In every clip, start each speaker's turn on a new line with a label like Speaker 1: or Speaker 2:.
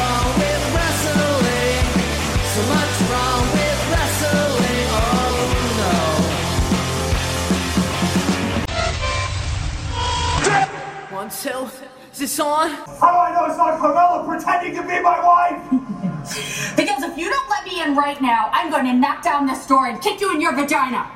Speaker 1: Oh, Is this on?
Speaker 2: How do I know it's not Carmela pretending to be my wife?
Speaker 3: Because if you don't let me in right now, I'm going to knock down this door and kick you in your vagina.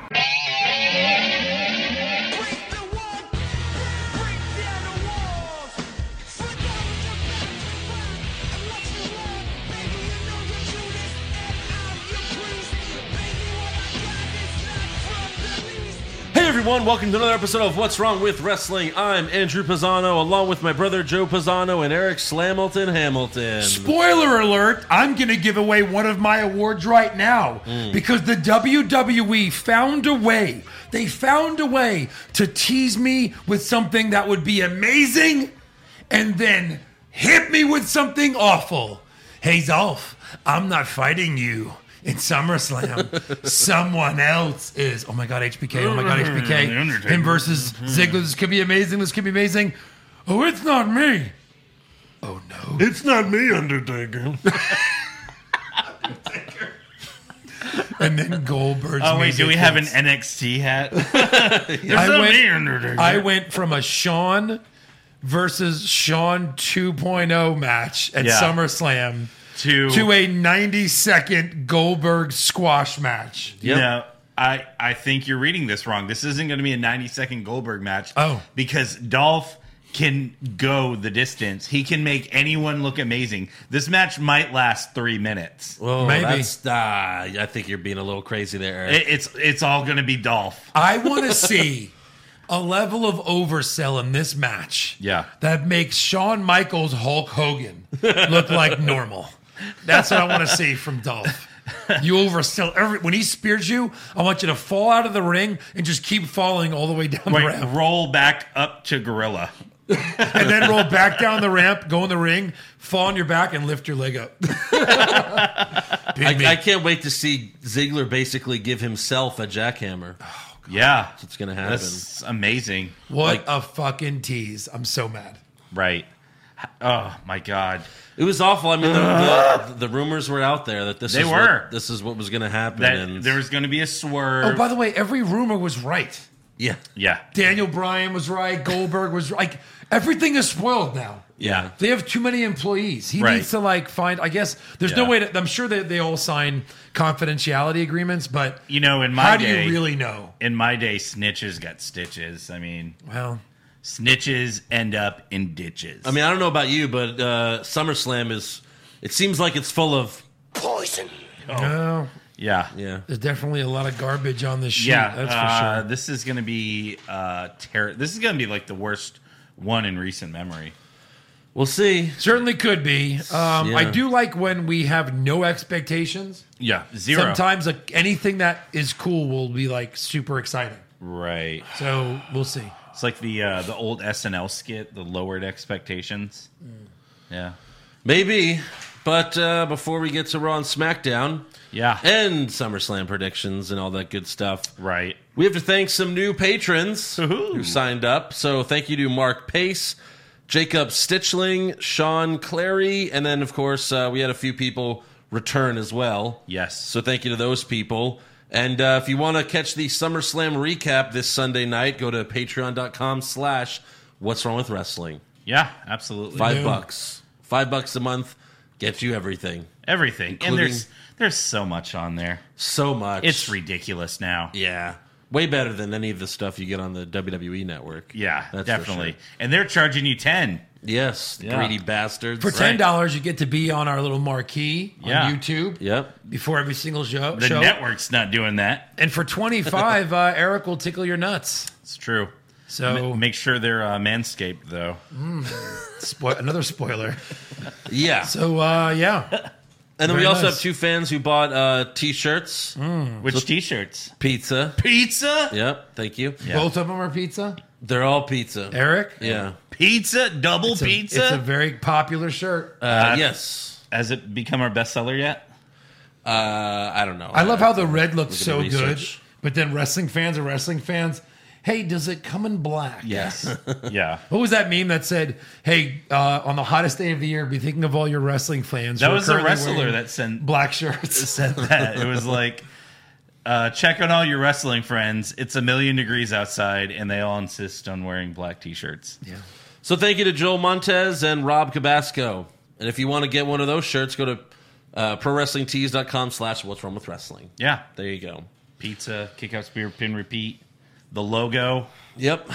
Speaker 4: Hey everyone, welcome to another episode of What's Wrong with Wrestling. I'm Andrew Pisano, along with my brother Joe Pisano and Eric Slamilton Hamilton.
Speaker 5: Spoiler alert, I'm going to give away one of my awards right now because the WWE found a way. They found a way to tease me with something that would be amazing and then hit me with something awful. Hey, Zolf, I'm not fighting you. In SummerSlam, someone else is. Oh my God, HBK! Oh my God, HBK! Him versus Ziggler. This could be amazing. This could be amazing. Oh, it's not me. Oh no.
Speaker 6: It's not me, Undertaker.
Speaker 5: And then Goldberg's.
Speaker 7: Oh wait, do
Speaker 5: music
Speaker 7: we have an
Speaker 5: hits.
Speaker 7: NXT hat?
Speaker 5: I went,
Speaker 7: Undertaker.
Speaker 5: I went from a Sean versus Sean 2.0 match at
Speaker 7: Yeah.
Speaker 5: SummerSlam
Speaker 7: to
Speaker 5: to a 90 second Goldberg squash match.
Speaker 4: Yep.
Speaker 7: No, I I think you're reading this wrong. This isn't going to be a 90 second Goldberg match.
Speaker 5: Oh.
Speaker 7: because Dolph can go the distance. He can make anyone look amazing. This match might last three minutes.
Speaker 4: Whoa,
Speaker 5: Maybe.
Speaker 4: that's- ah, I think you're being a little crazy there, Eric.
Speaker 7: It- it's it's all going to be Dolph.
Speaker 5: I want to see a level of oversell in this match.
Speaker 7: Yeah.
Speaker 5: That makes Shawn Michaels Hulk Hogan look like normal. That's what I want to see from Dolph. You oversell every when he spears you. I want you to fall out of the ring and just keep falling all the way down
Speaker 7: Wait,
Speaker 5: the ramp,
Speaker 7: roll back up to Gorilla.
Speaker 5: and then roll back down the ramp, go in the ring, fall on your back, and lift your leg up. Pin me.
Speaker 4: I, I can't wait to see Ziggler basically give himself a jackhammer.
Speaker 7: Yeah,
Speaker 4: It's gonna happen.
Speaker 7: that's amazing.
Speaker 5: what a fucking tease! I'm so mad.
Speaker 7: Right. Oh my god.
Speaker 4: It was awful. I mean, the, the, the rumors were out there that this
Speaker 7: They
Speaker 4: is
Speaker 7: were.
Speaker 4: What, this is what was going to happen.
Speaker 7: That
Speaker 4: and
Speaker 7: there was going to be a swerve.
Speaker 5: Oh, by the way, every rumor was right.
Speaker 4: yeah,
Speaker 7: yeah.
Speaker 5: Daniel Bryan was right. Goldberg was like everything is spoiled now.
Speaker 4: yeah.
Speaker 5: They have too many employees. He
Speaker 7: Right.
Speaker 5: needs to like find. I guess there's
Speaker 7: Yeah.
Speaker 5: no way. to I'm sure that they all sign confidentiality agreements, but
Speaker 7: You know, in my
Speaker 5: how do
Speaker 7: day,
Speaker 5: you really know?
Speaker 7: in my day, snitches got stitches. I mean,
Speaker 5: Well,
Speaker 7: snitches end up in ditches.
Speaker 4: I mean, I don't know about you, but uh, SummerSlam is. It seems like it's full of.
Speaker 7: Oh.
Speaker 5: no,
Speaker 7: yeah,
Speaker 4: Yeah.
Speaker 5: there's definitely a lot of garbage on this sheet.
Speaker 7: yeah.
Speaker 5: that's
Speaker 7: uh,
Speaker 5: for sure.
Speaker 7: This is gonna be uh, ter- This is gonna be like the worst one in recent memory.
Speaker 4: We'll see.
Speaker 5: Certainly could be. Um, I
Speaker 4: Yeah.
Speaker 5: do like when we have no expectations.
Speaker 7: Yeah, zero.
Speaker 5: Sometimes like, anything that is cool will be like super exciting.
Speaker 7: Right.
Speaker 5: So we'll see.
Speaker 7: It's like the uh, the old SNL skit, the lowered expectations.
Speaker 5: Mm.
Speaker 7: Yeah.
Speaker 4: Maybe. But uh, before we get to Raw and SmackDown
Speaker 7: Yeah.
Speaker 4: and SummerSlam predictions and all that good stuff,
Speaker 7: right.
Speaker 4: we have to thank some new patrons
Speaker 7: Woohoo.
Speaker 4: who signed up. So thank you to Mark Pace, Jacob Stitchling, Sean Clary, and then, of course, uh, we had a few people return as well.
Speaker 7: Yes.
Speaker 4: So thank you to those people. And uh, if you want to catch the SummerSlam recap this Sunday night, go to patreon.com slash what's wrong with wrestling.
Speaker 7: Yeah. Absolutely.
Speaker 4: Five bucks. Five bucks a month gets you everything.
Speaker 7: Everything.
Speaker 4: Including-
Speaker 7: And there's there's so much on there.
Speaker 4: So much.
Speaker 7: It's ridiculous now.
Speaker 4: yeah. Way better than any of the stuff you get on the WWE network.
Speaker 7: Yeah,
Speaker 4: That's for
Speaker 7: definitely.
Speaker 4: sure.
Speaker 7: And they're charging you ten.
Speaker 4: Yes, the
Speaker 7: Yeah.
Speaker 4: greedy bastards.
Speaker 5: For ten dollars, you get to be on our little marquee
Speaker 7: Yeah.
Speaker 5: on YouTube
Speaker 4: Yep.
Speaker 5: before every single show.
Speaker 7: The
Speaker 5: show.
Speaker 7: network's not doing that.
Speaker 5: And for twenty five, uh, Eric will tickle your nuts.
Speaker 7: It's true.
Speaker 5: So
Speaker 7: Make sure they're uh, manscaped though.
Speaker 5: spo- another spoiler.
Speaker 4: Yeah.
Speaker 5: So uh, yeah,
Speaker 4: and then we
Speaker 5: very
Speaker 4: also
Speaker 5: nice. Mm.
Speaker 4: have two fans who bought uh, t-shirts,
Speaker 5: Mm-hmm.
Speaker 7: Which t-shirts?
Speaker 4: pizza.
Speaker 7: Pizza.
Speaker 4: Yep. Thank you.
Speaker 7: Yeah.
Speaker 5: both of them are pizza.
Speaker 4: They're all pizza.
Speaker 5: Eric,
Speaker 4: Yeah.
Speaker 7: Pizza. Double
Speaker 5: it's a,
Speaker 7: pizza.
Speaker 5: It's a very popular shirt.
Speaker 4: Uh, yes.
Speaker 7: Has it become our bestseller yet?
Speaker 4: Uh, I don't know.
Speaker 5: I love how the red looks
Speaker 4: Look at
Speaker 5: so
Speaker 4: the
Speaker 5: good,
Speaker 4: research.
Speaker 5: but then wrestling fans are wrestling fans. Hey, does it come in black?
Speaker 7: Yes.
Speaker 5: Oh,
Speaker 7: yeah.
Speaker 5: What was that meme that said, "Hey, uh, on the hottest day of the year, be thinking of all your wrestling fans"?
Speaker 7: That
Speaker 5: who are
Speaker 7: was a
Speaker 5: currently
Speaker 7: wrestler
Speaker 5: wearing
Speaker 7: that sent
Speaker 5: black shirts.
Speaker 7: said that. It was like, uh, check on all your wrestling friends. It's a million degrees outside, and they all insist on wearing black t-shirts.
Speaker 5: Yeah.
Speaker 4: So thank you to Joel Montez and Rob Cabasco. And if you want to get one of those shirts, go to uh, prowrestlingtees.com slash what's wrong with wrestling.
Speaker 7: Yeah.
Speaker 4: There you go.
Speaker 7: Pizza, kick out spear, pin, repeat. The logo.
Speaker 4: Yep.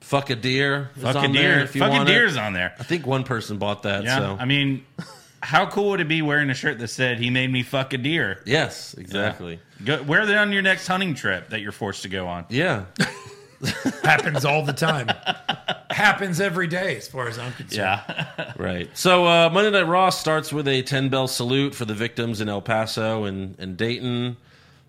Speaker 4: Fuck a deer. is
Speaker 7: Fuck a
Speaker 4: on there
Speaker 7: deer.
Speaker 4: if you
Speaker 7: Fuck a
Speaker 4: want it.
Speaker 7: deer's on there.
Speaker 4: I think one person bought that.
Speaker 7: Yeah.
Speaker 4: So
Speaker 7: I mean, how cool would it be wearing a shirt that said, he made me fuck a deer?
Speaker 4: yes, exactly.
Speaker 7: Go, wear that on your next hunting trip that you're forced to go on.
Speaker 4: Yeah.
Speaker 5: Happens all the time. Happens every day, as far as I'm concerned.
Speaker 7: Yeah.
Speaker 4: Right. So uh, Monday Night Raw starts with a 10 bell salute for the victims in El Paso and, and Dayton.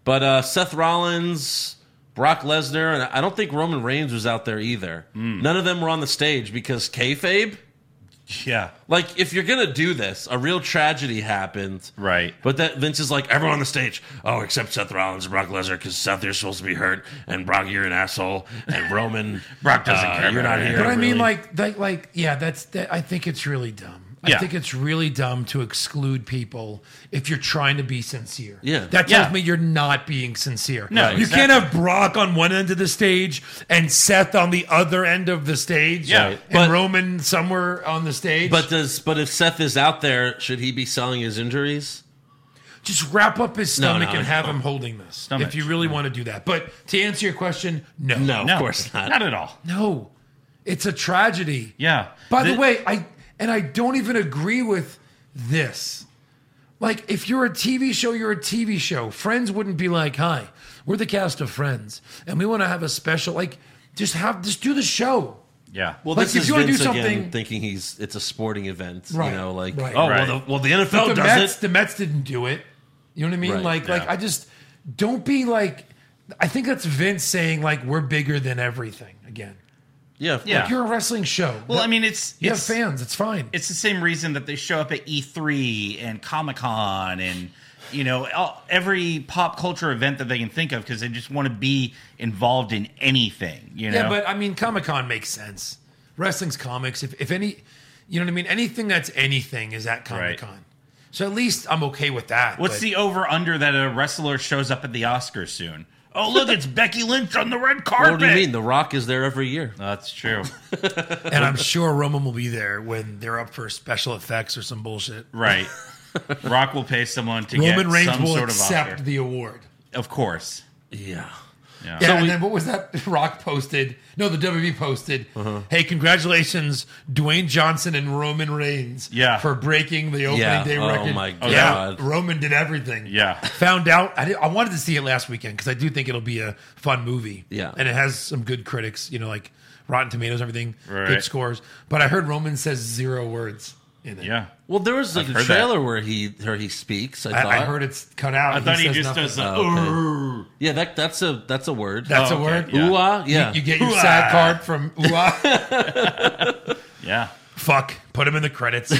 Speaker 4: But uh, Seth Rollins, Brock Lesnar, and I don't think Roman Reigns was out there either.
Speaker 7: Hmm.
Speaker 4: None of them were on the stage because kayfabe.
Speaker 7: yeah.
Speaker 4: Like, if you're gonna do this, a real tragedy happened.
Speaker 7: Right.
Speaker 4: But that Vince is like, everyone on the stage. Oh, except Seth Rollins and Brock Lesnar, because Seth, you're supposed to be hurt, and Brock, you're an asshole, and Roman,
Speaker 7: Brock doesn't
Speaker 4: uh,
Speaker 7: care
Speaker 4: You're not
Speaker 7: about it.
Speaker 4: here.
Speaker 5: But I mean,
Speaker 4: really.
Speaker 5: like, like, like, yeah, that's. That, I think it's really dumb. I
Speaker 7: Yeah.
Speaker 5: think it's really dumb to exclude people if you're trying to be sincere.
Speaker 4: Yeah.
Speaker 5: that tells
Speaker 7: Yeah.
Speaker 5: me you're not being sincere.
Speaker 7: No,
Speaker 5: you
Speaker 7: exactly.
Speaker 5: can't have Brock on one end of the stage and Seth on the other end of the stage.
Speaker 7: Yeah.
Speaker 5: and
Speaker 4: But-
Speaker 5: Roman somewhere on the stage.
Speaker 4: But does but if Seth is out there, should he be selling his injuries?
Speaker 5: just wrap up his
Speaker 4: No,
Speaker 5: stomach
Speaker 4: no,
Speaker 5: and have him holding this
Speaker 7: Stomach.
Speaker 5: if you really want to do that. But to answer your question, no,
Speaker 7: No,
Speaker 4: of course not.
Speaker 7: Not at all.
Speaker 5: no, it's a tragedy.
Speaker 7: Yeah.
Speaker 5: By the
Speaker 7: Thi-
Speaker 5: way, I and I don't even agree with this. Like, if you're a TV show, you're a TV show. Friends wouldn't be like, "Hi, we're the cast of Friends, and we want to have a special." Like, just have just do the show.
Speaker 7: Yeah.
Speaker 4: Well,
Speaker 5: Like,
Speaker 4: this
Speaker 5: if
Speaker 4: is
Speaker 5: you wanna do
Speaker 4: Vince again
Speaker 5: something-
Speaker 4: thinking he's it's a sporting event.
Speaker 5: Right,
Speaker 4: You know, like
Speaker 5: right.
Speaker 4: oh
Speaker 7: Right.
Speaker 4: well, the, well the
Speaker 5: But
Speaker 4: NFL
Speaker 5: the
Speaker 4: does
Speaker 5: Mets,
Speaker 4: it.
Speaker 5: the Mets didn't do it. You know what I mean?
Speaker 4: Right,
Speaker 5: like, like
Speaker 7: yeah.
Speaker 5: I just don't be like. I think that's Vince saying like we're bigger than everything again.
Speaker 4: yeah,
Speaker 7: Yeah.
Speaker 5: Like, you're a wrestling show.
Speaker 7: well, I mean, it's
Speaker 5: you have
Speaker 7: it's,
Speaker 5: fans. It's fine.
Speaker 7: it's the same reason that they show up at E3 and Comic Con and you know all, every pop culture event that they can think of because they just want to be involved in anything. You know,
Speaker 5: Yeah, but I mean, Comic Con makes sense. Wrestling's comics. If, if any, you know what I mean? Anything that's anything is at Comic Con. So at least I'm okay with that.
Speaker 7: what's
Speaker 5: but-
Speaker 7: the over under that a wrestler shows up at the Oscars soon? Oh, look, it's Becky Lynch on the red carpet.
Speaker 4: What do you mean? The Rock is there every year.
Speaker 7: That's true.
Speaker 5: And I'm sure Roman will be there when they're up for special effects or some bullshit.
Speaker 7: right. Rock will pay someone to
Speaker 5: Roman
Speaker 7: get
Speaker 5: Reigns
Speaker 7: some
Speaker 5: will
Speaker 7: sort of
Speaker 5: accept
Speaker 7: Oscar.
Speaker 5: the award.
Speaker 7: Of course.
Speaker 4: Yeah.
Speaker 5: Yeah,
Speaker 4: So
Speaker 5: and
Speaker 4: we-
Speaker 5: then what was that? Rock posted. No, the WWE posted.
Speaker 7: Uh-huh.
Speaker 5: Hey, congratulations, Dwayne Johnson and Roman Reigns.
Speaker 7: Yeah.
Speaker 5: for breaking the opening
Speaker 4: Yeah.
Speaker 5: day
Speaker 4: Oh
Speaker 5: record.
Speaker 4: my
Speaker 5: Yeah,
Speaker 4: God.
Speaker 5: Roman did everything.
Speaker 7: Yeah.
Speaker 5: found out. I, did, I wanted to see it last weekend because I do think it'll be a fun movie.
Speaker 4: Yeah.
Speaker 5: and it has some good critics. You know, like Rotten Tomatoes, everything,
Speaker 7: Right.
Speaker 5: good scores. But I heard Roman says zero words in it.
Speaker 7: Yeah.
Speaker 4: Well, there was like
Speaker 7: I've
Speaker 4: a
Speaker 7: heard that.
Speaker 4: trailer where he where he speaks. I,
Speaker 5: I,
Speaker 4: thought.
Speaker 5: I heard it's cut out.
Speaker 7: I thought he,
Speaker 5: says
Speaker 7: just
Speaker 5: nothing.
Speaker 7: does a.
Speaker 4: Oh, Yeah, that that's a that's a word.
Speaker 5: That's a
Speaker 7: Oh, okay.
Speaker 5: word.
Speaker 7: Yeah.
Speaker 4: Ooh ah, yeah.
Speaker 5: You get your sad card from. Ooh-ah.
Speaker 7: Yeah.
Speaker 5: Fuck. Put him in the credits.
Speaker 4: no,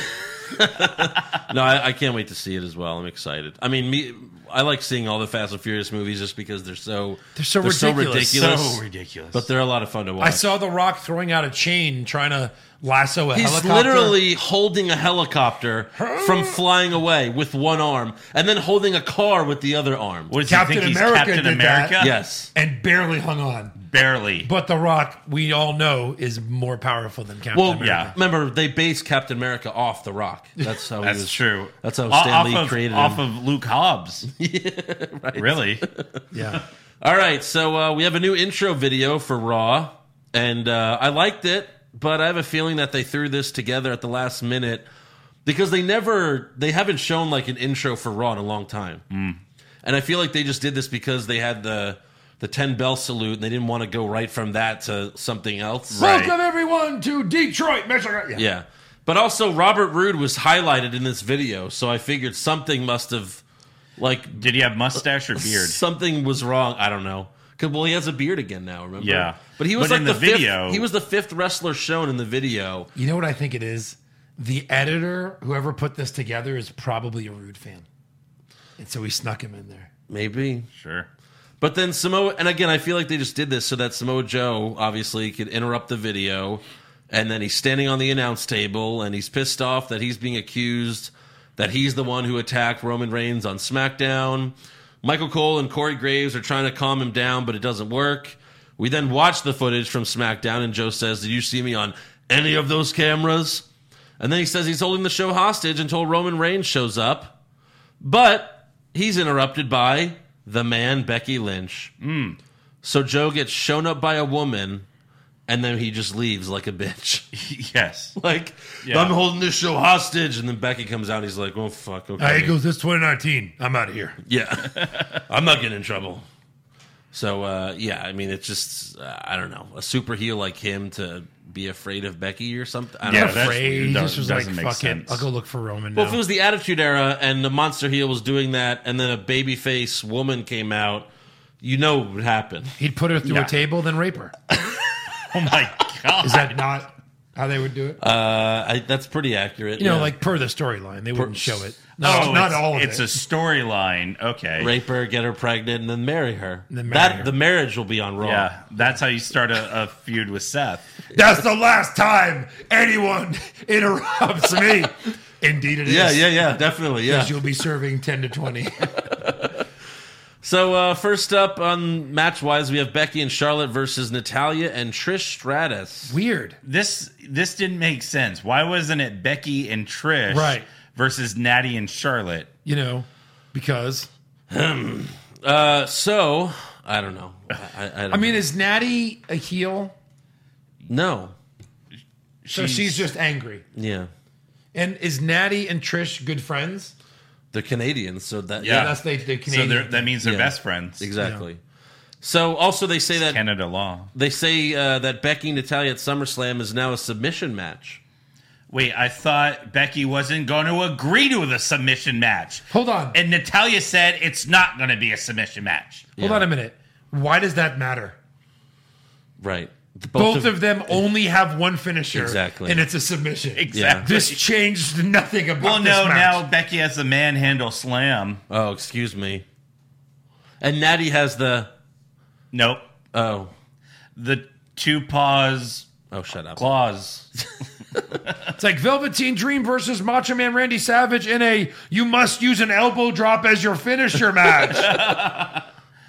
Speaker 4: I, I can't wait to see it as well. I'm excited. I mean, me, I like seeing all the Fast and Furious movies just because they're so
Speaker 5: They're so ridiculous.
Speaker 4: ridiculous,
Speaker 7: So ridiculous.
Speaker 4: but they're a lot of fun to watch.
Speaker 5: I saw The Rock throwing out a chain trying to lasso a
Speaker 4: He's
Speaker 5: helicopter.
Speaker 4: literally holding a helicopter from flying away with one arm and then holding a car with the other arm.
Speaker 7: What does
Speaker 5: Captain
Speaker 7: he think? He's
Speaker 5: America did
Speaker 7: Captain
Speaker 5: that.
Speaker 7: America?
Speaker 4: Yes.
Speaker 5: and barely hung on.
Speaker 7: Barely.
Speaker 5: But The Rock, we all know, is more powerful than Captain
Speaker 4: Well,
Speaker 5: America.
Speaker 7: yeah.
Speaker 4: remember they based Captain America off The Rock. That's how he
Speaker 7: That's
Speaker 4: was-
Speaker 7: true.
Speaker 4: That's how
Speaker 7: O-
Speaker 4: Stan Lee
Speaker 7: off of,
Speaker 4: created
Speaker 7: off
Speaker 4: him.
Speaker 7: of Luke Hobbs. Really?
Speaker 5: Yeah.
Speaker 4: All right, so uh, we have a new intro video for Raw, and uh, I liked it, but I have a feeling that they threw this together at the last minute because they never, they haven't shown like an intro for Raw in a long time, and I feel like they just did this because they had the the ten bell salute and they didn't want to go right from that to something else.
Speaker 7: Right.
Speaker 5: Welcome everyone to Detroit, Michigan. Yeah.
Speaker 4: Yeah, but also Robert Roode was highlighted in this video, so I figured something must have like
Speaker 7: Did he have mustache or beard?
Speaker 4: Something was wrong. I don't know. 'Cause- well, he has a beard again now. Remember?
Speaker 7: Yeah.
Speaker 4: But he was like
Speaker 7: But in
Speaker 4: the,
Speaker 7: the video-
Speaker 4: Fifth, he was the fifth wrestler shown in the video.
Speaker 5: You know what I think it is? The editor, whoever put this together, is probably a Rude fan, and so we snuck him in there.
Speaker 4: Maybe.
Speaker 7: Sure.
Speaker 4: But then Samoa, and again, I feel like they just did this so that Samoa Joe obviously could interrupt the video, and then he's standing on the announce table and he's pissed off that he's being accused that he's the one who attacked Roman Reigns on SmackDown. Michael Cole and Corey Graves are trying to calm him down, but it doesn't work. We then watch the footage from SmackDown, and Joe says, "Did you see me on any of those cameras. And then he says he's holding the show hostage until Roman Reigns shows up. But he's interrupted by the man, Becky Lynch. So Joe gets shown up by a woman, and then he just leaves like a bitch.
Speaker 7: yes.
Speaker 4: like,
Speaker 7: Yeah.
Speaker 4: I'm holding this show hostage. And then Becky comes out, and he's like, oh, fuck. Okay.
Speaker 5: Uh, he goes, this 2019. I'm out of here.
Speaker 4: Yeah, I'm not getting in trouble. So uh, yeah, I mean, it's just uh, I don't know a super heel like him to be afraid of Becky or something. I don't
Speaker 7: Yeah,
Speaker 4: know.
Speaker 7: that's
Speaker 5: Afraid. He
Speaker 7: weird.
Speaker 5: just was like,
Speaker 7: Doesn't make
Speaker 5: fuck it.
Speaker 7: sense.
Speaker 5: I'll go look for Roman
Speaker 4: Well,
Speaker 5: now.
Speaker 4: if it was the Attitude Era and the monster heel was doing that, and then a babyface woman came out, you know what would happen.
Speaker 5: He'd put her through
Speaker 7: Yeah.
Speaker 5: a table, then rape her.
Speaker 7: Oh my god.
Speaker 5: Is that not how they would do it?
Speaker 4: Uh, I, that's pretty accurate.
Speaker 5: you know,
Speaker 4: yeah.
Speaker 5: like per the storyline, they wouldn't show it. Not,
Speaker 7: Oh,
Speaker 5: not
Speaker 7: it's,
Speaker 5: all of
Speaker 7: it's
Speaker 5: it.
Speaker 7: a storyline. Okay.
Speaker 4: rape her, get her pregnant, and then marry her.
Speaker 5: Then marry
Speaker 4: that
Speaker 5: her.
Speaker 4: the marriage will be on Raw.
Speaker 7: Yeah, that's how you start a, a feud with Seth.
Speaker 5: That's the last time anyone interrupts me. Indeed, it is.
Speaker 4: yeah, yeah, yeah, definitely. Yeah,
Speaker 5: Because you'll be serving 10 to 20.
Speaker 4: So uh, first up on match wise, we have Becky and Charlotte versus Natalia and Trish Stratus.
Speaker 5: Weird.
Speaker 7: This this didn't make sense. Why wasn't it Becky and Trish
Speaker 5: Right.
Speaker 7: versus Natty and Charlotte?
Speaker 5: You know, because.
Speaker 4: Uh, so I don't know. I, I, I, don't
Speaker 5: I mean,
Speaker 4: know.
Speaker 5: is Natty a heel?
Speaker 4: no,
Speaker 5: So she's, just angry.
Speaker 4: yeah,
Speaker 5: And is Natty and Trish good friends?
Speaker 4: they're Canadians, so that
Speaker 7: Yeah.
Speaker 5: That's they, the
Speaker 7: So
Speaker 5: Canadian.
Speaker 7: they're, that means they're
Speaker 4: Yeah.
Speaker 7: best friends.
Speaker 4: exactly. So also they say that
Speaker 7: Canada law.
Speaker 4: they say uh, that Becky and Natalia at SummerSlam is now a submission match.
Speaker 7: Wait, I thought Becky wasn't going to agree to the submission match.
Speaker 5: Hold on.
Speaker 7: And Natalia said it's not going to be a submission match.
Speaker 5: Hold on a minute. Why does that matter?
Speaker 4: Right. Both,
Speaker 5: Both, of, them only have one finisher.
Speaker 4: Exactly.
Speaker 5: And it's a submission.
Speaker 7: Exactly.
Speaker 5: This changed nothing about
Speaker 7: well,
Speaker 5: this
Speaker 7: no,
Speaker 5: match.
Speaker 7: now Becky has the manhandle slam.
Speaker 4: Oh, excuse me. And Natty has the
Speaker 7: Nope.
Speaker 4: oh
Speaker 7: The two paws
Speaker 4: oh shut up.
Speaker 7: claws.
Speaker 5: It's like Velveteen Dream versus Macho Man Randy Savage in a you must use an elbow drop as your finisher match.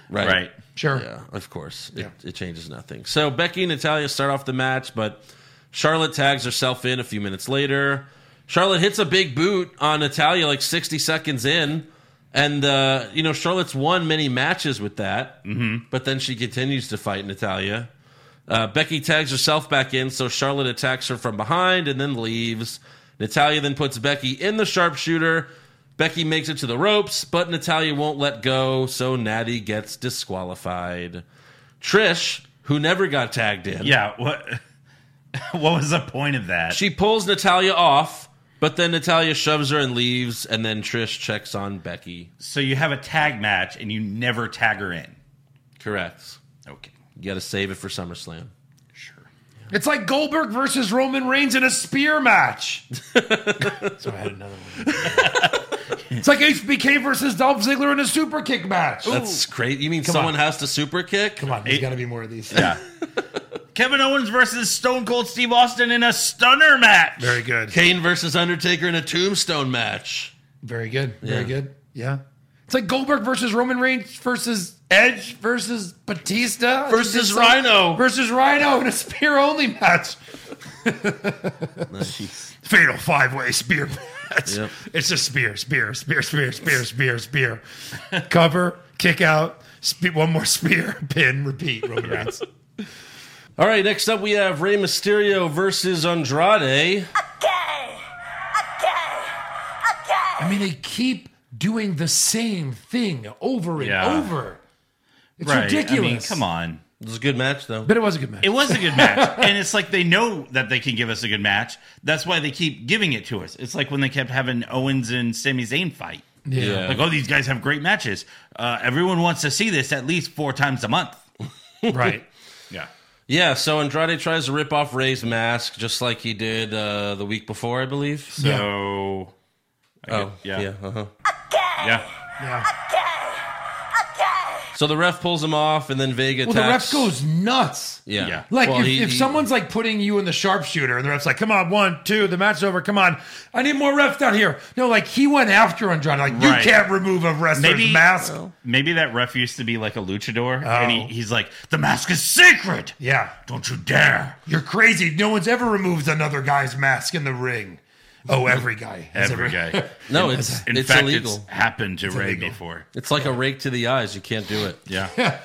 Speaker 4: Right.
Speaker 7: Right.
Speaker 5: sure.
Speaker 4: Yeah, of course. It,
Speaker 5: Yeah.
Speaker 4: it changes nothing. So Becky and Natalia start off the match, but Charlotte tags herself in a few minutes later. Charlotte hits a big boot on Natalia like 60 seconds in. And, uh, you know, Charlotte's won many matches with that, mm-hmm. but then she continues to fight Natalia. Uh, Becky tags herself back in, so Charlotte attacks her from behind and then leaves. Natalia then puts Becky in the sharpshooter. Becky makes it to the ropes, but Natalia won't let go, so Natty gets disqualified. Trish, who never got tagged in,
Speaker 7: Yeah. What? What was the point of that?
Speaker 4: she pulls Natalia off, but then Natalia shoves her and leaves, and then Trish checks on Becky.
Speaker 7: so you have a tag match and you never tag her in.
Speaker 4: Correct.
Speaker 7: Okay.
Speaker 4: You got to save it for SummerSlam.
Speaker 7: Sure.
Speaker 5: It's like Goldberg versus Roman Reigns in a spear match. so I had another one. it's like HBK versus Dolph Ziggler in a super kick match.
Speaker 4: That's great. You mean someone has to super kick?
Speaker 5: Come on, there's got to be more of these.
Speaker 7: Yeah. Kevin Owens versus Stone Cold Steve Austin in a stunner match.
Speaker 5: Very good.
Speaker 4: Kane versus Undertaker in a tombstone match.
Speaker 5: Very good. Very
Speaker 4: Yeah.
Speaker 5: good. Yeah. It's like Goldberg versus Roman Reigns versus Edge versus Batista
Speaker 4: Versus
Speaker 5: Some-
Speaker 4: Rhino.
Speaker 5: versus Rhino in a spear only match. Fatal five way spear match.
Speaker 4: Yep.
Speaker 5: It's just spear, spear, spear, spear, spear, spear, spear. Cover, kick out, spe- one more spear, pin, repeat. Roman Reigns.
Speaker 4: All right, next up we have Rey Mysterio versus Andrade.
Speaker 5: I mean, they keep doing the same thing over and
Speaker 7: Yeah.
Speaker 5: over. It's
Speaker 7: Right.
Speaker 5: ridiculous.
Speaker 7: I mean, come on.
Speaker 4: It was a good match, though.
Speaker 5: But it was a good match.
Speaker 7: It was a good match. and it's like they know that they can give us a good match. That's why they keep giving it to us. It's like when they kept having Owens and Sami Zayn fight.
Speaker 4: Yeah.
Speaker 7: Like, oh, these guys have great matches. Uh, everyone wants to see this at least four times a month.
Speaker 5: right.
Speaker 7: Yeah.
Speaker 4: Yeah, so Andrade tries to rip off Rey's mask just like he did uh, the week before, I believe. So,
Speaker 7: So. I
Speaker 4: oh,
Speaker 7: get- yeah.
Speaker 4: yeah, uh-huh.
Speaker 7: Yeah.
Speaker 5: Yeah.
Speaker 4: So the ref pulls him off, and then Vega.
Speaker 5: Well, the
Speaker 4: attacks.
Speaker 5: ref goes nuts.
Speaker 4: Yeah. Yeah.
Speaker 5: Like
Speaker 4: Well,
Speaker 5: if,
Speaker 4: he-
Speaker 5: if
Speaker 4: he-
Speaker 5: someone's like putting you in the sharpshooter, and the ref's like, "Come on, one, two, the match's over. Come on, I need more refs down here." No, like he went after Andrade. Like
Speaker 7: Right.
Speaker 5: you can't remove a wrestler's
Speaker 7: Maybe-
Speaker 5: mask.
Speaker 7: Maybe that ref used to be like a luchador, and
Speaker 5: Oh.
Speaker 7: he, he's like, "The mask is sacred.
Speaker 5: Yeah,
Speaker 7: Don't you dare!"
Speaker 5: you're crazy. No one's ever removed another guy's mask in the ring. Oh, every guy. has
Speaker 7: Every
Speaker 5: ever-
Speaker 7: guy.
Speaker 4: No, it's
Speaker 7: In
Speaker 4: it's
Speaker 7: fact,
Speaker 4: illegal.
Speaker 7: it's happened to Ray
Speaker 5: illegal.
Speaker 7: before.
Speaker 4: It's like a rake to the eyes. You can't do it.
Speaker 7: Yeah.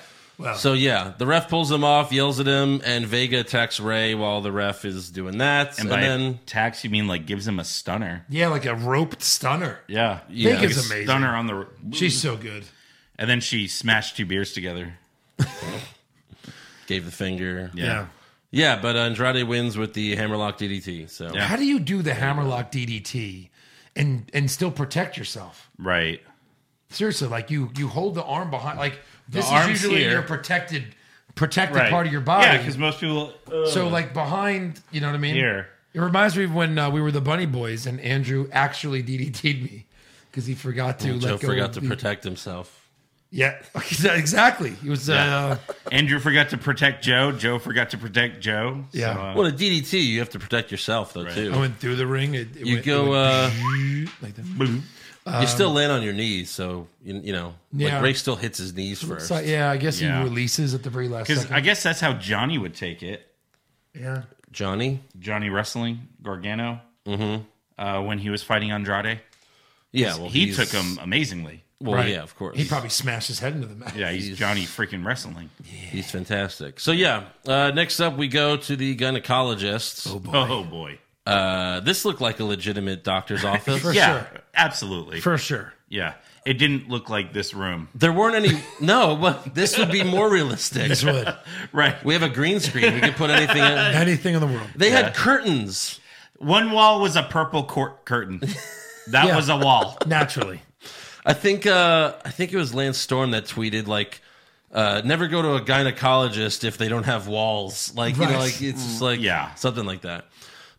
Speaker 4: So yeah, the ref pulls him off, yells at him, and Vega attacks Ray while the ref is doing that. And,
Speaker 7: And by
Speaker 4: then
Speaker 7: tax, you mean like gives him a stunner?
Speaker 5: Yeah, like a roped stunner.
Speaker 7: Yeah.
Speaker 4: Yeah.
Speaker 5: Vega's
Speaker 4: Like a
Speaker 5: amazing.
Speaker 7: Stunner on the.
Speaker 5: She's so good.
Speaker 7: And then she smashed two beers together.
Speaker 4: gave the finger. Yeah,
Speaker 5: Yeah.
Speaker 4: but Andrade wins with the hammerlock DDT. So
Speaker 7: Yeah.
Speaker 5: How do you do the hammerlock DDT and and still protect yourself?
Speaker 7: Right.
Speaker 5: Seriously, like you you hold the arm behind like this is
Speaker 7: arm's
Speaker 5: usually
Speaker 7: here.
Speaker 5: your protected protected
Speaker 7: Right.
Speaker 5: part of your body.
Speaker 7: Yeah, because most people. uh,
Speaker 5: so like behind, you know what I mean?
Speaker 7: Here.
Speaker 5: It reminds me of when uh, we were the Bunny Boys and Andrew actually DDT'd me because he forgot to
Speaker 4: Joe
Speaker 5: let go.
Speaker 4: forgot
Speaker 5: of
Speaker 4: to
Speaker 5: the-
Speaker 4: protect himself.
Speaker 5: Yeah, exactly. He was. Uh,
Speaker 7: Andrew forgot to protect Joe. Joe forgot to protect Joe. So,
Speaker 5: Yeah.
Speaker 7: uh,
Speaker 4: Well, a DDT, you have to protect yourself though too.
Speaker 5: I went through the ring. It, it
Speaker 4: You
Speaker 5: went,
Speaker 4: go, uh,
Speaker 5: It went like that.
Speaker 7: boom.
Speaker 4: you still land on your knees, so you, you know,
Speaker 5: Um, Yeah.
Speaker 4: like Ray still hits his knees first.
Speaker 5: So, yeah, I guess
Speaker 7: Yeah.
Speaker 5: he releases at the very last
Speaker 7: Because
Speaker 5: second.
Speaker 7: I guess that's how Johnny would take it.
Speaker 5: yeah.
Speaker 4: Johnny,
Speaker 7: Johnny Wrestling, Gargano, mm-hmm. uh, when he was fighting Andrade.
Speaker 4: yeah, well,
Speaker 7: he
Speaker 4: he's-
Speaker 7: took him amazingly.
Speaker 4: Well,
Speaker 5: Right.
Speaker 4: yeah, of course.
Speaker 5: He probably smashed his head into the mat.
Speaker 7: Yeah, he's, Johnny freaking Wrestling.
Speaker 4: he's fantastic. So yeah, uh, next up we go to the gynecologists.
Speaker 7: Oh, boy.
Speaker 4: Uh, this looked like a legitimate doctor's office.
Speaker 5: For
Speaker 7: yeah,
Speaker 5: sure.
Speaker 7: absolutely.
Speaker 5: For sure.
Speaker 7: yeah. It didn't look like this room.
Speaker 4: There weren't any. No, but this would be more realistic.
Speaker 5: This would.
Speaker 7: Right.
Speaker 4: We have a green screen. We could put anything in.
Speaker 5: Anything in the world.
Speaker 4: They had curtains.
Speaker 7: One wall was a purple court curtain. That
Speaker 5: Yeah.
Speaker 7: was a wall.
Speaker 5: Naturally.
Speaker 4: I think. Uh, I think it was Lance Storm that tweeted like, uh, "Never go to a gynecologist if they don't have walls." Like you
Speaker 5: Right.
Speaker 4: know, like it's just like
Speaker 7: Yeah.
Speaker 4: something like that.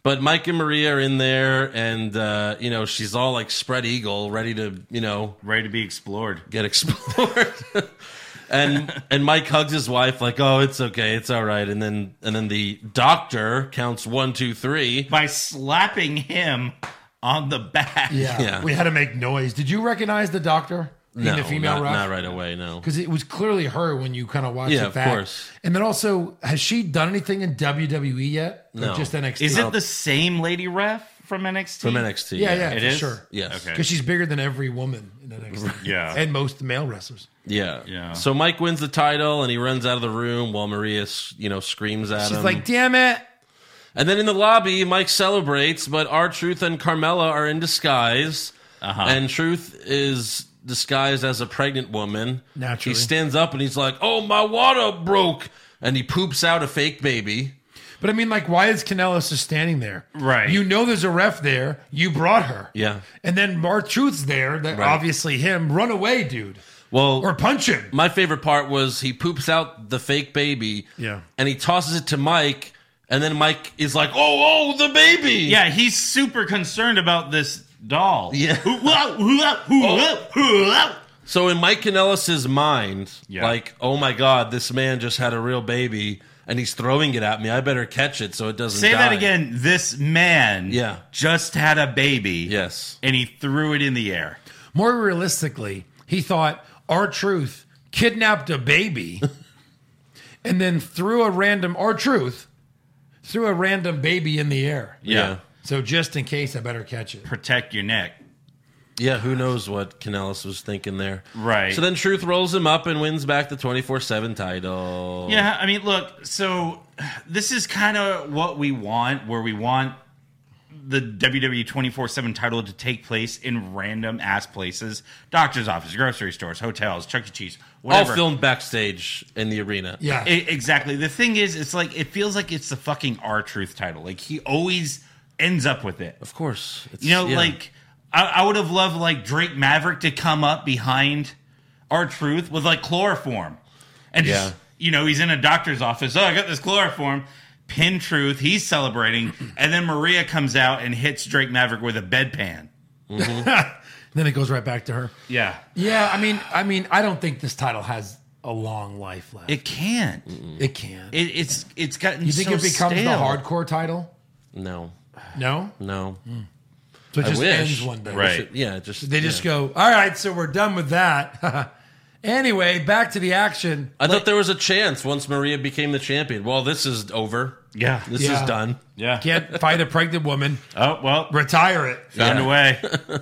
Speaker 4: But Mike and Maria are in there, and uh, you know she's all like spread eagle, ready to you know
Speaker 7: Ready to be explored.
Speaker 4: get explored. and and Mike hugs his wife like, "Oh, it's okay, it's all right." And then and then the doctor counts one, two, three.
Speaker 7: By slapping him on the back.
Speaker 5: Yeah.
Speaker 4: Yeah.
Speaker 5: We had to make noise. Did you recognize the doctor? Being the female
Speaker 4: not,
Speaker 5: ref?
Speaker 4: not right away. No,
Speaker 5: Because it was clearly her when you kind of watched
Speaker 4: Yeah,
Speaker 5: it
Speaker 4: of
Speaker 5: back.
Speaker 4: course.
Speaker 5: And then also, has she done anything in WWE yet? Or
Speaker 4: No.
Speaker 5: just NXT?
Speaker 7: Is it the same lady ref from NXT?
Speaker 4: from NXT.
Speaker 5: Yeah, yeah,
Speaker 7: It
Speaker 5: for
Speaker 7: is?
Speaker 5: sure.
Speaker 4: Yes.
Speaker 7: Okay.
Speaker 5: Because she's bigger than every woman in NXT.
Speaker 7: Yeah.
Speaker 5: And most male wrestlers.
Speaker 4: yeah,
Speaker 7: Yeah.
Speaker 4: So Mike wins the title, and he runs out of the room while Maria, s- you know, screams at
Speaker 5: She's
Speaker 4: him.
Speaker 5: like, damn it.
Speaker 4: and then in the lobby, Mike celebrates, but our Truth and Carmella are in disguise,
Speaker 7: Uh-huh.
Speaker 4: and Truth is disguised as a pregnant woman.
Speaker 5: Naturally.
Speaker 4: he stands up and he's like, "Oh, my water broke," and he poops out a fake baby.
Speaker 5: But I mean, like, why is Canellis just standing there?
Speaker 7: Right.
Speaker 5: You know there's a ref there. You brought her.
Speaker 4: Yeah.
Speaker 5: And then Mark Truth's there. That
Speaker 4: Right.
Speaker 5: obviously him. Run away, dude.
Speaker 4: Well,
Speaker 5: Or punch him.
Speaker 4: my favorite part was he poops out the fake baby.
Speaker 5: Yeah.
Speaker 4: And he tosses it to Mike. And then Mike is like, oh, oh, the baby.
Speaker 7: Yeah, he's super concerned about this doll.
Speaker 4: Yeah. Oh. So in Mike Kanellis's mind,
Speaker 7: Yeah.
Speaker 4: like, oh my God, this man just had a real baby and he's throwing it at me. I better catch it so it doesn't
Speaker 7: Say that
Speaker 4: die."
Speaker 7: again. This man
Speaker 4: Yeah.
Speaker 7: just had a baby.
Speaker 4: Yes.
Speaker 7: And he threw it in the air.
Speaker 5: More realistically, he thought our truth kidnapped a baby and then threw a random our truth threw a random baby in the air.
Speaker 4: Yeah.
Speaker 5: So just in case, I better catch it.
Speaker 7: Protect your neck.
Speaker 4: Yeah, who knows what Kanellis was thinking there.
Speaker 7: Right.
Speaker 4: So then Truth rolls him up and wins back the 24 7 title.
Speaker 7: Yeah, I mean, look, so this is kind of what we want, where we want the WWE 24 7 title to take place in random ass places doctor's office, grocery stores, hotels, Chuck E. Cheese,
Speaker 4: All
Speaker 7: whatever.
Speaker 4: filmed backstage in the arena.
Speaker 5: Yeah.
Speaker 7: I- E, exactly. The thing is, it's like, it feels like it's the fucking R Truth title. Like, he always ends up with it.
Speaker 4: Of course. It's-
Speaker 7: You know,
Speaker 4: yeah.
Speaker 7: like I, I would have loved like Drake Maverick to come up behind our truth with like chloroform, and just
Speaker 4: Yeah.
Speaker 7: you know he's in a doctor's office. Oh, I got this chloroform. Pin truth. He's celebrating, and then Maria comes out and hits Drake Maverick with a bedpan.
Speaker 5: then it goes right back to her.
Speaker 7: Yeah,
Speaker 5: Yeah, I mean, I mean, I don't think this title has a long life left.
Speaker 7: It can't.
Speaker 5: it can.
Speaker 7: It, it's it's gotten.
Speaker 5: you think
Speaker 7: so
Speaker 5: it becomes
Speaker 7: stale.
Speaker 5: the hardcore title?
Speaker 4: No,
Speaker 5: No.
Speaker 4: no.
Speaker 5: So it
Speaker 4: I
Speaker 5: just
Speaker 4: wish.
Speaker 5: ends one day.
Speaker 7: Right.
Speaker 4: Should- Yeah, just
Speaker 5: They just
Speaker 4: yeah.
Speaker 5: go, all right, so we're done with that. anyway, back to the action.
Speaker 4: I thought there was a chance once Maria became the champion. Well, this is over.
Speaker 7: Yeah.
Speaker 4: This
Speaker 5: Yeah.
Speaker 4: is done.
Speaker 7: Yeah.
Speaker 5: Can't fight a pregnant woman.
Speaker 7: Oh well.
Speaker 5: Retire it.
Speaker 7: Found
Speaker 4: Yeah.
Speaker 7: a way.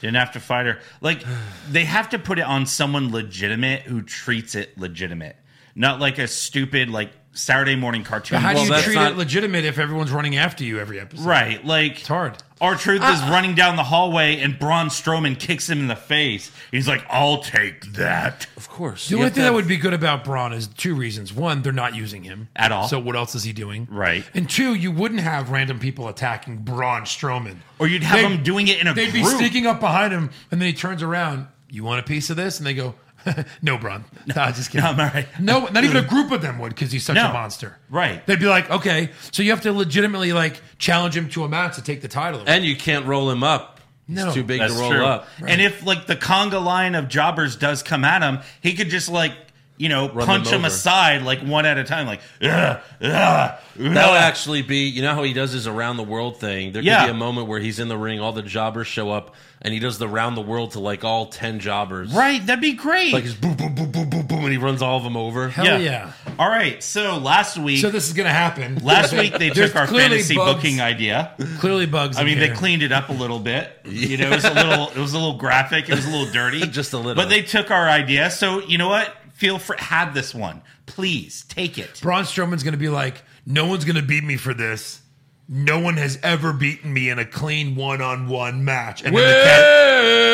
Speaker 7: Didn't have to fight her. Like they have to put it on someone legitimate who treats it legitimate, not like a stupid like Saturday morning cartoon.
Speaker 5: How
Speaker 4: Well,
Speaker 5: do you
Speaker 4: that's
Speaker 5: treat
Speaker 4: not-
Speaker 5: it legitimate if everyone's running after you every episode?
Speaker 7: right? Like
Speaker 5: It's hard. Ah.
Speaker 7: our truth is running down the hallway and Braun Strowman kicks him in the face. He's like, "I'll take that."
Speaker 4: Of course.
Speaker 5: The
Speaker 4: You
Speaker 5: only
Speaker 4: have
Speaker 5: thing
Speaker 4: to
Speaker 5: that
Speaker 4: have-
Speaker 5: would be good about Braun is two reasons. One, they're not using him
Speaker 7: At all.
Speaker 5: So what else is he doing?
Speaker 7: Right.
Speaker 5: And two, you wouldn't have random people attacking Braun Strowman.
Speaker 7: Or you'd have
Speaker 5: They'd-
Speaker 7: him doing it in a
Speaker 5: They'd
Speaker 7: group.
Speaker 5: be sneaking up behind him, and then he turns around. You want a piece of this? And they go, No, Braun. Nah, just kidding.
Speaker 7: no, I'm all right.
Speaker 5: No, not even a group of them would because he's such
Speaker 7: No.
Speaker 5: a monster.
Speaker 7: Right.
Speaker 5: They'd be like, okay, so you have to legitimately like challenge him to a match to take the title.
Speaker 4: and you can't roll him up. He's
Speaker 5: No.
Speaker 4: too big
Speaker 7: That's
Speaker 4: to roll
Speaker 7: true.
Speaker 4: up.
Speaker 7: And if like the conga line of jobbers does come at him, he could just like you know punch
Speaker 4: them
Speaker 7: him
Speaker 4: over.
Speaker 7: aside like one at a time, like ugh, ugh,
Speaker 4: That
Speaker 7: ugh."
Speaker 4: would actually be, you know how he does his around the world thing. There could
Speaker 7: Yeah.
Speaker 4: be a moment where he's in the ring, all the jobbers show up, and he does the round the world to like all ten jobbers.
Speaker 7: right. That'd be great.
Speaker 4: Like he's boom, boom, boom, boom, boom, boom, and he runs all of them over.
Speaker 5: Hell yeah.
Speaker 7: All right. So last week,
Speaker 5: So this is gonna happen.
Speaker 7: last week they
Speaker 5: There's
Speaker 7: took our
Speaker 5: clearly
Speaker 7: fantasy
Speaker 5: bugs-
Speaker 7: booking idea.
Speaker 5: Clearly bugs.
Speaker 7: I
Speaker 5: in
Speaker 7: mean, they
Speaker 5: here.
Speaker 7: cleaned it up a little bit. You know, it was a little, it was a little graphic. It was a little dirty,
Speaker 4: Just a little.
Speaker 7: But they took our idea. So you know what? Feel free, have this one, please take it.
Speaker 5: Braun Strowman's gonna be like, no one's gonna beat me for this. No one has ever beaten me in a clean one-on-one match. And then the cat-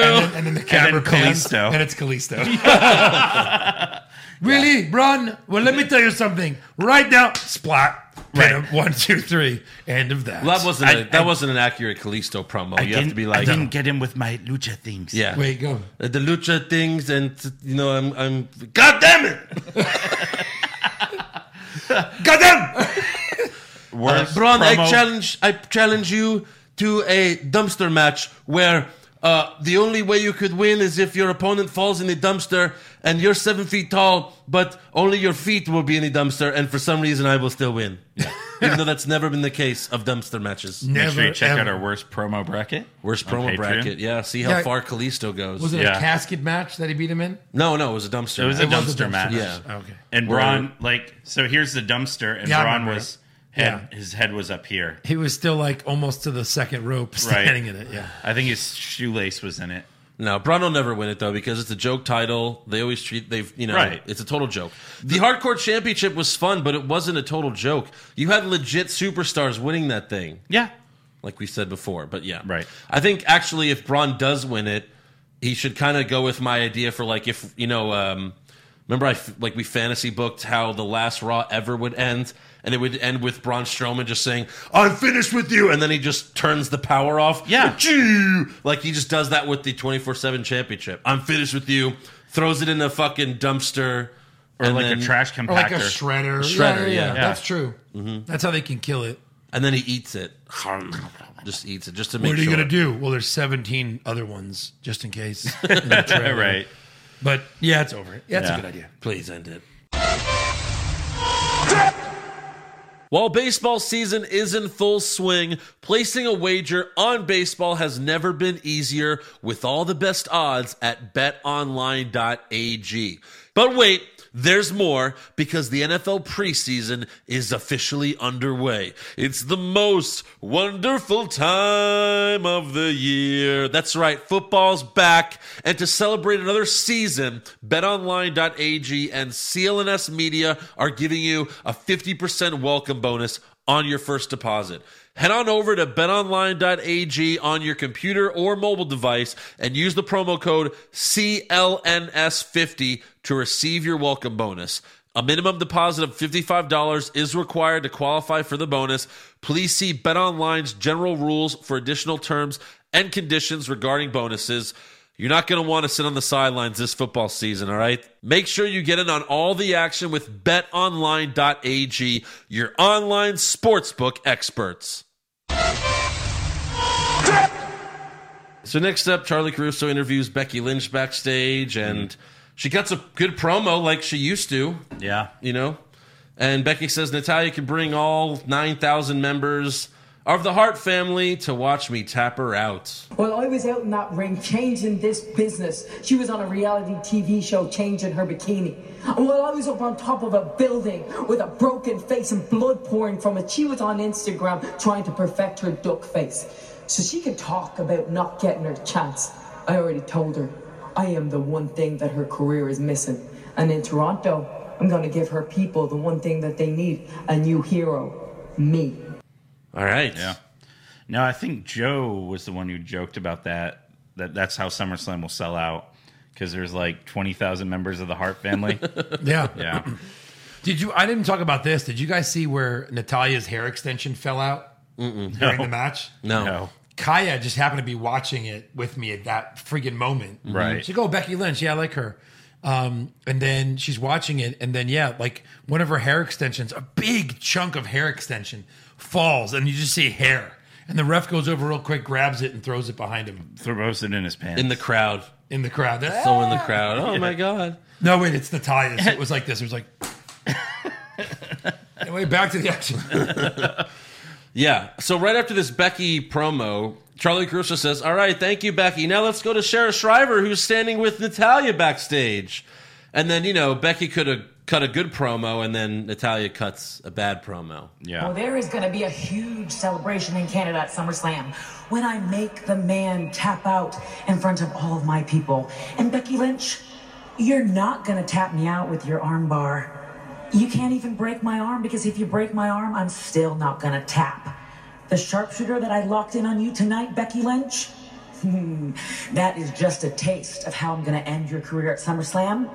Speaker 5: and, then, and then the camera pans,
Speaker 7: Kalisto.
Speaker 5: and it's Kalisto. really, Braun? Well, let me tell you something. Right now, splat. Pin
Speaker 7: Right.
Speaker 5: him. One, two, three. End of that.
Speaker 4: Well, that wasn't a
Speaker 7: I-
Speaker 4: that wasn't an accurate Kalisto promo. you have to be like,
Speaker 7: I didn't get him with my lucha things.
Speaker 4: yeah,
Speaker 5: Wait, go.
Speaker 4: Uh, the lucha things, and you know, I'm, I'm, God damn it,
Speaker 5: Goddamn!
Speaker 4: uh,
Speaker 7: Worst
Speaker 4: Braun, I
Speaker 7: promo-
Speaker 4: challenge, I challenge you to a dumpster match where. Uh, the only way you could win is if your opponent falls in the dumpster and you're seven feet tall, but only your feet will be in the dumpster, and for some reason I will still win. Even though that's never been the case of dumpster matches.
Speaker 5: Never.
Speaker 7: Make sure you check
Speaker 5: ever.
Speaker 7: out our worst promo bracket.
Speaker 4: Worst
Speaker 7: on
Speaker 4: promo
Speaker 7: Patreon.
Speaker 4: bracket. Yeah, see how
Speaker 5: Yeah.
Speaker 4: far Kalisto goes.
Speaker 5: Was it
Speaker 7: Yeah.
Speaker 5: a casket match that he beat him in?
Speaker 4: no, no, it was a dumpster.
Speaker 7: It was a
Speaker 4: match.
Speaker 5: was a
Speaker 7: dumpster
Speaker 5: dumpster
Speaker 7: match.
Speaker 4: yeah.
Speaker 5: Oh, Okay.
Speaker 7: And
Speaker 4: Where-
Speaker 7: Braun, like, so here's the dumpster, and
Speaker 5: Yeah, I
Speaker 7: Braun
Speaker 5: remember
Speaker 7: was head,
Speaker 5: Yeah.
Speaker 7: his head was up here.
Speaker 5: He was still like almost to the second rope, standing in it. Yeah.
Speaker 7: I think his shoelace was in it.
Speaker 4: No, Braun will never win it though because it's a joke title. They always treat they've you know
Speaker 7: Right.
Speaker 4: it's a total joke. The hardcore championship was fun, but it wasn't a total joke. You had legit superstars winning that thing,
Speaker 7: Yeah.
Speaker 4: like we said before. But yeah,
Speaker 7: Right.
Speaker 4: I think actually, if Braun does win it, he should kind of go with my idea for like if you know, um, remember I f- like we fantasy booked how the last Raw ever would end, and it would end with Braun Strowman just saying "I'm finished with you," and then he just turns the power off.
Speaker 7: Yeah.
Speaker 4: Achoo! like he just does that with the 24 seven championship. I'm finished with you. Throws it in the fucking dumpster
Speaker 7: Or like a trash compactor.
Speaker 5: Or like a shredder.
Speaker 4: Shredder, yeah. Mm-hmm.
Speaker 5: That's true. That's how they can kill it.
Speaker 4: and then he eats it. Just eats it just to make
Speaker 5: what are you
Speaker 4: sure.
Speaker 5: going to do? Well, there's 17 other ones just in case. In the trailer.
Speaker 7: right.
Speaker 5: But yeah, it's over. Yeah, it's
Speaker 7: Yeah.
Speaker 5: a good idea.
Speaker 4: Please end it. While baseball season is in full swing, placing a wager on baseball has never been easier with all the best odds at betonline.ag. But wait, there's more because the NFL preseason is officially underway. It's the most wonderful time of the year. That's right, football's back. And to celebrate another season, betonline.ag and CLNS Media are giving you a 50% welcome bonus on your first deposit. Head on over to betonline.ag on your computer or mobile device and use the promo code CLNS50 to receive your welcome bonus. A minimum deposit of $55 is required to qualify for the bonus. Please see BetOnline's general rules for additional terms and conditions regarding bonuses. You're not going to want to sit on the sidelines this football season, all right? Make sure you get in on all the action with betonline.ag, your online sportsbook experts. So next up, Charlie Caruso interviews Becky Lynch backstage, and She cuts a good promo like she used to,
Speaker 7: Yeah.
Speaker 4: you know? And Becky says Natalia can bring all 9,000 members of the Hart family to watch me tap her out.
Speaker 8: While I was out in that ring changing this business, she was on a reality TV show changing her bikini. And while I was up on top of a building with a broken face and blood pouring from it, she was on Instagram trying to perfect her duck face. So she can talk about not getting her chance. I already told her I am the one thing that her career is missing. And in Toronto, I'm gonna give her people the one thing that they need a new hero, me.
Speaker 4: All right.
Speaker 7: Yeah. No, I think Joe was the one who joked about that. That that's how SummerSlam will sell out because there's like twenty thousand members of the Hart family.
Speaker 5: Yeah.
Speaker 7: yeah.
Speaker 5: Did you? I didn't talk about this. Did you guys see where Natalia's hair extension fell out during the match?
Speaker 4: No.
Speaker 7: No.
Speaker 5: Kaya just happened to be watching it with me at that friggin' moment.
Speaker 4: Mm-hmm.
Speaker 7: Right.
Speaker 5: She go Becky Lynch. Yeah, I like her. Um, and then she's watching it, and then yeah, like one of her hair extensions, a big chunk of hair extension falls, and you just see hair. And the ref goes over real quick, grabs it, and throws it behind him
Speaker 7: Throws it in his pants.
Speaker 4: In the crowd.
Speaker 5: in the crowd. They're, "Ah!"
Speaker 4: So in the crowd. Oh my God.
Speaker 5: No, wait, it's Natalia's. It was like this. It was like. anyway, back to the action.
Speaker 4: Yeah. So right after this Becky promo, Charlie Caruso says, All right, thank you, Becky. Now let's go to Sheriff Shriver, who's standing with Natalia backstage. And then, you know, Becky could have cut a good promo, and then Natalia cuts a bad promo.
Speaker 7: yeah.
Speaker 8: Well, there is going to be a huge celebration in Canada at SummerSlam when I make the man tap out in front of all of my people. And Becky Lynch, you're not going to tap me out with your arm bar. You can't even break my arm because if you break my arm, I'm still not going to tap. The sharpshooter that I locked in on you tonight, Becky Lynch, hmm, that is just a taste of how I'm going to end your career at SummerSlam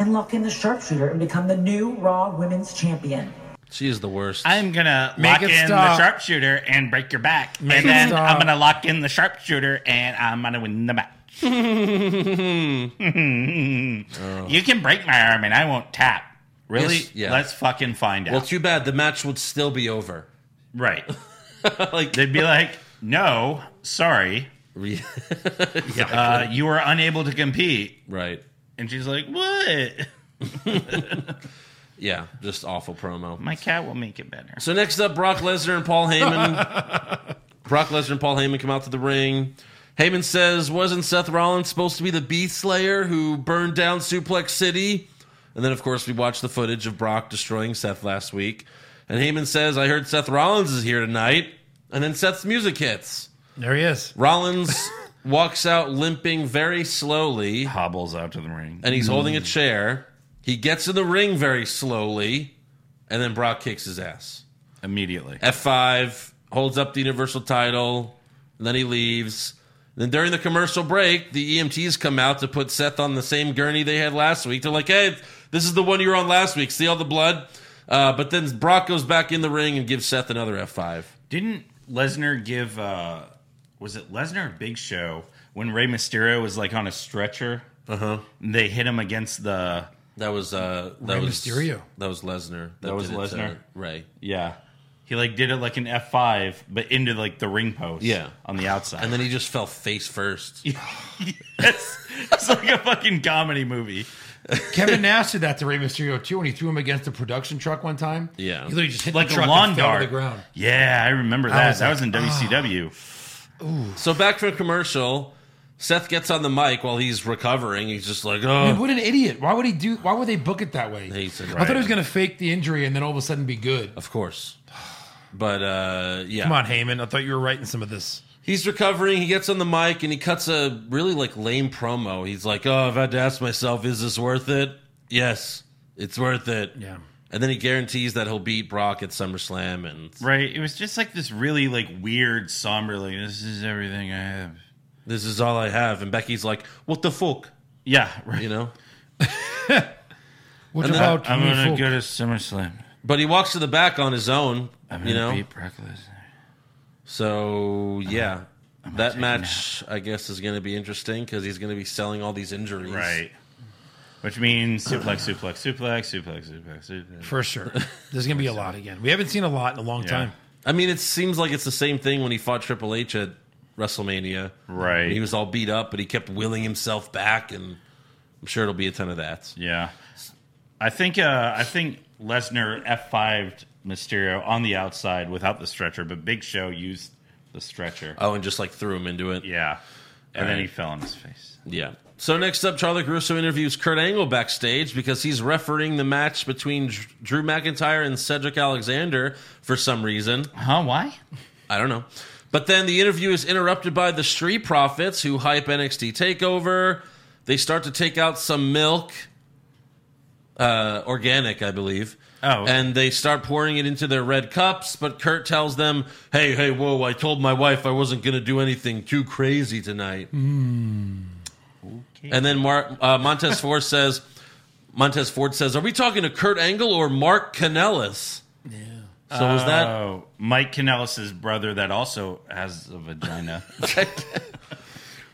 Speaker 8: and lock in the sharpshooter and become the new Raw Women's Champion.
Speaker 4: She is the worst.
Speaker 7: I'm gonna
Speaker 5: Make
Speaker 7: lock
Speaker 5: it
Speaker 7: in
Speaker 5: stop.
Speaker 7: the sharpshooter and break your back,
Speaker 5: Make it
Speaker 7: and then
Speaker 5: stop.
Speaker 7: I'm gonna lock in the sharpshooter and I'm gonna win the match. You can break my arm and I won't tap. Really?
Speaker 4: Yes, yeah.
Speaker 7: Let's fucking find out.
Speaker 4: well, too bad. The match would still be over.
Speaker 7: right?
Speaker 4: like,
Speaker 7: They'd be like, "No, sorry,
Speaker 4: re-
Speaker 7: uh, you were unable to compete."
Speaker 4: right.
Speaker 7: And she's like, "What?
Speaker 4: Yeah, just awful promo.
Speaker 7: My cat will make it better."
Speaker 4: So next up, Brock Lesnar and Paul Heyman. Brock Lesnar and Paul Heyman come out to the ring. Heyman says, "Wasn't Seth Rollins supposed to be the Beast Slayer who burned down Suplex City?" And then, of course, we watched the footage of Brock destroying Seth last week. And Heyman says, "I heard Seth Rollins is here tonight." And then Seth's music hits.
Speaker 5: There he is.
Speaker 4: Rollins walks out limping very slowly,
Speaker 7: Hobbles out to the ring.
Speaker 4: and he's holding a chair. He gets in the ring very slowly, and then Brock kicks his ass.
Speaker 7: Immediately.
Speaker 4: F5, holds up the Universal title, and then he leaves. Then during the commercial break, the EMTs come out to put Seth on the same gurney they had last week. They're like, hey, this is the one you were on last week. See all the blood? Uh, but then Brock goes back in the ring and gives Seth another F5.
Speaker 7: Didn't Lesnar give? uh Was it Lesnar or Big Show when Rey Mysterio was like on a stretcher? Uh huh. They hit him against the
Speaker 4: That was uh, that
Speaker 5: Rey
Speaker 4: was
Speaker 5: Mysterio.
Speaker 4: That was Lesnar. That,
Speaker 7: was
Speaker 4: did it to
Speaker 7: Lesnar?
Speaker 4: Ray.
Speaker 7: yeah. He like did it like an F five, but into like the ring post.
Speaker 4: Yeah.
Speaker 7: on the outside.
Speaker 4: And then he just fell face first.
Speaker 7: it's, it's like a fucking comedy movie.
Speaker 5: Kevin Nash did that to Rey Mysterio too when he threw him against a production truck one time.
Speaker 4: Yeah.
Speaker 5: he literally just hit
Speaker 7: Like
Speaker 5: the
Speaker 7: a
Speaker 5: truck
Speaker 7: lawn
Speaker 5: and fell to
Speaker 7: dart.
Speaker 5: the ground.
Speaker 7: Yeah, I remember that.
Speaker 5: was ah.
Speaker 7: that
Speaker 5: like,
Speaker 7: was in WCW.
Speaker 4: So back from commercial, Seth gets on the mic while he's recovering. He's just like,
Speaker 5: Dude,
Speaker 4: oh,
Speaker 5: what an idiot! Why would he do? Why would they book it that way?
Speaker 4: He said,
Speaker 5: I thought
Speaker 4: right.
Speaker 5: he was going to fake the injury and then all of a sudden be good.
Speaker 4: of course. But uh, yeah.
Speaker 5: Come on, Heyman. I thought you were writing some of this.
Speaker 4: he's recovering. He gets on the mic and he cuts a really like lame promo. He's like, "Oh, I've had to ask myself, is this worth it? Yes, it's worth it."
Speaker 5: Yeah.
Speaker 4: And then he guarantees that he'll beat Brock at SummerSlam, and
Speaker 7: Right, it was just like this really like weird, somber. Like this is everything I have.
Speaker 4: this is all I have. And Becky's like, "What the fuck?"
Speaker 7: Yeah, right.
Speaker 4: You know.
Speaker 5: What
Speaker 4: And then
Speaker 5: about
Speaker 7: I'm
Speaker 5: me,
Speaker 7: gonna
Speaker 5: folk?
Speaker 7: go to SummerSlam.
Speaker 4: But he walks to the back on his own.
Speaker 7: I'm gonna
Speaker 4: You know.
Speaker 7: beat Brock Lesnar.
Speaker 4: So yeah, that
Speaker 7: take a
Speaker 4: match I guess is going to be interesting because he's going to be selling all these injuries.
Speaker 7: Right. Which means suplex, suplex, suplex, suplex, suplex, suplex.
Speaker 5: for sure? There's going to be a lot again. We haven't seen a lot in a long
Speaker 7: Yeah.
Speaker 5: time.
Speaker 4: I mean, it seems like it's the same thing when he fought Triple H at WrestleMania.
Speaker 7: Right.
Speaker 4: He was all beat up, but he kept willing himself back, and I'm sure it'll be a ton of that.
Speaker 7: Yeah, I think uh, I think Lesnar F five Mysterio on the outside without the stretcher, but Big Show used the stretcher.
Speaker 4: Oh, and just like threw him into it.
Speaker 7: yeah, and then
Speaker 4: Alright.
Speaker 7: he fell on his face.
Speaker 4: Yeah. So next up, Charlie Caruso interviews Kurt Angle backstage because he's refereeing the match between Dr- Drew McIntyre and Cedric Alexander for some reason.
Speaker 7: Huh? Why?
Speaker 4: I don't know. But then the interview is interrupted by the Street Profits who hype NXT Takeover. They start to take out some milk, uh, organic, I believe.
Speaker 7: Oh.
Speaker 4: And they start pouring it into their red cups. But Kurt tells them, hey, hey, whoa, I told my wife I wasn't going to do anything too crazy tonight. And then Mar- uh, Montez Ford says, Montez Ford says, are we talking to Kurt Angle or Mark Canellis? Yeah. So was that
Speaker 7: Oh, Mike Kanellis' brother that also has a vagina.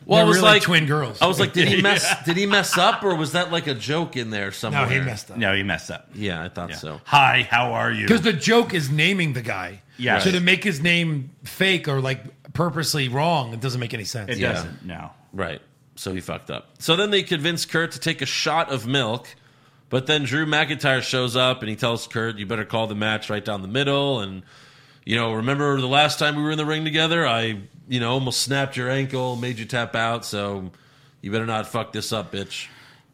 Speaker 4: Well,
Speaker 5: They're
Speaker 4: it was
Speaker 5: really
Speaker 4: like
Speaker 5: twin girls.
Speaker 4: I was like, did he mess? Did he mess up, or was that like a joke in there somewhere?
Speaker 5: no, he messed up.
Speaker 7: no, he messed up.
Speaker 4: Yeah, I thought
Speaker 7: Yeah.
Speaker 4: so.
Speaker 7: Hi, how are you?
Speaker 5: Because the joke is naming the guy.
Speaker 7: Yeah.
Speaker 5: So to make his name fake or like purposely wrong, it doesn't make any sense.
Speaker 7: it
Speaker 4: Yeah.
Speaker 7: doesn't. No.
Speaker 4: Right. So he fucked up. So then they convince Kurt to take a shot of milk, but then Drew McIntyre shows up and he tells Kurt, "You better call the match right down the middle." And you know, remember the last time we were in the ring together? I, you know, almost snapped your ankle, made you tap out. So you better not fuck this up, bitch.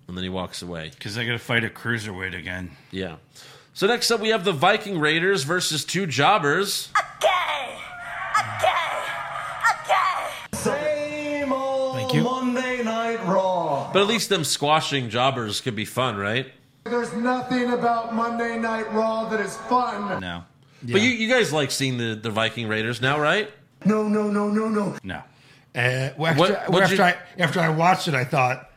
Speaker 4: And then he walks away.
Speaker 7: Because I got to fight a cruiserweight again.
Speaker 4: Yeah. So next up, we have the Viking Raiders versus two jobbers.
Speaker 2: Same old
Speaker 5: Thank you.
Speaker 2: Monday Night Raw.
Speaker 4: But at least them squashing jobbers could be fun, right?
Speaker 2: There's nothing about Monday Night Raw that is fun.
Speaker 7: No.
Speaker 4: But you, you guys like seeing the, the Viking Raiders now, right?
Speaker 2: No, no, no, no, no.
Speaker 7: No.
Speaker 5: Uh, well, after,
Speaker 4: What-
Speaker 5: well,
Speaker 4: what'd
Speaker 5: after,
Speaker 4: you-
Speaker 5: I, after I watched it, I thought,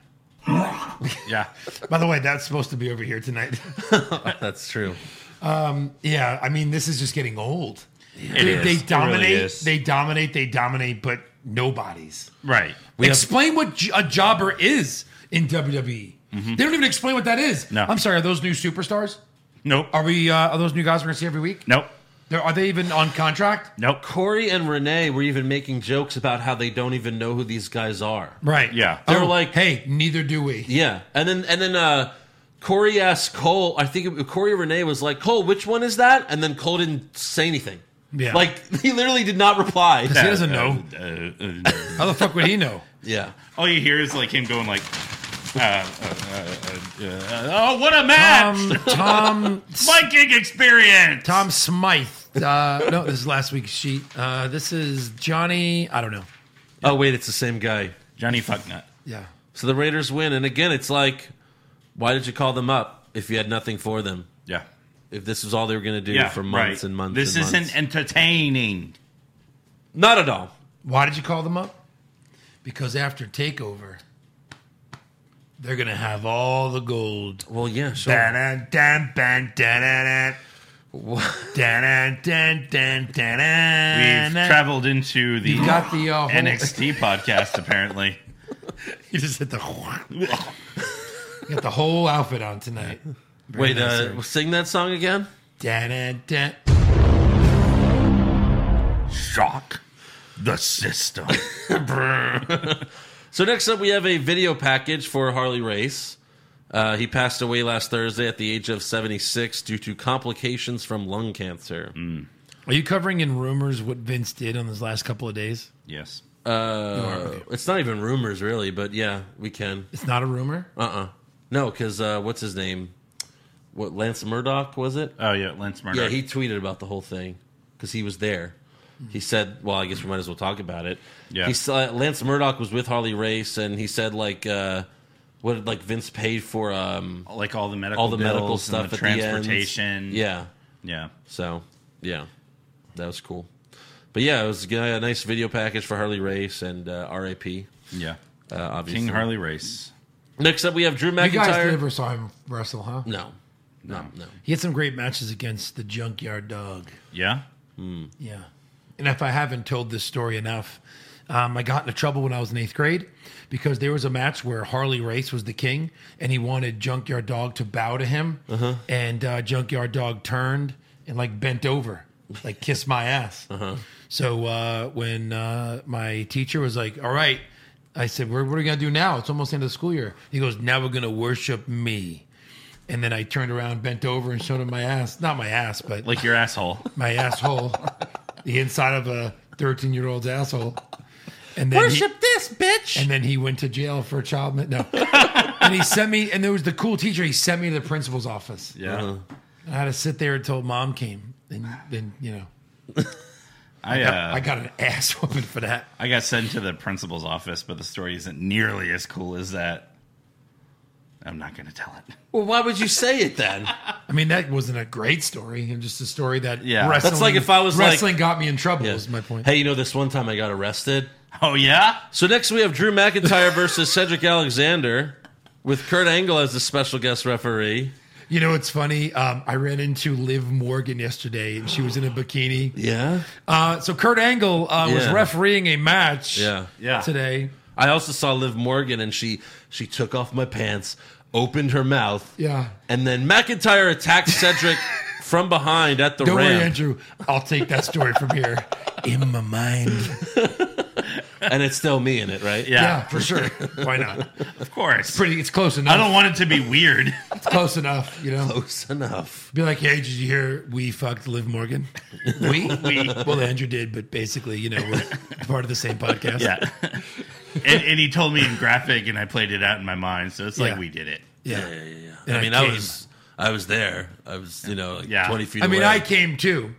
Speaker 7: Yeah.
Speaker 5: by the way, that's supposed to be over here tonight.
Speaker 4: That's true.
Speaker 5: yeah, I mean, this is just getting old.
Speaker 7: It is.
Speaker 5: They
Speaker 7: It really
Speaker 5: dominate.
Speaker 7: is.
Speaker 5: they dominate. They dominate. But nobodies.
Speaker 7: right.
Speaker 5: explain what j- a jobber is in WWE. They don't even explain what that is.
Speaker 7: Mm-hmm. No.
Speaker 5: I'm sorry. Are those new superstars?
Speaker 7: Nope.
Speaker 5: Are we? Uh, are those new guys we're gonna see every week?
Speaker 7: Nope.
Speaker 5: They're, are they even on contract?
Speaker 7: Nope.
Speaker 4: Corey and Renee were even making jokes about how they don't even know who these guys are.
Speaker 5: Right.
Speaker 7: Yeah.
Speaker 4: They're
Speaker 5: Oh,
Speaker 4: like-
Speaker 5: hey, neither do we.
Speaker 4: Yeah, and then and then uh, Corey asked Cole. I think it, Corey Renee was like, "Cole, which one is that?" And then Cole didn't say anything.
Speaker 5: Yeah.
Speaker 4: like he literally did not reply.
Speaker 5: he doesn't know.
Speaker 7: Uh, uh, uh,
Speaker 5: How the fuck would he know?
Speaker 4: yeah,
Speaker 7: all you hear is like him going like, uh, uh, uh, uh, uh, "Oh, what a match!
Speaker 5: Tom. Tom.
Speaker 7: Viking experience."
Speaker 5: Tom Smythe. Uh, no, this is last week's sheet. Uh, this is Johnny. I don't know.
Speaker 4: Oh wait, it's the same guy.
Speaker 7: Johnny Fucknut.
Speaker 5: Yeah.
Speaker 4: So the Raiders win, and again, it's like, why did you call them up if you had nothing for them?
Speaker 7: Yeah.
Speaker 4: If this was all they were going to do
Speaker 7: Yeah.
Speaker 4: for months
Speaker 7: right.
Speaker 4: and months,
Speaker 7: This
Speaker 4: and
Speaker 7: isn't
Speaker 4: months.
Speaker 7: entertaining.
Speaker 4: not at all.
Speaker 5: Why did you call them up? Because after takeover, they're gonna have all the gold.
Speaker 4: Well, yeah, sure.
Speaker 5: We've
Speaker 7: We've traveled into the
Speaker 5: You got the, uh, whole-
Speaker 7: NXT podcast apparently.
Speaker 5: You just hit the. you got the whole outfit on tonight.
Speaker 4: Wait, uh, sing that song again.
Speaker 5: Da-da-da.
Speaker 7: Shock the system.
Speaker 4: So next up, we have a video package for Harley Race. Uh, he passed away last Thursday at the age of 76 due to complications from lung cancer.
Speaker 7: Mm.
Speaker 5: Are you covering in rumors what Vince did on his last couple of days?
Speaker 7: yes.
Speaker 4: Uh, it's not even rumors, really, but yeah, we can.
Speaker 5: It's not a rumor.
Speaker 4: Uh uh No, because uh, what's his name? What Lance Murdoch was it?
Speaker 7: Oh yeah, Lance Murdoch.
Speaker 4: Yeah, he tweeted about the whole thing because he was there. He said, "Well, I guess we might as well talk about it."
Speaker 7: Yeah.
Speaker 4: he saw Lance Murdoch was with Harley Race, and he said like, uh, "What did like Vince paid for um,
Speaker 7: like all the medical
Speaker 4: all the medical
Speaker 7: bills
Speaker 4: stuff
Speaker 7: and the
Speaker 4: at the end.
Speaker 7: transportation.
Speaker 4: Yeah,
Speaker 7: yeah.
Speaker 4: so yeah, that was cool. But yeah, it was a, a nice video package for Harley Race and uh, RAP.
Speaker 7: Yeah.
Speaker 4: Uh, obviously,
Speaker 7: King Harley Race.
Speaker 4: Next up, we have Drew
Speaker 5: You guys
Speaker 4: McIntyre.
Speaker 5: never saw him wrestle, huh?
Speaker 4: no, no, no.
Speaker 5: He had some great matches against the Junkyard Dog.
Speaker 7: Yeah.
Speaker 5: Yeah. And if I haven't told this story enough, um, I got into trouble when I was in eighth grade because there was a match where Harley Race was the king and he wanted Junkyard Dog to bow to him. And uh, Junkyard Dog turned and like bent over, like kissed my ass. So uh, when uh, my teacher was like, all right, I said, "What what are we gonna do now? It's almost the end of the school year." He goes, "Now we're gonna worship me." And then I turned around, bent over, and showed him my ass. Not my ass, but
Speaker 7: Like your asshole.
Speaker 5: my asshole, the inside of a 13 year old's asshole. And then worship this bitch. And then he went to jail for child. mi- No, and he sent me. And there was the cool teacher. He sent me to the principal's office.
Speaker 7: Yeah.
Speaker 4: Uh-huh.
Speaker 5: And I had to sit there until mom came. And then you know,
Speaker 7: I, uh,
Speaker 5: I got an ass whooping for that.
Speaker 7: I got sent to the principal's office, but the story isn't nearly as cool as that. I'm not going to tell it.
Speaker 4: Well, why would you say it then?
Speaker 5: I mean, that wasn't a great story. And just a story that
Speaker 7: Yeah. That's
Speaker 5: wrestling,
Speaker 4: like if I was like-
Speaker 5: wrestling got me in trouble. Is my point.
Speaker 4: Hey, you know this one time I got arrested.
Speaker 7: Oh yeah,
Speaker 4: So next we have Drew McIntyre versus Cedric Alexander, with Kurt Angle as the special guest referee.
Speaker 5: You know, it's funny. Um, I ran into Liv Morgan yesterday, and she was in a bikini.
Speaker 4: Yeah.
Speaker 5: Uh, so Kurt Angle uh, was
Speaker 4: Yeah.
Speaker 5: refereeing a match
Speaker 4: Yeah.
Speaker 7: Yeah.
Speaker 5: today.
Speaker 4: I also saw Liv Morgan, and she she took off my pants, opened her mouth,
Speaker 5: Yeah.
Speaker 4: and then McIntyre attacked Cedric from behind at the
Speaker 5: Don't worry,
Speaker 4: ramp,
Speaker 5: Andrew. I'll take that story from here. In my mind.
Speaker 4: and it's still me in it, right?
Speaker 7: yeah,
Speaker 5: Yeah, for sure. Why not?
Speaker 7: of course.
Speaker 5: Pretty. It's close enough.
Speaker 7: I don't want it to be weird.
Speaker 5: It's close enough. You know.
Speaker 4: Close enough.
Speaker 5: Be like, hey, did you hear we fucked Liv Morgan? We? Well, Andrew did, but basically, you know, we're part of the same podcast.
Speaker 7: yeah, and, and he told me in graphic, and I played it out in my mind, so it's
Speaker 5: Yeah.
Speaker 7: like we did it.
Speaker 5: Yeah. And
Speaker 4: I mean, I
Speaker 5: came.
Speaker 4: was I was there. I was you know like
Speaker 7: Yeah.
Speaker 4: twenty feet.
Speaker 5: I mean,
Speaker 4: away.
Speaker 5: I came too.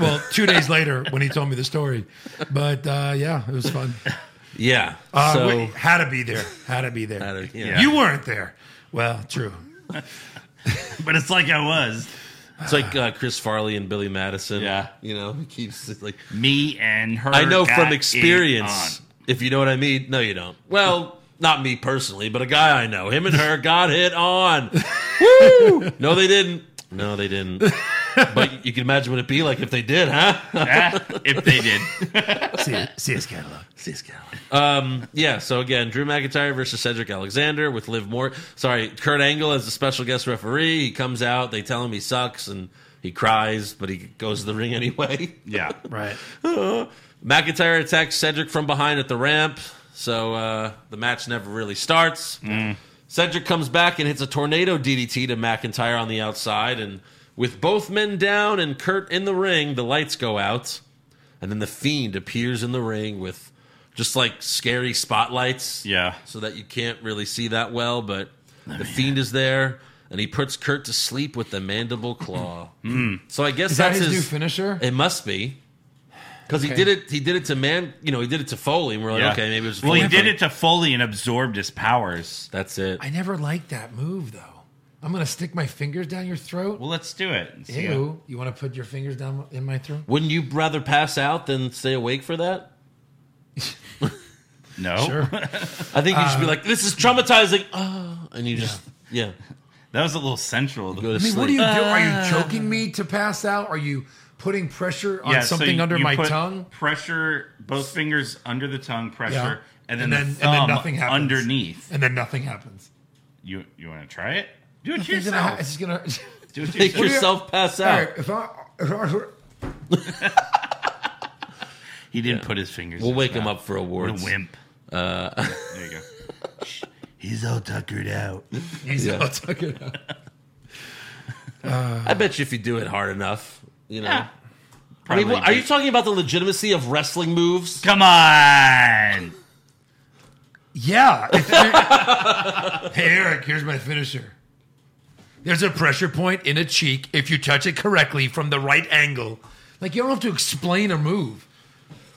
Speaker 5: Well, two days later when he told me the story. But uh, yeah, it was fun.
Speaker 4: yeah.
Speaker 5: Uh,
Speaker 4: so
Speaker 5: we- had to be there. Had to be there.
Speaker 4: I don't- yeah.
Speaker 7: Yeah.
Speaker 5: You weren't there. Well, true.
Speaker 7: But it's like I was
Speaker 4: it's like uh, Chris Farley and Billy Madison.
Speaker 7: Yeah.
Speaker 4: you know, he keeps it's like
Speaker 7: me and her.
Speaker 4: I know
Speaker 7: got
Speaker 4: from
Speaker 7: it
Speaker 4: experience. If you know what I mean, no, you don't. Well, not me personally, but a guy I know, him and her got hit on. Woo! No, they didn't. No, they didn't. But you can imagine what it'd be like if they did, huh?
Speaker 7: on. Ah, if they did,
Speaker 5: See, see his catalog.
Speaker 4: Um, yeah. So again, Drew McIntyre versus Cedric Alexander with Liv Moore. Sorry, Kurt Angle as the special guest referee. He comes out. They tell him he sucks, and he cries, but he goes to the ring anyway.
Speaker 7: yeah,
Speaker 5: Right.
Speaker 4: McIntyre attacks Cedric from behind at the ramp, so uh, the match never really starts. Cedric comes back and hits a tornado DDT to McIntyre on the outside, and with both men down and Kurt in the ring, the lights go out, and then the Fiend appears in the ring with just like scary spotlights,
Speaker 7: Yeah.
Speaker 4: so that you can't really see that well, but the Fiend is there. And he puts Kurt to sleep with the mandible claw. So I guess
Speaker 5: Is that
Speaker 4: that's
Speaker 5: his, new finisher?
Speaker 4: it must be. Because
Speaker 5: Okay.
Speaker 4: he did it, he did it to man. You know, he did it to Foley, and we're like,
Speaker 7: yeah.
Speaker 4: okay, maybe it was.
Speaker 7: well, he
Speaker 4: Foley.
Speaker 7: did it to Foley and absorbed his powers.
Speaker 4: That's it.
Speaker 5: I never liked that move, though. I'm going to stick my fingers down your throat.
Speaker 7: Well, let's do it. and see
Speaker 5: Ew. You want to put your fingers down in my throat?
Speaker 4: Wouldn't you rather pass out than stay awake for that?
Speaker 7: it. No,
Speaker 4: I think you should
Speaker 5: Uh,
Speaker 4: be like, this is traumatizing, Ah, and you just yeah,
Speaker 7: that was a little central.
Speaker 4: go to
Speaker 5: I mean,
Speaker 4: sleep. Ah,
Speaker 5: what are you doing? Are you choking me to pass out? Are you putting pressure on
Speaker 7: so
Speaker 5: something
Speaker 7: you-
Speaker 5: under
Speaker 7: you
Speaker 5: my
Speaker 7: put
Speaker 5: tongue?
Speaker 7: Pressure, both fingers under the tongue, pressure,
Speaker 5: Yeah.
Speaker 7: and then
Speaker 5: And then-
Speaker 7: the
Speaker 5: and then
Speaker 7: thumb
Speaker 5: nothing happens.
Speaker 7: underneath.
Speaker 5: And then nothing happens.
Speaker 7: You you want to try it? Do it to
Speaker 5: It's gonna-
Speaker 7: yourself.
Speaker 5: it's gonna.
Speaker 7: Do it to
Speaker 4: Make
Speaker 7: yourself.
Speaker 4: yourself pass
Speaker 5: All
Speaker 4: out.
Speaker 5: right, if I, if I
Speaker 7: He didn't put his fingers.
Speaker 4: We'll
Speaker 7: in
Speaker 4: wake
Speaker 7: his
Speaker 4: him
Speaker 7: mouth.
Speaker 4: up Uh, for
Speaker 7: What a
Speaker 4: awards.
Speaker 7: wimp. there you go. He's all tuckered out.
Speaker 5: he's
Speaker 4: Yeah.
Speaker 5: I'll tuck it out.
Speaker 4: I bet you if you do it hard enough, you know.
Speaker 7: Yeah.
Speaker 4: I mean,
Speaker 7: Probably
Speaker 4: what- are you
Speaker 7: be-
Speaker 4: talking about the legitimacy of wrestling moves?
Speaker 7: Come on.
Speaker 5: Yeah. If- hey Eric, here's my finisher. There's a pressure point in a cheek if you touch it correctly from the right angle. Like you don't have to explain a move.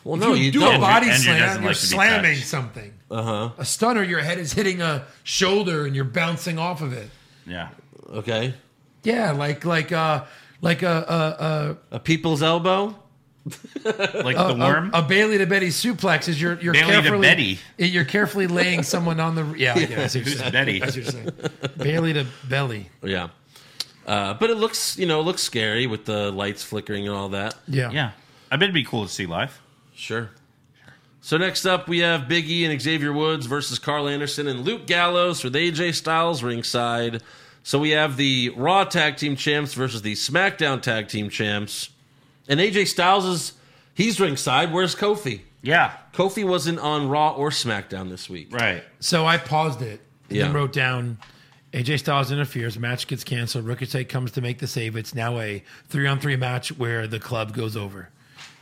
Speaker 4: Well,
Speaker 5: If
Speaker 4: no, you,
Speaker 5: do
Speaker 4: don't.
Speaker 5: a body
Speaker 7: Andrew
Speaker 5: slam,
Speaker 7: doesn't
Speaker 5: you're
Speaker 7: like to be
Speaker 5: slamming
Speaker 7: touched.
Speaker 5: something. Uh-huh. A stunner, your head is hitting a shoulder and you're bouncing off of it.
Speaker 7: Yeah.
Speaker 4: okay,
Speaker 5: Yeah, like like uh like a a, a,
Speaker 4: a people's elbow.
Speaker 7: Like the
Speaker 5: a-
Speaker 7: worm.
Speaker 5: a Bailey to Betty suplex is you're you're
Speaker 7: Bailey to
Speaker 5: carefully
Speaker 7: Betty.
Speaker 5: you're carefully laying someone on the yeah, yeah. I see what you're
Speaker 7: Who's
Speaker 5: saying.
Speaker 7: Betty?
Speaker 5: I see what you're saying. Bailey to belly.
Speaker 4: Yeah. Uh, but it looks, you know, it looks scary with the lights flickering and all that.
Speaker 5: Yeah.
Speaker 7: Yeah. I bet it'd be cool to see live.
Speaker 4: Sure. So next up, we have Big E and Xavier Woods versus Carl Anderson and Luke Gallows with AJ Styles ringside. So we have the Raw Tag Team Champs versus the SmackDown Tag Team Champs, and AJ Styles is he's ringside. Where's Kofi?
Speaker 7: Yeah.
Speaker 4: Kofi wasn't on Raw or SmackDown this week.
Speaker 7: Right.
Speaker 5: So I paused it and
Speaker 4: Yeah.
Speaker 5: then wrote down AJ Styles interferes, match gets canceled, Ricochet comes to make the save. It's now a three on three match where the club goes over.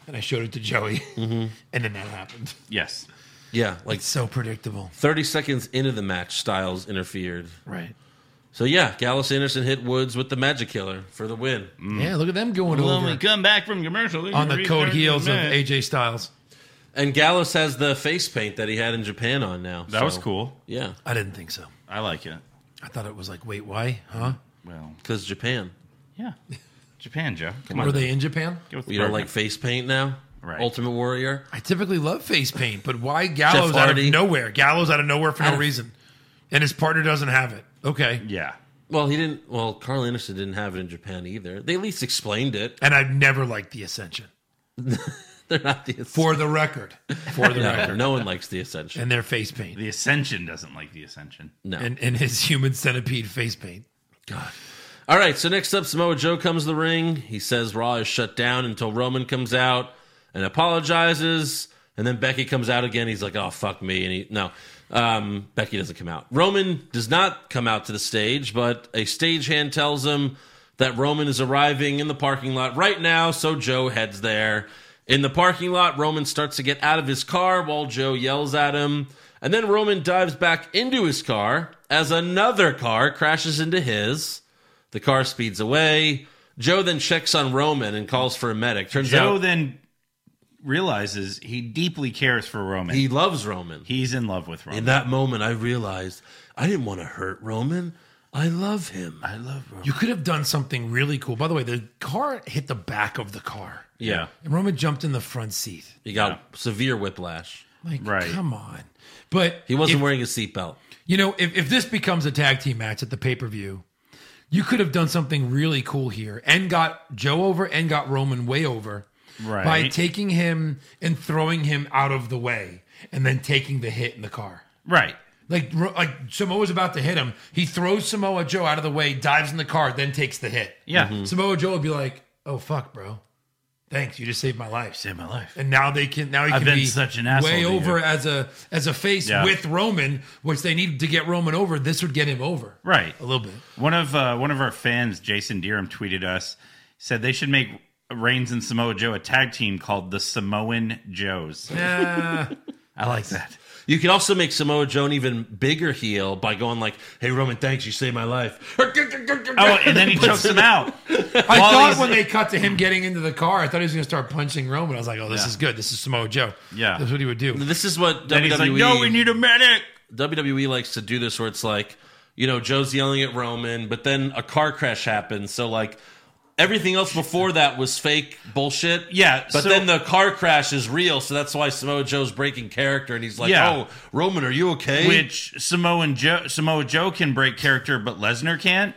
Speaker 5: And I showed it to Joey. And then that happened.
Speaker 7: Yes.
Speaker 4: Yeah, Mm-hmm. like
Speaker 5: It's so predictable.
Speaker 4: 30 seconds into the match, Styles interfered.
Speaker 5: Right.
Speaker 4: So yeah, Gallus Anderson hit Woods with the Magic Killer for the win.
Speaker 5: Yeah, look at them going
Speaker 7: Well,
Speaker 5: over
Speaker 7: when we come back from commercial
Speaker 5: on the
Speaker 7: we
Speaker 5: cold
Speaker 7: return
Speaker 5: heels
Speaker 7: to
Speaker 5: of
Speaker 7: the match.
Speaker 5: AJ Styles.
Speaker 4: And Gallus has the face paint that he had in Japan on now.
Speaker 7: That
Speaker 4: so,
Speaker 7: was cool.
Speaker 4: Yeah,
Speaker 5: I didn't think so.
Speaker 7: I like it.
Speaker 5: I thought it was like, wait, why? Huh?
Speaker 7: Well,
Speaker 4: because Japan.
Speaker 7: yeah. Japan, Joe. Come on.
Speaker 5: Were they in Japan?
Speaker 7: Get with the
Speaker 4: You don't
Speaker 7: program.
Speaker 4: like face paint now?
Speaker 7: Right.
Speaker 4: Ultimate Warrior.
Speaker 5: I typically love face paint, but why Gallows out of
Speaker 4: Hardy. Ah.
Speaker 5: nowhere? Gallows out of nowhere for
Speaker 4: Out
Speaker 5: no
Speaker 4: of-
Speaker 5: reason. And his partner doesn't have it. Okay.
Speaker 7: Yeah.
Speaker 4: Well, he didn't. Well, Carl Anderson didn't have it in Japan either. They at least explained it.
Speaker 5: And I've never liked the Ascension.
Speaker 4: They're not the Ascension.
Speaker 5: For the record. For the
Speaker 4: No,
Speaker 5: record.
Speaker 4: no one likes the Ascension.
Speaker 5: And their face paint.
Speaker 7: The Ascension doesn't like the Ascension.
Speaker 4: No.
Speaker 5: And and his human centipede face paint. God.
Speaker 4: All right. So next up, Samoa Joe comes to the ring. He says Raw is shut down until Roman comes out and apologizes. And then Becky comes out again. He's like, "Oh fuck me!" And he no. Um, Becky doesn't come out. Roman does not come out to the stage, but a stagehand tells him that Roman is arriving in the parking lot right now, so Joe heads there. In the parking lot, Roman starts to get out of his car while Joe yells at him. And then Roman dives back into his car as another car crashes into his. The car speeds away. Joe then checks on Roman and calls for a medic. Turns
Speaker 7: Joe
Speaker 4: out
Speaker 7: then realizes he deeply cares for Roman.
Speaker 4: he loves Roman.
Speaker 7: He's in love with Roman.
Speaker 4: In that moment, I realized I didn't want to hurt Roman. I love him.
Speaker 7: I love Roman.
Speaker 5: You could have done something really cool. By the way, the car hit the back of the car.
Speaker 4: yeah.
Speaker 5: And Roman jumped in the front seat.
Speaker 4: He got severe whiplash.
Speaker 5: Like,
Speaker 7: Right.
Speaker 5: come on. But
Speaker 4: He wasn't
Speaker 5: if-
Speaker 4: wearing a seatbelt.
Speaker 5: You know, if, if this becomes a tag team match at the pay per view, you could have done something really cool here and got Joe over and got Roman way over
Speaker 7: Right.
Speaker 5: by taking him and throwing him out of the way and then taking the hit in the car.
Speaker 7: Right.
Speaker 5: Like, Ro- like Samoa's about to hit him. He throws Samoa Joe out of the way, dives in the car, then takes the hit.
Speaker 7: Yeah.
Speaker 5: Samoa Joe would be like, oh, fuck, bro. Thanks. You just saved my life.
Speaker 7: Saved my life.
Speaker 5: And now they can now he
Speaker 7: I've
Speaker 5: can
Speaker 7: been
Speaker 5: be
Speaker 7: such an asshole
Speaker 5: way
Speaker 7: to
Speaker 5: over
Speaker 7: you.
Speaker 5: as a as a face
Speaker 7: Yeah.
Speaker 5: with Roman, which they needed to get Roman over. This would get him over.
Speaker 7: Right.
Speaker 5: A little bit.
Speaker 7: One of uh, one of our fans, Jason Deerham, tweeted us said they should make Reigns and Samoa Joe a tag team called the Samoan Joes. I like that.
Speaker 4: You could also make Samoa Joe an even bigger heel by going like, "Hey Roman, thanks, you saved my life." Oh,
Speaker 7: Oh, and then he chokes him out.
Speaker 5: I
Speaker 7: While
Speaker 5: thought
Speaker 7: he's-
Speaker 5: when they cut to him getting into the car, I thought he was gonna start punching Roman. I was like, Oh, this
Speaker 7: Yeah.
Speaker 5: is good. This is Samoa Joe.
Speaker 7: Yeah.
Speaker 5: That's what he would do.
Speaker 4: This is what E
Speaker 7: And
Speaker 4: WWE
Speaker 7: he's like,
Speaker 5: E.
Speaker 7: "No, we need a medic."
Speaker 4: WWE E likes to do this, where it's like, you know, Joe's yelling at Roman, but then a car crash happens, so like. Everything else before that was fake bullshit.
Speaker 7: Yeah,
Speaker 4: But
Speaker 7: so-
Speaker 4: then the car crash is real. So that's why Samoa Joe's breaking character and he's like,
Speaker 7: Yeah.
Speaker 4: oh, Roman, are you okay?
Speaker 7: Which Samoan Joe, Samoa Joe can break character, but Lesnar can't.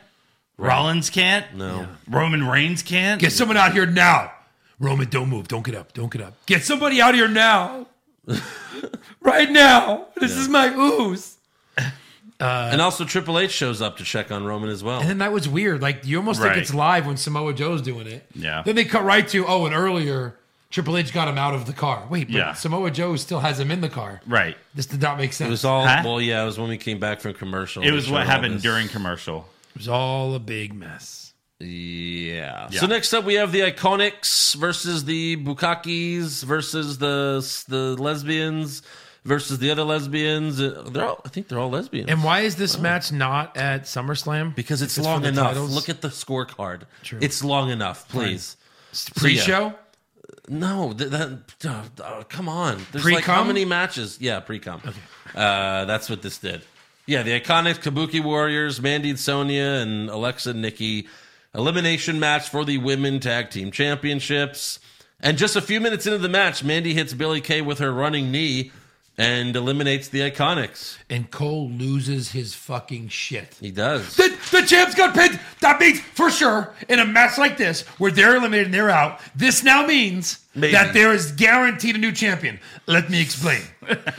Speaker 7: Rollins can't.
Speaker 4: No.
Speaker 7: Roman Reigns can't.
Speaker 5: Get someone out here now. Roman, don't move. Don't get up. Don't get up. Get somebody out here now. right now. This is my ooze.
Speaker 4: and also Triple H shows up to check on Roman as well.
Speaker 5: And then that was weird. Like you almost
Speaker 7: Right.
Speaker 5: think it's live when Samoa Joe's doing it.
Speaker 7: Yeah.
Speaker 5: Then they cut right to oh, and earlier Triple H got him out of the car. Wait, but
Speaker 7: Yeah.
Speaker 5: Samoa Joe still has him in the car.
Speaker 7: right.
Speaker 5: This did not make sense.
Speaker 4: It was all
Speaker 7: Huh?
Speaker 4: well, yeah. It was when we came back from commercial.
Speaker 7: It
Speaker 4: We
Speaker 7: was
Speaker 4: showed all
Speaker 7: what happened
Speaker 4: this.
Speaker 7: during commercial.
Speaker 5: a big mess.
Speaker 4: Yeah.
Speaker 7: Yeah.
Speaker 4: So next up, we have the Iconics versus the Bukakis versus the the lesbians versus the other lesbians. Uh, They're all, I think they're all lesbians.
Speaker 5: And why is this match not at SummerSlam?
Speaker 4: Because it's,
Speaker 5: If for
Speaker 4: long
Speaker 5: the
Speaker 4: enough.
Speaker 5: titles?
Speaker 4: Look at the scorecard. It's long enough. Please.
Speaker 5: pre-show.
Speaker 4: No, th- that, uh, uh, come on. There's like
Speaker 5: Pre-com?
Speaker 4: how many matches? Yeah, pre-com. Uh, that's what this did. Yeah, the iconic Kabuki Warriors, Mandy and Sonia, and Alexa and Nikki. Elimination match for the Women Tag Team Championships. And just a few minutes into the match, Mandy hits Billy Kay with her running knee and eliminates the Iconics.
Speaker 5: And Cole loses his fucking shit.
Speaker 4: He does.
Speaker 5: The, the champs got pinned. That means for sure in a match like this where they're eliminated and they're out. This now means
Speaker 4: Maybe.
Speaker 5: that there is guaranteed a new champion. Let me explain.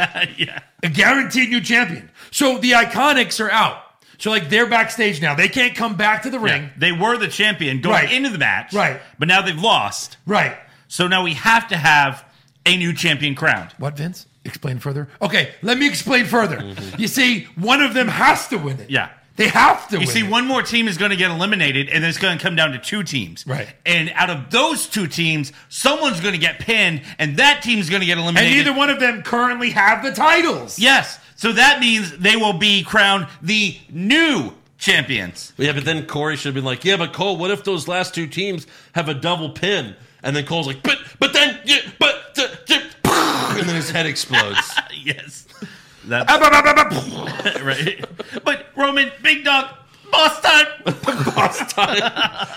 Speaker 5: A guaranteed new champion. So the iconics are out. So like they're backstage now. They can't come back to the ring.
Speaker 7: Yeah. They were the champion going
Speaker 5: Right.
Speaker 7: into the match.
Speaker 5: Right.
Speaker 7: But now they've lost.
Speaker 5: Right.
Speaker 7: So now we have to have a new champion crowned.
Speaker 5: What, Vince? Explain further. Okay, let me explain further. You see, one of them has to win it.
Speaker 7: Mm-hmm. Yeah.
Speaker 5: They have to
Speaker 7: You
Speaker 5: win
Speaker 7: see,
Speaker 5: it.
Speaker 7: one more team is going to get eliminated, and it's going to come down to two teams.
Speaker 5: Right.
Speaker 7: And out of those two teams, someone's going to get pinned, and that team's going to get
Speaker 5: And
Speaker 7: eliminated.
Speaker 5: neither one of them currently have the titles.
Speaker 7: Yes. So that means they will be crowned the new champions.
Speaker 4: Yeah, but then Corey should be like, yeah, but Cole, what if those last two teams have a double pin? And then Cole's like, but but then yeah, but th- th- and then his head explodes.
Speaker 7: Yes. That's right. But Roman, Big Dog, boss time.
Speaker 4: boss time,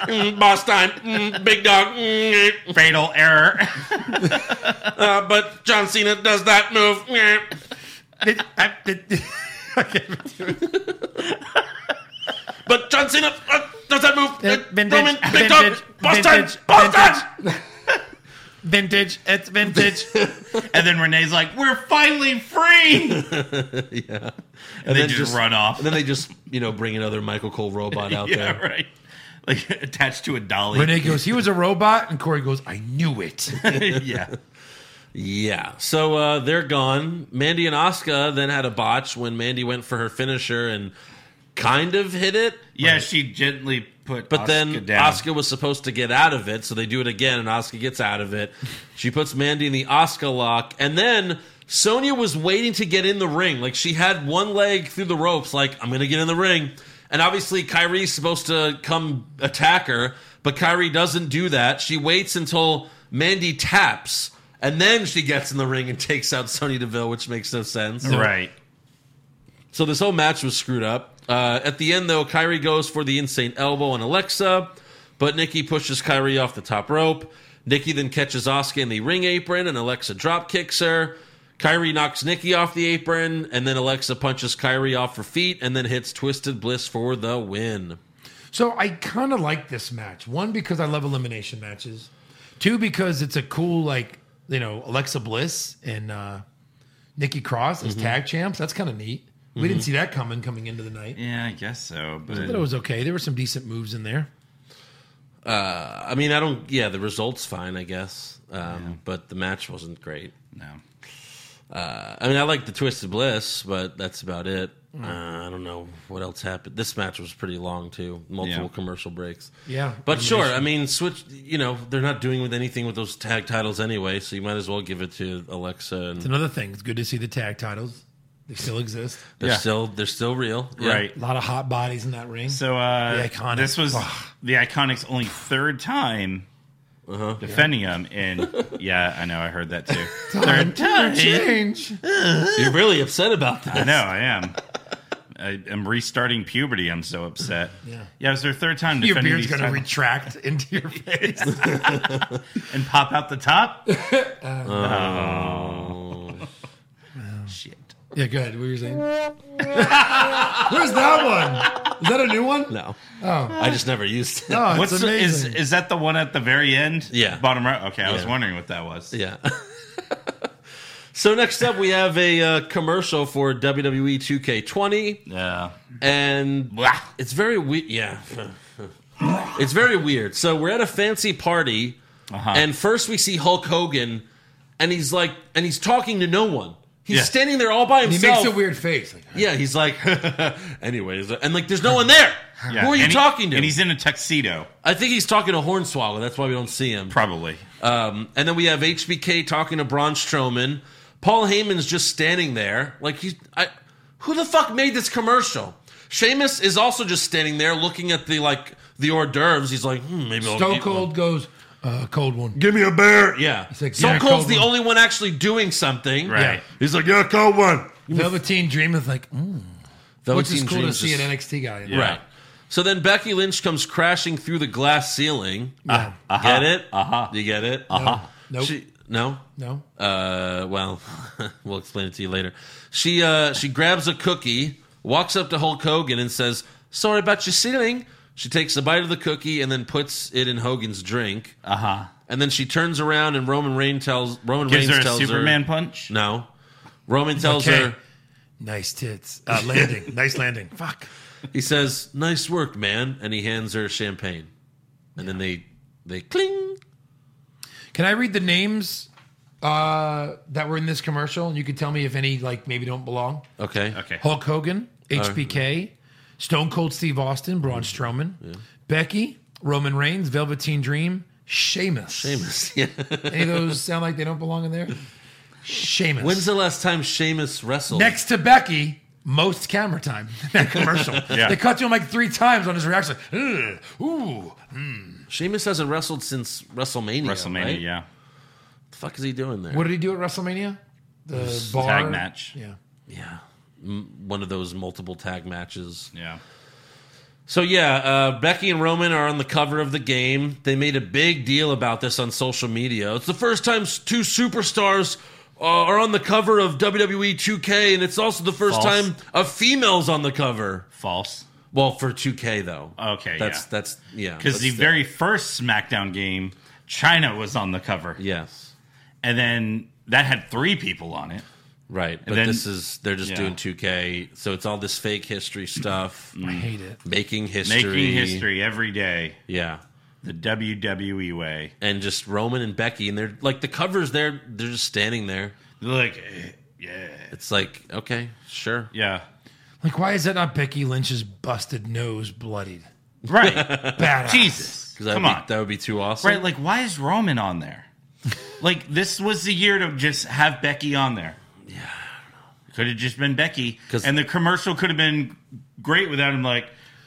Speaker 4: Mm, boss time, Mm, big dog. Mm, eh.
Speaker 7: Fatal error.
Speaker 4: Uh, but John Cena does that move. Eh. But John Cena uh, does that move. Eh,
Speaker 5: Vintage,
Speaker 4: Roman, big dog,
Speaker 5: vintage,
Speaker 4: boss time,
Speaker 5: vintage,
Speaker 4: boss time.
Speaker 5: vintage. It's vintage.
Speaker 7: and then Renee's like, we're finally free. And, they
Speaker 4: then
Speaker 7: just,
Speaker 4: just-
Speaker 7: run off.
Speaker 4: And then they just you know bring another Michael Cole robot out
Speaker 7: yeah,
Speaker 4: there.
Speaker 7: right. Like attached to a dolly.
Speaker 5: Renee goes, he was a robot. And Corey goes, I knew it.
Speaker 7: yeah.
Speaker 4: Yeah. So uh, they're gone. Mandy and Asuka then had a botch when Mandy went for her finisher and kind of hit it.
Speaker 7: Yeah, she gently put
Speaker 4: But
Speaker 7: Asuka
Speaker 4: then
Speaker 7: down.
Speaker 4: Asuka was supposed to get out of it, so they do it again, and Asuka gets out of it. She puts Mandy in the Asuka lock, and then Sonya was waiting to get in the ring. Like she had one leg through the ropes, like, I'm gonna get in the ring. And obviously Kyrie's supposed to come attack her, but Kyrie doesn't do that. She waits until Mandy taps, and then she gets in the ring and takes out Sonya Deville, which makes no sense.
Speaker 7: Right.
Speaker 4: So this whole match was screwed up. Uh, at the end, though, Kyrie goes for the insane elbow on Alexa, but Nikki pushes Kyrie off the top rope. Nikki then catches Asuka in the ring apron, and Alexa drop kicks her. Kyrie knocks Nikki off the apron, and then Alexa punches Kyrie off her feet, and then hits Twisted Bliss for the win.
Speaker 5: So I kind of like this match. One because I love elimination matches. Two because it's a cool like you know Alexa Bliss and uh, Nikki Cross as tag champs. That's kind of neat. We didn't see that coming coming into the night.
Speaker 7: Yeah, I guess so. But
Speaker 5: But it was okay. There were some decent moves in there.
Speaker 4: I mean, I don't. Yeah, the result's fine, I guess, um, but the match wasn't great.
Speaker 7: no.
Speaker 4: I mean, I like the Twisted Bliss, but that's about it. Uh, I don't know what else happened. This match was pretty long too, multiple
Speaker 7: Yeah.
Speaker 4: commercial breaks.
Speaker 5: Yeah,
Speaker 4: but sure.
Speaker 5: elimination.
Speaker 4: I mean, switch. You know, they're not doing with anything with those tag titles anyway, so you might as well give it to Alexa. And
Speaker 5: It's another thing. It's good to see the tag titles. They still exist.
Speaker 4: they're
Speaker 7: Yeah.
Speaker 4: still they're still real, Yeah.
Speaker 7: Right.
Speaker 5: A lot of hot bodies in that ring.
Speaker 7: So uh,
Speaker 5: The Iconics.
Speaker 7: this was
Speaker 5: Ugh.
Speaker 7: the Iconics' only third time
Speaker 4: Uh-huh.
Speaker 7: defending him, and yeah, I know I heard that too.
Speaker 5: time
Speaker 7: third
Speaker 5: to
Speaker 7: time.
Speaker 5: change.
Speaker 4: You're really upset about that.
Speaker 7: I know I am. I, I'm restarting puberty. I'm so upset.
Speaker 5: Yeah.
Speaker 7: yeah, it was their third time
Speaker 5: Your
Speaker 7: defending
Speaker 5: beard's
Speaker 7: these
Speaker 5: gonna
Speaker 7: titles.
Speaker 5: retract into your face.
Speaker 7: and pop out the top. oh. shit!
Speaker 5: yeah, good. What were you saying? Where's that one? Is that a new one?
Speaker 4: No, I just never used it.
Speaker 5: Oh,
Speaker 7: What's
Speaker 5: it's
Speaker 7: the, is
Speaker 5: amazing.
Speaker 7: is that the one at the very end?
Speaker 4: Yeah.
Speaker 7: bottom right. Okay, I was
Speaker 4: Yeah.
Speaker 7: wondering what that was.
Speaker 4: Yeah. so next up, we have a uh, commercial for E WWE 2K20.
Speaker 7: Yeah.
Speaker 4: and
Speaker 7: Blah.
Speaker 4: it's very weird. Yeah, it's very weird. So we're at a fancy party,
Speaker 7: Uh-huh.
Speaker 4: and first we see Hulk Hogan, and he's like, and he's talking to no one. He's
Speaker 7: Yeah.
Speaker 4: standing there all by
Speaker 5: He
Speaker 4: himself.
Speaker 5: makes a weird face. Like,
Speaker 4: Yeah, he's like, anyways, and like, there's no one there.
Speaker 7: Yeah,
Speaker 4: Who are you
Speaker 7: and he-
Speaker 4: talking to?
Speaker 7: And he's in a tuxedo,
Speaker 4: I think he's talking to Hornswoggle. That's why we don't see him.
Speaker 7: probably.
Speaker 4: Um, and then we have HBK talking to Braun Strowman. Paul Heyman's just standing there, like he's. I, who the fuck made this commercial? Sheamus is also just standing there, looking at the like the hors d'oeuvres. He's like, hmm, maybe I'll
Speaker 5: Stone
Speaker 4: eat
Speaker 5: Cold
Speaker 4: one.
Speaker 5: goes, uh, cold one.
Speaker 6: Give me a bear.
Speaker 4: Yeah,
Speaker 5: like,
Speaker 4: Stone
Speaker 5: yeah,
Speaker 4: Cold's
Speaker 5: cold
Speaker 4: the
Speaker 5: one.
Speaker 4: only one actually doing something.
Speaker 7: Right.
Speaker 5: Yeah.
Speaker 6: He's like, yeah, call one.
Speaker 5: Velveteen Dream is like, mm,
Speaker 4: Velveteen
Speaker 5: which is cool to
Speaker 4: Dream's
Speaker 5: see
Speaker 4: just-
Speaker 5: an NXT guy. in.
Speaker 4: Right. So then Becky Lynch comes crashing through the glass ceiling.
Speaker 6: Uh-huh.
Speaker 5: Yeah.
Speaker 4: Get it? Uh huh. You get it? Uh huh.
Speaker 5: Nope.
Speaker 4: no.
Speaker 5: no.
Speaker 4: uh, well, we'll explain it to you later. She uh, she grabs a cookie, walks up to Hulk Hogan, and says, "Sorry about your ceiling." She takes a bite of the cookie and then puts it in Hogan's drink. Uh huh. And then she turns around and Roman Reigns tells Roman
Speaker 7: Uh-huh. Gives
Speaker 4: Reigns
Speaker 7: her a
Speaker 4: tells
Speaker 7: Superman
Speaker 4: her
Speaker 7: punch.
Speaker 4: no. Roman tells
Speaker 5: Okay.
Speaker 4: her
Speaker 5: Nice tits. Uh, landing. nice landing. Fuck.
Speaker 4: he says, "Nice work, man," and he hands her champagne. And then they they cling.
Speaker 5: Can I read the names uh, that were in this commercial, and you could tell me if any like maybe don't belong.
Speaker 4: Okay.
Speaker 7: Okay.
Speaker 5: Hulk Hogan, HBK, Stone Cold Steve Austin, Braun Strowman, Becky, Roman Reigns, Velveteen Dream, Sheamus.
Speaker 4: Seamus. Yeah.
Speaker 5: Any of those sound like they don't belong in there? Sheamus.
Speaker 4: When's the last time Seamus wrestled?
Speaker 5: Next to Becky, most camera time in that commercial.
Speaker 7: Yeah.
Speaker 5: They cut to him like three times on his reaction. like, "Ugh, ooh.
Speaker 4: Seamus hasn't wrestled since WrestleMania.
Speaker 7: WrestleMania,
Speaker 4: right?
Speaker 7: yeah.
Speaker 4: The fuck is he doing there?
Speaker 5: What did he do at WrestleMania? The bar
Speaker 7: Tag match.
Speaker 5: Yeah.
Speaker 4: Yeah. M- one of those multiple tag matches.
Speaker 7: Yeah.
Speaker 4: So yeah, uh, Becky and Roman are on the cover of the game. They made a big deal about this on social media. It's the first time s- two superstars uh, are on the cover of WWE 2K, and it's also the first
Speaker 7: False.
Speaker 4: time a female's on the cover.
Speaker 7: False.
Speaker 4: Well, for 2K though.
Speaker 7: Okay,
Speaker 4: That's
Speaker 7: yeah.
Speaker 4: that's yeah.
Speaker 7: Because
Speaker 4: but
Speaker 7: the
Speaker 4: still.
Speaker 7: very first SmackDown game, China was on the cover.
Speaker 4: yes,
Speaker 7: And then that had three people on it.
Speaker 4: right. But
Speaker 7: then-
Speaker 4: this is they're just
Speaker 7: yeah. Mm-hmm.
Speaker 4: doing 2K, so it's all this fake history stuff,
Speaker 7: Mm.
Speaker 5: I hate it.
Speaker 4: making history,
Speaker 7: Making history every day.
Speaker 4: Yeah.
Speaker 7: The WWE way.
Speaker 4: and just Roman and Becky, and they're like the covers there. They're just standing there.
Speaker 7: They're like, eh, yeah.
Speaker 4: It's like okay, sure.
Speaker 7: Yeah.
Speaker 5: Like, why is that not Becky Lynch's busted nose bloodied?
Speaker 7: Right.
Speaker 5: Badass.
Speaker 7: Jesus.
Speaker 4: That
Speaker 7: Come
Speaker 4: would be,
Speaker 7: on.
Speaker 4: that would be too awesome.
Speaker 7: Right. Like, why is Roman on there? like, this was the year to just have Becky on there. Yeah. Could have just been Becky.
Speaker 4: 'Cause-
Speaker 7: And the commercial could have been great without him, like,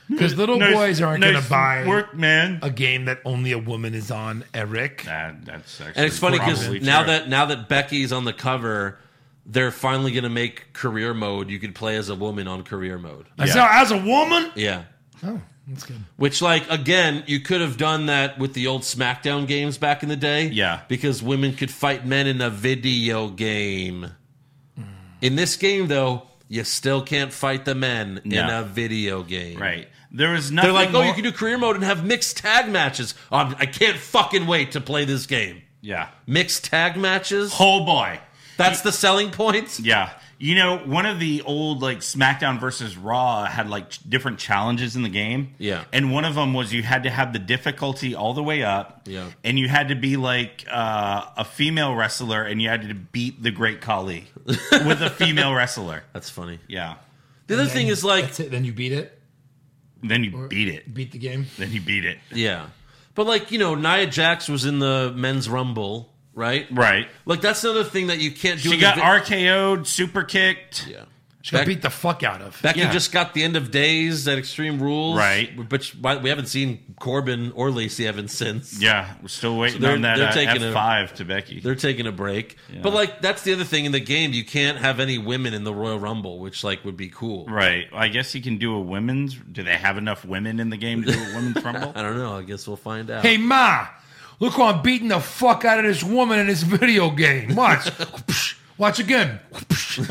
Speaker 5: Because little
Speaker 7: nice-
Speaker 5: boys aren't going
Speaker 7: nice
Speaker 5: to buy
Speaker 7: work, man.
Speaker 5: a game that only a woman is on, Eric.
Speaker 7: That- that's actually
Speaker 4: and it's funny because
Speaker 7: probably
Speaker 4: now
Speaker 7: true.
Speaker 4: that now that Becky's on the cover, they're finally gonna make career mode. You could play as a woman on career mode.
Speaker 5: I said, as a woman?
Speaker 4: Yeah.
Speaker 5: Oh, that's good.
Speaker 4: Which, like, again, you could have done that with the old SmackDown games back in the day.
Speaker 7: Yeah.
Speaker 4: Because women could fight men in a video game. In this game, though, you still can't fight the men in
Speaker 7: No.
Speaker 4: a video game.
Speaker 7: right there was nothing.
Speaker 4: They're like, oh,
Speaker 7: more-
Speaker 4: you can do career mode and have mixed tag matches. Um, I can't fucking wait to play this game.
Speaker 7: yeah,
Speaker 4: Mixed tag matches?
Speaker 7: oh boy,
Speaker 4: That's the selling point?
Speaker 7: yeah. You know, one of the old like SmackDown versus Raw had like ch- different challenges in the game.
Speaker 4: Yeah.
Speaker 7: and one of them was you had to have the difficulty all the way up.
Speaker 4: Yeah.
Speaker 7: and you had to be like uh, a female wrestler, and you had to beat the Great Khali with a female wrestler.
Speaker 4: That's funny.
Speaker 7: Yeah,
Speaker 4: The other thing is like,
Speaker 5: That's it. Then you beat it,
Speaker 7: then you beat it.
Speaker 5: beat the game.
Speaker 7: Then you beat it.
Speaker 4: yeah. But like, you know, Nia Jax was in the men's rumble, right?
Speaker 7: Right.
Speaker 4: Like, that's another thing that you can't do.
Speaker 7: She
Speaker 4: in
Speaker 7: got
Speaker 4: the vi-
Speaker 7: RKO'd, super kicked.
Speaker 4: Yeah.
Speaker 5: She got
Speaker 4: Beck-
Speaker 5: beat the fuck out of.
Speaker 4: Becky
Speaker 7: Yeah.
Speaker 4: just got the end of days at Extreme Rules.
Speaker 7: Right.
Speaker 4: But she- we haven't seen Corbin or Lacey Evans since.
Speaker 7: Yeah, we're still waiting
Speaker 4: So they're-
Speaker 7: on that
Speaker 4: they're
Speaker 7: uh,
Speaker 4: taking a-
Speaker 7: F5 to Becky.
Speaker 4: They're taking a break. But like that's the other thing in the game, you can't have any women in the Royal Rumble, which like would be cool.
Speaker 7: Right. I guess you can do a women's. Do they have enough women in the game to do a women's rumble?
Speaker 4: I don't know. I guess we'll find out.
Speaker 5: Hey, Ma, look how I'm beating the fuck out of this woman in this video game. Watch. Watch again.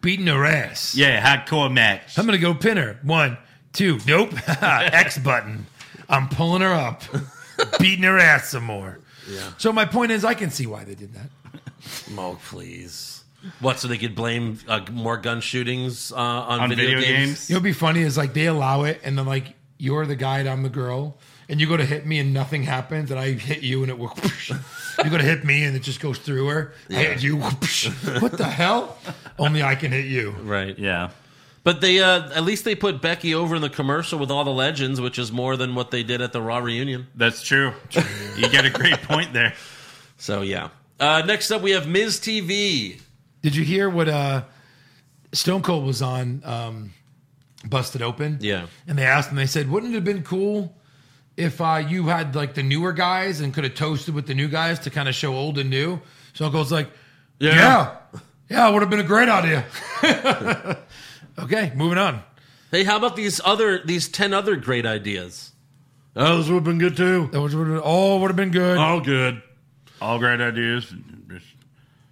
Speaker 5: beating her ass.
Speaker 7: Yeah, hardcore match.
Speaker 5: I'm going to go pin her. One, two, nope. X button. I'm pulling her up, beating her ass some more. Yeah. So my point is, I can see why they did that.
Speaker 4: Oh, please. What? So they could blame uh, more gun shootings uh, on,
Speaker 7: On
Speaker 4: video,
Speaker 7: video
Speaker 4: games?
Speaker 7: games?
Speaker 5: You know, what'd be funny is like they allow it, and then like you're the guy and I'm the girl, and you go to hit me and nothing happens, and I hit you and it will. you go to hit me and it just goes through her. I hit you. what the hell? Only I can hit you.
Speaker 4: Right.
Speaker 7: Yeah.
Speaker 4: But they uh, at least they put Becky over in the commercial with all the legends, which is more than what they did at the Raw reunion.
Speaker 7: That's true. you get a great point there.
Speaker 4: So yeah. Uh, next up, we have Ms. TV.
Speaker 5: Did you hear what uh, Stone Cold was on um, Busted Open?
Speaker 4: Yeah.
Speaker 5: And they asked him, they said, wouldn't it have been cool if uh, you had like the newer guys and could have toasted with the new guys to kind of show old and new? Stone Cold's like, yeah. Yeah, it would have been a great idea. okay, moving on.
Speaker 4: Hey, how about these other these ten other great ideas?
Speaker 6: Oh, this would have been good too.
Speaker 5: That was, all would have been good.
Speaker 7: Oh.
Speaker 6: All good.
Speaker 7: All great ideas.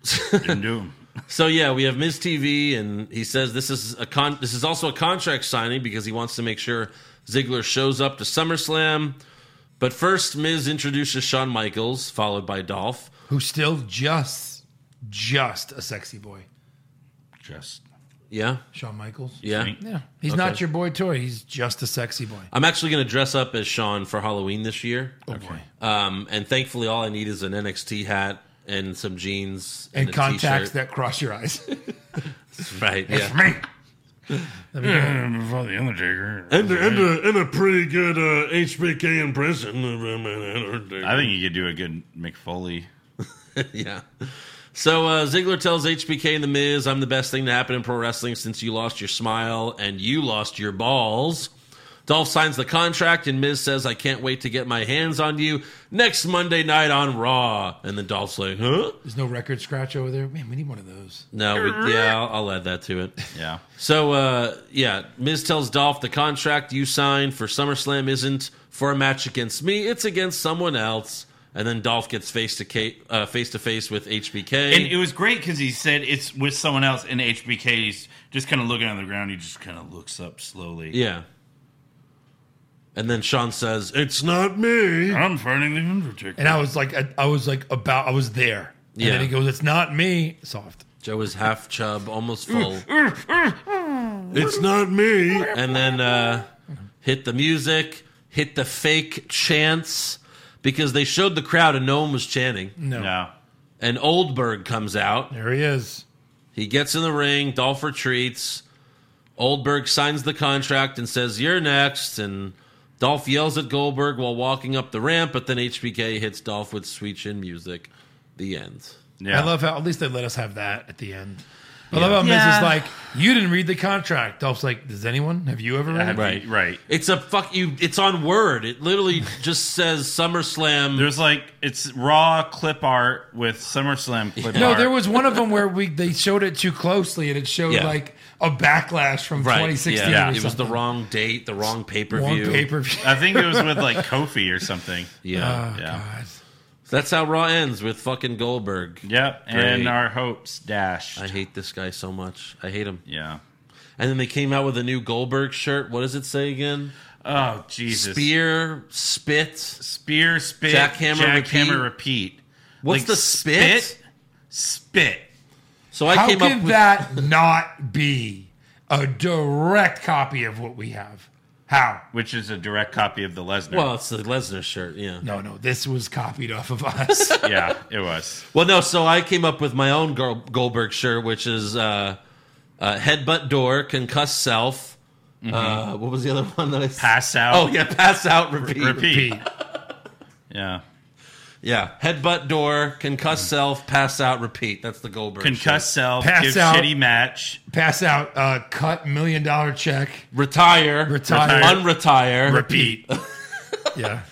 Speaker 7: Just didn't do them.
Speaker 4: So yeah, we have Ms. TV, and he says this is a con- this is also a contract signing because he wants to make sure Ziggler shows up to SummerSlam. But first, Miz introduces Shawn Michaels, followed by Dolph.
Speaker 5: Who's still just, just a sexy boy.
Speaker 7: Just.
Speaker 4: Yeah,
Speaker 5: Shawn Michaels.
Speaker 4: yeah.
Speaker 5: Yeah. He's
Speaker 4: Okay.
Speaker 5: not your boy toy. He's just a sexy boy.
Speaker 4: I'm actually going to dress up as Shawn for Halloween this year.
Speaker 5: Oh, boy.
Speaker 4: Um, and thankfully, all I need is an NXT hat and some jeans
Speaker 5: and
Speaker 4: a
Speaker 5: contacts
Speaker 4: t-shirt.
Speaker 5: that cross your eyes.
Speaker 4: right. Yeah.
Speaker 5: Me.
Speaker 7: Mm, Before the Undertaker.
Speaker 6: And, and, a, and a pretty good uh, HBK impression. of him and Undertaker.
Speaker 7: I think you could do a good McFoley.
Speaker 4: yeah. So uh, Ziggler tells HBK and The Miz, I'm the best thing to happen in pro wrestling since you lost your smile and you lost your balls. Dolph signs the contract, and Miz says, I can't wait to get my hands on you next Monday night on Raw. And then Dolph's like, huh?
Speaker 5: There's no record scratch over there. Man, we need one of those.
Speaker 4: No, we, yeah, I'll, I'll add that to it.
Speaker 7: Yeah.
Speaker 4: So, uh, yeah, Miz tells Dolph the contract you signed for SummerSlam isn't for a match against me, it's against someone else. And then Dolph gets face to ca- uh, face to face with HBK.
Speaker 7: And it was great because he said it's with someone else, and HBK's just kind of looking on the ground. He just kind of looks up slowly.
Speaker 4: Yeah. And then Sean says, "It's
Speaker 6: it's not me.
Speaker 7: I'm fighting the Undertaker.
Speaker 5: And I was like, I, I was like about, I was there. And
Speaker 4: Yeah.
Speaker 5: then he goes, "It's not me." Soft.
Speaker 4: Joe is half chub, almost full."
Speaker 6: It's not me.
Speaker 4: and then uh, hit the music, hit the fake chants because they showed the crowd and no one was chanting.
Speaker 5: No.
Speaker 7: no.
Speaker 4: And Oldberg comes out.
Speaker 5: There he is.
Speaker 4: He gets in the ring. Dolph retreats. Oldberg signs the contract and says, "You're next." And Dolph yells at Goldberg while walking up the ramp, but then HBK hits Dolph with sweet chin music. The end.
Speaker 7: Yeah.
Speaker 5: I love how at least they let us have that at the end. I love how Miz
Speaker 7: Yeah.
Speaker 5: is like, "You didn't read the contract." Dolph's like, "Does anyone? Have you ever read?" it?"
Speaker 7: Right. Right.
Speaker 4: It's a fuck you. It's on Word. It literally just says SummerSlam.
Speaker 7: There's like it's raw clip art with SummerSlam clip
Speaker 5: No,
Speaker 7: art.
Speaker 5: there was one of them where we they showed it too closely, and it showed
Speaker 4: Yeah.
Speaker 5: like a backlash from
Speaker 4: right.
Speaker 5: 2016.
Speaker 4: Yeah,
Speaker 5: or
Speaker 4: it was the
Speaker 5: something.
Speaker 4: wrong date, the wrong pay per
Speaker 5: Wrong
Speaker 4: view.
Speaker 5: pay per view.
Speaker 7: I think it was with like Kofi or something.
Speaker 4: Yeah,
Speaker 5: Oh
Speaker 7: Yeah.
Speaker 5: God.
Speaker 4: that's how Raw ends with fucking Goldberg.
Speaker 7: Yep.
Speaker 4: Great.
Speaker 7: And our hopes dashed.
Speaker 4: I hate this guy so much. I hate him.
Speaker 7: yeah.
Speaker 4: And then they came out with a new Goldberg shirt. What does it say again?
Speaker 7: Oh Jesus.
Speaker 4: Spear, spit.
Speaker 7: Spear. Spit.
Speaker 4: Jackhammer,
Speaker 7: Jackhammer. Repeat.
Speaker 4: What's
Speaker 7: Like,
Speaker 4: the spit?
Speaker 7: Spit.
Speaker 4: So I
Speaker 5: How
Speaker 4: came
Speaker 5: can
Speaker 4: up with
Speaker 5: that not be a direct copy of what we have? How?
Speaker 7: Which is a direct copy of the Lesnar.
Speaker 4: well, it's the Lesnar shirt. Yeah.
Speaker 5: No, no, this was copied off of us.
Speaker 7: yeah, it was.
Speaker 4: Well, no. So I came up with my own Gol- Goldberg shirt, which is uh, uh, headbutt door, concuss self. Uh, what was the other one that I s-
Speaker 7: Pass out.
Speaker 4: Oh yeah, pass out, repeat.
Speaker 7: Repeat.
Speaker 5: Pete.
Speaker 7: Yeah.
Speaker 4: Yeah, headbutt door, concuss self, pass out, repeat. That's the Goldberg.
Speaker 7: Concuss
Speaker 4: shirt.
Speaker 7: self.
Speaker 5: Pass
Speaker 7: give
Speaker 5: out.
Speaker 7: shitty match.
Speaker 5: Pass out, uh, cut million dollar check,
Speaker 4: retire,
Speaker 5: Retire.
Speaker 4: unretire,
Speaker 5: repeat. yeah.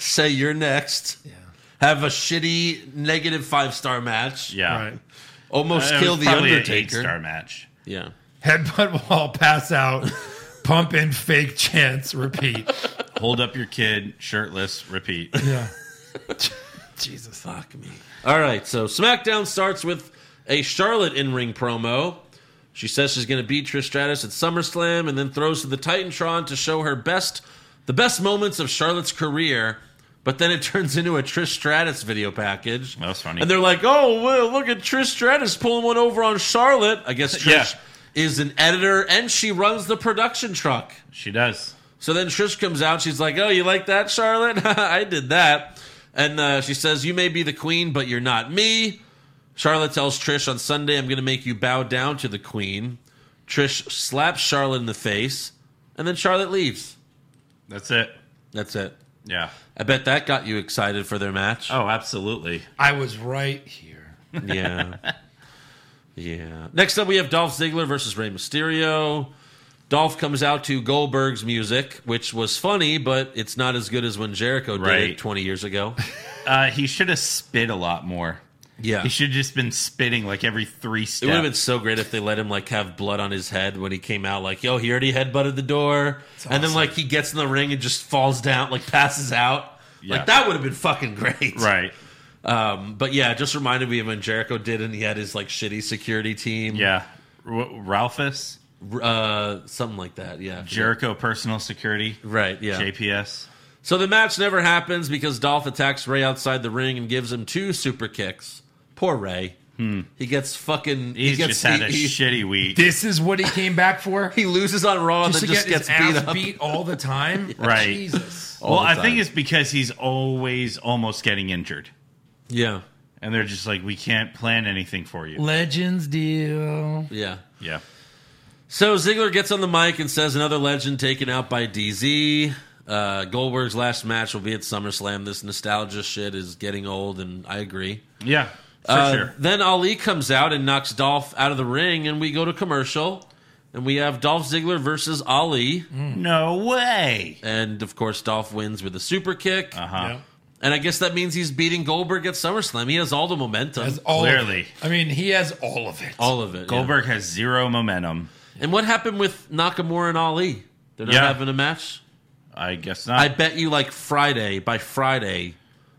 Speaker 4: say you're next.
Speaker 5: Yeah.
Speaker 4: Have a shitty negative five star match.
Speaker 7: Yeah.
Speaker 5: Right.
Speaker 4: almost
Speaker 7: It
Speaker 4: kill
Speaker 7: was
Speaker 4: the
Speaker 7: probably an eight
Speaker 4: Undertaker.
Speaker 7: star match.
Speaker 4: Yeah,
Speaker 5: Headbutt wall, pass out, pump in fake chance, repeat.
Speaker 7: Hold up your kid, shirtless, repeat.
Speaker 5: Yeah. Jesus.
Speaker 4: fuck me. All right, so SmackDown starts with a Charlotte in ring promo. She says she's going to beat Trish Stratus at SummerSlam, and then throws to the Titantron to show her best, the best moments of Charlotte's career. But then it turns into a Trish Stratus video package.
Speaker 7: That was funny.
Speaker 4: And they're like, "Oh, well, look at Trish Stratus pulling one over on Charlotte." I guess Trish
Speaker 7: Yeah.
Speaker 4: is an editor, and she runs the production truck.
Speaker 7: She does.
Speaker 4: So then Trish comes out. She's like, "Oh, you like that, Charlotte? I did that." And uh, she says, "You may be the queen, but you're not me." Charlotte tells Trish on Sunday, "I'm going to make you bow down to the queen." Trish slaps Charlotte in the face, and then Charlotte leaves.
Speaker 7: That's it.
Speaker 4: That's it.
Speaker 7: Yeah.
Speaker 4: I bet that got you excited for their match.
Speaker 7: Oh, absolutely.
Speaker 5: I was right here.
Speaker 4: Yeah. yeah. Next up, we have Dolph Ziggler versus Rey Mysterio. Dolph comes out to Goldberg's music, which was funny, but it's not as good as when Jericho did it
Speaker 7: Right.
Speaker 4: 20 years ago.
Speaker 7: Uh, he should have spit a lot more.
Speaker 4: Yeah.
Speaker 7: He should have just been spitting like every three
Speaker 4: It would have been
Speaker 7: steps.
Speaker 4: so great if they let him like have blood on his head when he came out. Like, yo, he already headbutted the door, and then like he gets in the ring and just falls down, like passes out.
Speaker 7: Yeah.
Speaker 4: Like that would have been fucking great,
Speaker 7: right.
Speaker 4: Um, but yeah, it just reminded me of when Jericho did, and he had his like shitty security team,
Speaker 7: Yeah. R- Ralphus,
Speaker 4: uh, something like that. Yeah,
Speaker 7: Jericho Personal Security,
Speaker 4: Right, yeah.
Speaker 7: JPS.
Speaker 4: So the match never happens because Dolph attacks Ray outside the ring and gives him two super kicks. Poor Ray. He gets fucking.
Speaker 7: Hmm. He's
Speaker 4: he gets
Speaker 7: just had
Speaker 4: he,
Speaker 7: a
Speaker 4: he-
Speaker 7: shitty week.
Speaker 5: This is what he came back for?
Speaker 4: he loses on Raw and
Speaker 5: just
Speaker 4: then
Speaker 5: to
Speaker 4: just
Speaker 5: get
Speaker 4: gets
Speaker 5: his ass
Speaker 4: beat up.
Speaker 5: beat, all the time?
Speaker 7: Right.
Speaker 5: Jesus.
Speaker 4: all
Speaker 7: well,
Speaker 4: the
Speaker 7: I think
Speaker 4: time.
Speaker 7: it's because he's always almost getting injured.
Speaker 4: Yeah.
Speaker 7: and they're just like, we can't plan anything for you.
Speaker 5: Legends deal.
Speaker 4: Yeah.
Speaker 7: Yeah.
Speaker 4: So Ziggler gets on the mic and says another legend taken out by DZ. Uh, Goldberg's last match will be at SummerSlam. This nostalgia shit is getting old, and I agree.
Speaker 7: Yeah. For
Speaker 4: Uh,
Speaker 7: sure.
Speaker 4: Then Ali comes out and knocks Dolph out of the ring, and we go to commercial, and we have Dolph Ziggler versus Ali,
Speaker 7: No way.
Speaker 4: and of course Dolph wins with a super kick,
Speaker 7: Uh-huh.
Speaker 4: and I guess that means he's beating Goldberg at SummerSlam. He has all the momentum,
Speaker 5: Has all
Speaker 7: Clearly.
Speaker 5: Of it. I mean, he has all of it.
Speaker 4: all of it. yeah.
Speaker 7: Goldberg has zero momentum.
Speaker 4: And what happened with Nakamura and Ali? They're not
Speaker 7: Yeah.
Speaker 4: having a match.
Speaker 7: I guess not.
Speaker 4: I bet you like Friday by Friday,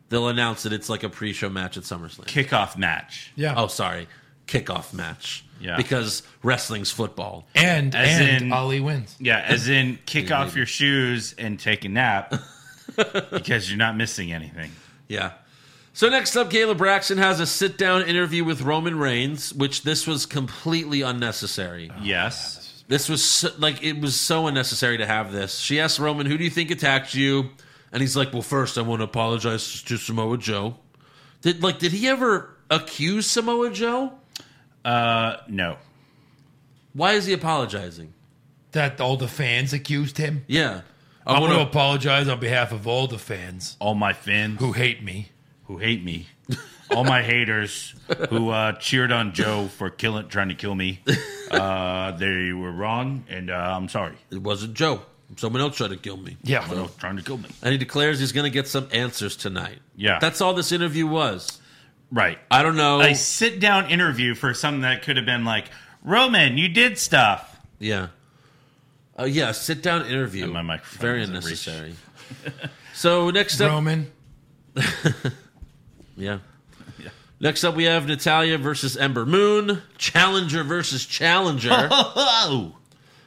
Speaker 4: they'll announce that it's like a pre-show match at SummerSlam.
Speaker 7: Kickoff match.
Speaker 5: Yeah.
Speaker 4: Oh, sorry, kickoff match.
Speaker 7: Yeah.
Speaker 4: because wrestling's football.
Speaker 5: and
Speaker 7: As
Speaker 5: and
Speaker 7: in-
Speaker 5: Ali wins.
Speaker 7: Yeah, as in kick off
Speaker 4: maybe.
Speaker 7: your shoes and take a nap because you're not missing anything.
Speaker 4: Yeah. So next up, Gayla Braxton has a sit-down interview with Roman Reigns, which this was completely unnecessary.
Speaker 7: Yes.
Speaker 4: This was so, like it was so unnecessary to have this. She asked Roman, "Who do you think attacked you?" And he's like, "Well, first, I want to apologize to Samoa Joe. Did like did he ever accuse Samoa Joe?
Speaker 7: Uh no.
Speaker 4: Why is he apologizing?
Speaker 5: That all the fans accused him.
Speaker 4: Yeah,
Speaker 5: I want to
Speaker 4: wanna-
Speaker 5: apologize on behalf of all the fans
Speaker 7: All my fans
Speaker 5: who hate me.
Speaker 7: who hate me. All my haters who uh, cheered on Joe for killing, trying to kill me, uh, they were wrong, and uh, I'm sorry.
Speaker 4: It wasn't Joe. Someone else tried to kill me.
Speaker 5: Yeah.
Speaker 7: They were trying to kill me.
Speaker 4: And he declares he's going to get some answers tonight.
Speaker 7: Yeah.
Speaker 4: That's all this interview was.
Speaker 7: Right.
Speaker 4: I don't know.
Speaker 7: A sit down interview for something that could have been like, Roman, you did stuff.
Speaker 4: Yeah. Uh, yeah, sit down interview.
Speaker 7: And my microphone
Speaker 4: Very
Speaker 7: doesn't reach.
Speaker 4: unnecessary. so next up,
Speaker 5: Roman.
Speaker 4: yeah. Next up, we have Natalia versus Ember Moon, Challenger versus Challenger.
Speaker 7: Oh.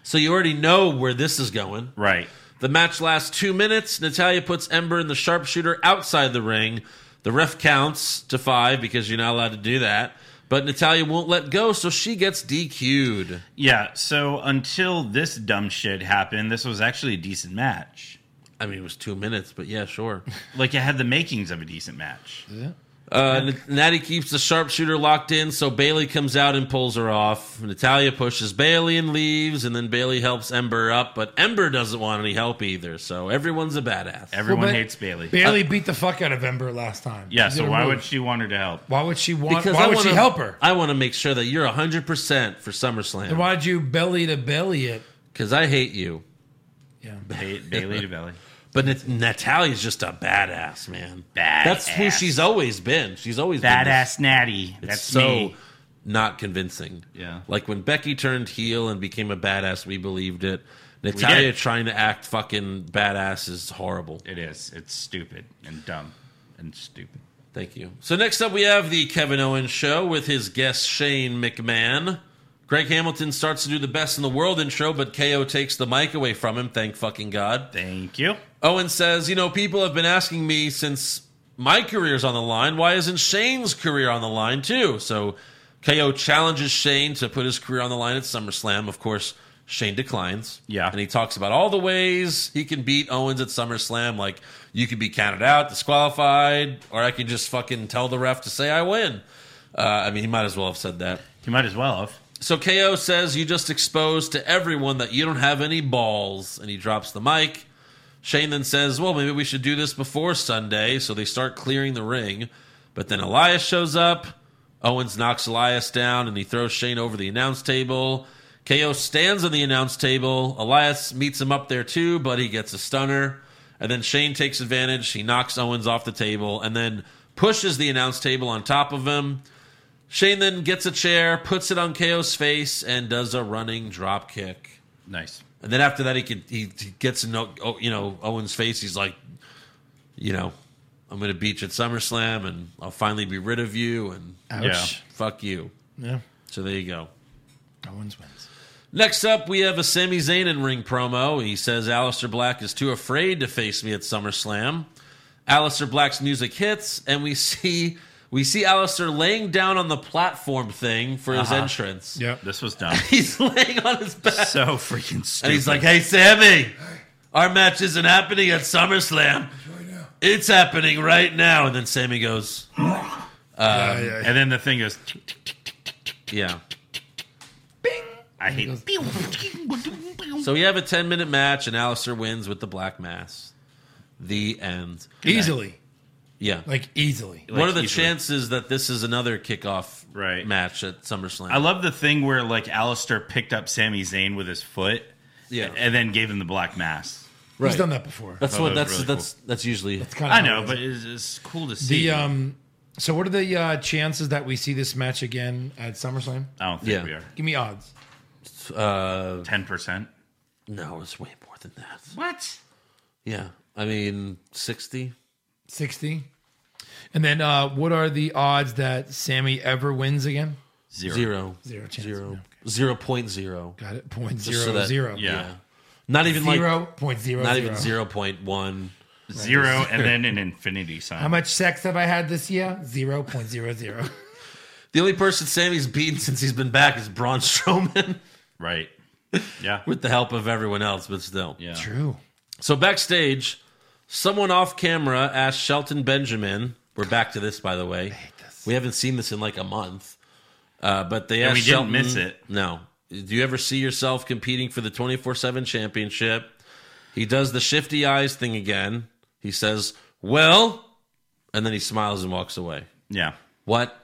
Speaker 4: so you already know where this is going.
Speaker 7: Right.
Speaker 4: The match lasts two minutes. Natalia puts Ember in the sharpshooter outside the ring. The ref counts to five because you're not allowed to do that. But Natalia won't let go, so she gets DQ'd.
Speaker 7: Yeah. So until this dumb shit happened, this was actually a decent match.
Speaker 4: I mean, it was two minutes, but yeah, sure.
Speaker 7: Like it had the makings of a decent match.
Speaker 4: Uh, N- Natty keeps the sharpshooter locked in, so Bailey comes out and pulls her off. Natalia pushes Bailey and leaves, and then Bailey helps Ember up, but Ember doesn't want any help either. So everyone's a badass.
Speaker 7: Everyone
Speaker 5: Well, but-
Speaker 7: hates Bailey.
Speaker 5: Bailey beat the fuck out of Ember last time.
Speaker 7: yeah.
Speaker 5: She
Speaker 7: So
Speaker 5: did a
Speaker 7: why
Speaker 5: move.
Speaker 7: would she want her to help?
Speaker 5: why would she want? Why would she
Speaker 4: wanna-
Speaker 5: help her?
Speaker 4: I want to make sure that you're 100% for
Speaker 5: And
Speaker 4: SummerSlam
Speaker 5: why'd you belly to belly it?
Speaker 4: because I hate you.
Speaker 5: Yeah.
Speaker 7: Ba- Bailey to Bailey.
Speaker 4: But Nat- Natalia's just a badass, man. That's who
Speaker 7: Badass.
Speaker 4: she's always been. She's always been this-
Speaker 7: Badass Natty.
Speaker 4: It's
Speaker 7: That's
Speaker 4: so
Speaker 7: me.
Speaker 4: not convincing.
Speaker 7: Yeah.
Speaker 4: Like when Becky turned heel and became a badass, we believed it. Natalia
Speaker 7: did.
Speaker 4: trying to act fucking badass is horrible.
Speaker 7: It is. It's stupid and dumb and stupid.
Speaker 4: Thank you. So next up we have the Kevin Owens show with his guest Shane McMahon. Greg Hamilton starts to do the best in the world intro, but KO takes the mic away from him, thank fucking God.
Speaker 7: Thank you.
Speaker 4: Owen says, You know, people have been asking me since my career's on the line, why isn't Shane's career on the line too? So KO challenges Shane to put his career on the line at SummerSlam. Of course, Shane declines.
Speaker 7: Yeah.
Speaker 4: And he talks about all the ways he can beat Owens at SummerSlam. Like, you could be counted out, disqualified, or I could just fucking tell the ref to say I win. Uh, I mean, he might as well have said that.
Speaker 7: You might as well have.
Speaker 4: So KO says you just exposed to everyone that you don't have any balls, and he drops the mic. Shane then says, "Well, maybe we should do this before Sunday." So they start clearing the ring, but then Elias shows up. Owens knocks Elias down, and he throws Shane over the announce table. KO stands on the announce table. Elias meets him up there too, but he gets a stunner. And then Shane takes advantage. He knocks Owens off the table, and then pushes the announce table on top of him. Shane then gets a chair, puts it on KO's face, and does a running drop kick.
Speaker 7: Nice.
Speaker 4: And then after that, he can he, he gets in oh, you know Owen's face. He's like, you know, I'm going to beat you at SummerSlam, and I'll finally be rid of you, and
Speaker 5: Ouch.
Speaker 4: fuck you.
Speaker 5: Yeah.
Speaker 4: So there you go.
Speaker 5: Owens wins.
Speaker 4: Next up, we have a Sami Zayn in ring promo. He says Aleister Black is too afraid to face me at SummerSlam. Aleister Black's music hits, and we see we see Aleister laying down on the platform thing for his entrance.
Speaker 5: Yeah.
Speaker 7: This was dumb.
Speaker 4: He's laying on his back.
Speaker 7: so freaking stupid.
Speaker 4: And he's like, "Hey, Sammy, our match isn't happening at SummerSlam. It's happening right now." And then Sammy goes,
Speaker 7: Um, And then the thing goes, tick, tick, tick, tick, tick, tick, tick.
Speaker 4: Yeah.
Speaker 7: I hate it.
Speaker 4: So we have a 10 minute match, and Alistair wins with the black mass. The end.
Speaker 5: Easily.
Speaker 4: Yeah.
Speaker 5: Like, easily.
Speaker 4: what are the
Speaker 7: easily.
Speaker 4: chances that this is another kickoff
Speaker 7: Right.
Speaker 4: match at SummerSlam?
Speaker 7: I love the thing where like Alistair picked up Sami Zayn with his foot
Speaker 4: yeah.
Speaker 7: and then gave him the black mass.
Speaker 4: right.
Speaker 5: He's done that before.
Speaker 4: That's
Speaker 7: Oh,
Speaker 4: what
Speaker 7: that
Speaker 4: that's
Speaker 7: was really
Speaker 4: that's that's usually
Speaker 5: It's kinda
Speaker 7: I
Speaker 5: how it
Speaker 7: know,
Speaker 5: is.
Speaker 7: but it's, it's cool to see.
Speaker 5: The, um, so what are the uh, chances that we see this match again at SummerSlam?
Speaker 7: I don't think
Speaker 4: yeah.
Speaker 7: we are.
Speaker 5: Give me odds.
Speaker 4: uh
Speaker 7: 10%.
Speaker 4: no, it's way more than that.
Speaker 7: What?
Speaker 4: Yeah. I mean 60.
Speaker 5: 60. And then uh, what are the odds that Sammy ever wins again?
Speaker 7: Zero.
Speaker 4: Zero.
Speaker 5: Zero chance.
Speaker 4: Zero.
Speaker 5: Okay.
Speaker 4: Zero point zero.
Speaker 5: Got it. Point
Speaker 4: Just
Speaker 5: zero
Speaker 4: so that-
Speaker 5: zero.
Speaker 7: Yeah.
Speaker 4: Not even like
Speaker 5: Zero point zero
Speaker 4: not
Speaker 5: zero.
Speaker 4: even zero point one.
Speaker 7: Zero and then an infinity sign.
Speaker 5: How much sex have I had this year? Zero point zero zero.
Speaker 4: The only person Sammy's beaten since he's been back is Braun Strowman
Speaker 7: Right. Yeah.
Speaker 4: with the help of everyone else, but still.
Speaker 7: yeah.
Speaker 5: True.
Speaker 4: So backstage, someone off camera asked Shelton Benjamin. We're back to this, by the way. We haven't seen this in like a month, uh, but they
Speaker 7: And
Speaker 4: asked
Speaker 7: we didn't
Speaker 4: Shelton-
Speaker 7: miss it.
Speaker 4: No, do you ever see yourself competing for the twenty four seven championship? He does the shifty eyes thing again. He says, "Well," and then he smiles and walks away.
Speaker 7: Yeah.
Speaker 4: What?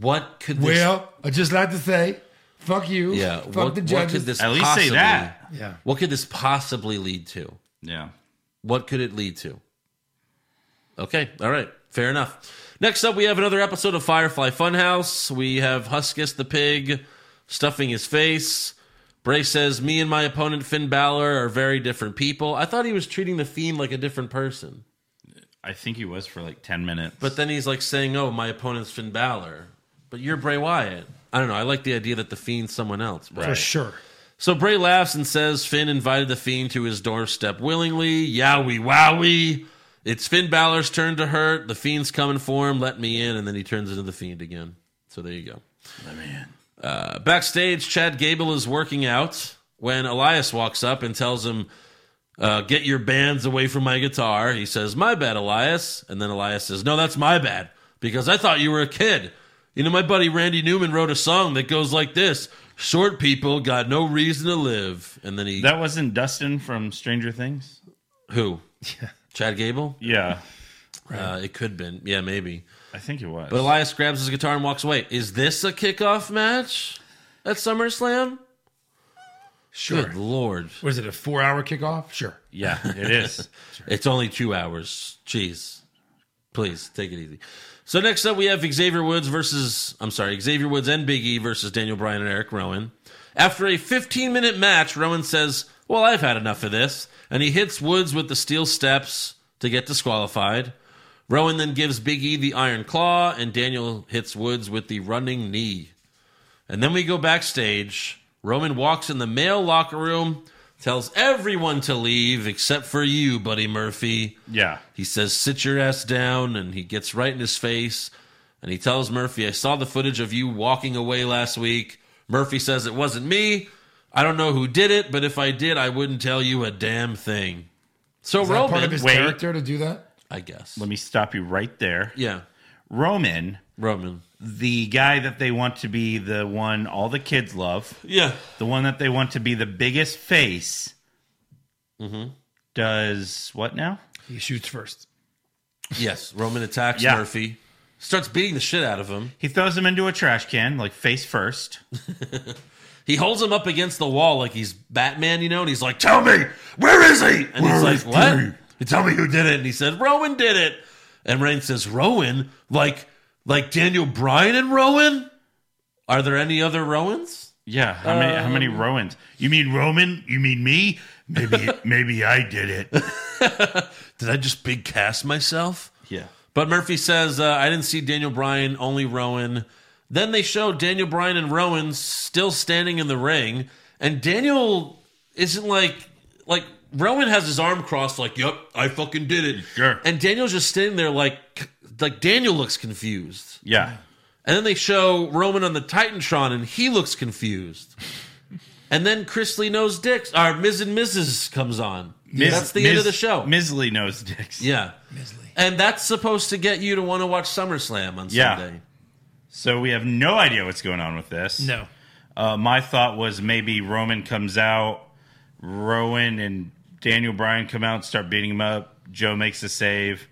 Speaker 4: What could this?
Speaker 5: Well, I just like to say, fuck you.
Speaker 4: yeah.
Speaker 5: Fuck
Speaker 4: What,
Speaker 5: the
Speaker 4: what
Speaker 5: judges.
Speaker 4: could this?
Speaker 7: At least say
Speaker 4: possibly-
Speaker 7: that.
Speaker 5: yeah.
Speaker 4: What could this possibly lead to?
Speaker 7: Yeah.
Speaker 4: What could it lead to? Okay, all right, fair enough. Next up, we have another episode of Firefly Funhouse. We have Huskus the pig stuffing his face. Bray says, Me and my opponent Finn Balor are very different people. I thought he was treating the Fiend like a different person.
Speaker 7: I think he was for like 10 minutes.
Speaker 4: But then he's like saying, Oh, my opponent's Finn Balor, but you're Bray Wyatt. I don't know. I like the idea that the Fiend's someone else. But
Speaker 5: For sure.
Speaker 4: so Bray laughs and says Finn invited the fiend to his doorstep willingly. Yowie wowie. It's Finn Balor's turn to hurt. The fiend's coming for him. Let me in. And then he turns into the fiend again. So there you go. Let me in. Uh, backstage, Chad Gable is working out when Elias walks up and tells him, uh, Get your bands away from my guitar. He says, My bad, Elias. And then Elias says, No, that's my bad because I thought you were a kid. You know, my buddy Randy Newman wrote a song that goes like this Short people got no reason to live. And then he,
Speaker 7: that wasn't Dustin from Stranger Things?
Speaker 4: who? Chad Gable?
Speaker 7: Yeah.
Speaker 4: Uh, it could have been. Yeah, maybe.
Speaker 7: I think it was.
Speaker 4: But Elias grabs his guitar and walks away. Is this a kickoff match at SummerSlam?
Speaker 5: Sure.
Speaker 4: Good lord.
Speaker 5: Was it a four hour kickoff? Sure.
Speaker 7: yeah, it is.
Speaker 4: It's only two hours. Jeez. Please take it easy. So next up we have Xavier Woods versus I'm sorry, Xavier Woods and Big E versus Daniel Bryan and Eric Rowan. After a 15 minute match, Rowan says, Well, I've had enough of this. And he hits Woods with the steel steps to get disqualified. Rowan then gives Big E the iron claw, and Daniel hits Woods with the running knee. And then we go backstage. Roman walks in the male locker room, tells everyone to leave except for you, Buddy Murphy.
Speaker 7: Yeah.
Speaker 4: He says, Sit your ass down. And he gets right in his face. And he tells Murphy, I saw the footage of you walking away last week. Murphy says, It wasn't me. I don't know who did it, but if I did, I wouldn't tell you a damn thing. So,
Speaker 5: Is that
Speaker 4: Roman,
Speaker 5: part of his
Speaker 7: wait.
Speaker 5: character to do that?
Speaker 4: I guess.
Speaker 7: Let me stop you right there.
Speaker 4: yeah.
Speaker 7: Roman,
Speaker 4: Roman.
Speaker 7: the guy that they want to be the one all the kids love,
Speaker 4: Yeah.
Speaker 7: the one that they want to be the biggest face, Mm-hmm. does what now?
Speaker 5: He shoots first.
Speaker 4: Yes. Roman attacks
Speaker 7: Yeah.
Speaker 4: Murphy, starts beating the shit out of him.
Speaker 7: He throws him into a trash can, like face first.
Speaker 4: He holds him up against the wall like he's Batman, you know, and he's like, "Tell me, where is he?" And he's like, "What?" You tell me who did it, and he said, "Rowan did it." And Rain says, "Rowan, like, like Daniel Bryan and Rowan? Are there any other Rowans?"
Speaker 7: Yeah, how many how many Rowans? You mean Roman? You mean me? Maybe maybe I did it.
Speaker 4: Did I just big cast myself?
Speaker 7: Yeah.
Speaker 4: But Murphy says, uh, I didn't see Daniel Bryan, only Rowan. Then they show Daniel Bryan and Rowan still standing in the ring, and Daniel isn't like like Rowan has his arm crossed, like, "Yep, I fucking did it."
Speaker 7: Sure.
Speaker 4: And Daniel's just standing there, like, like Daniel looks confused.
Speaker 7: Yeah.
Speaker 4: And then they show Roman on the Titantron, and he looks confused. and then Chris Lee knows dicks, or Ms. and Mrs. comes on. That's the end of the show.
Speaker 7: Misley knows dicks.
Speaker 4: Yeah. And that's supposed to get you to want to watch SummerSlam on
Speaker 7: Yeah.
Speaker 4: Sunday.
Speaker 7: So we have no idea what's going on with this.
Speaker 5: No.
Speaker 7: Uh, my thought was maybe Roman comes out, Rowan and Daniel Bryan come out and start beating him up. Joe makes a save,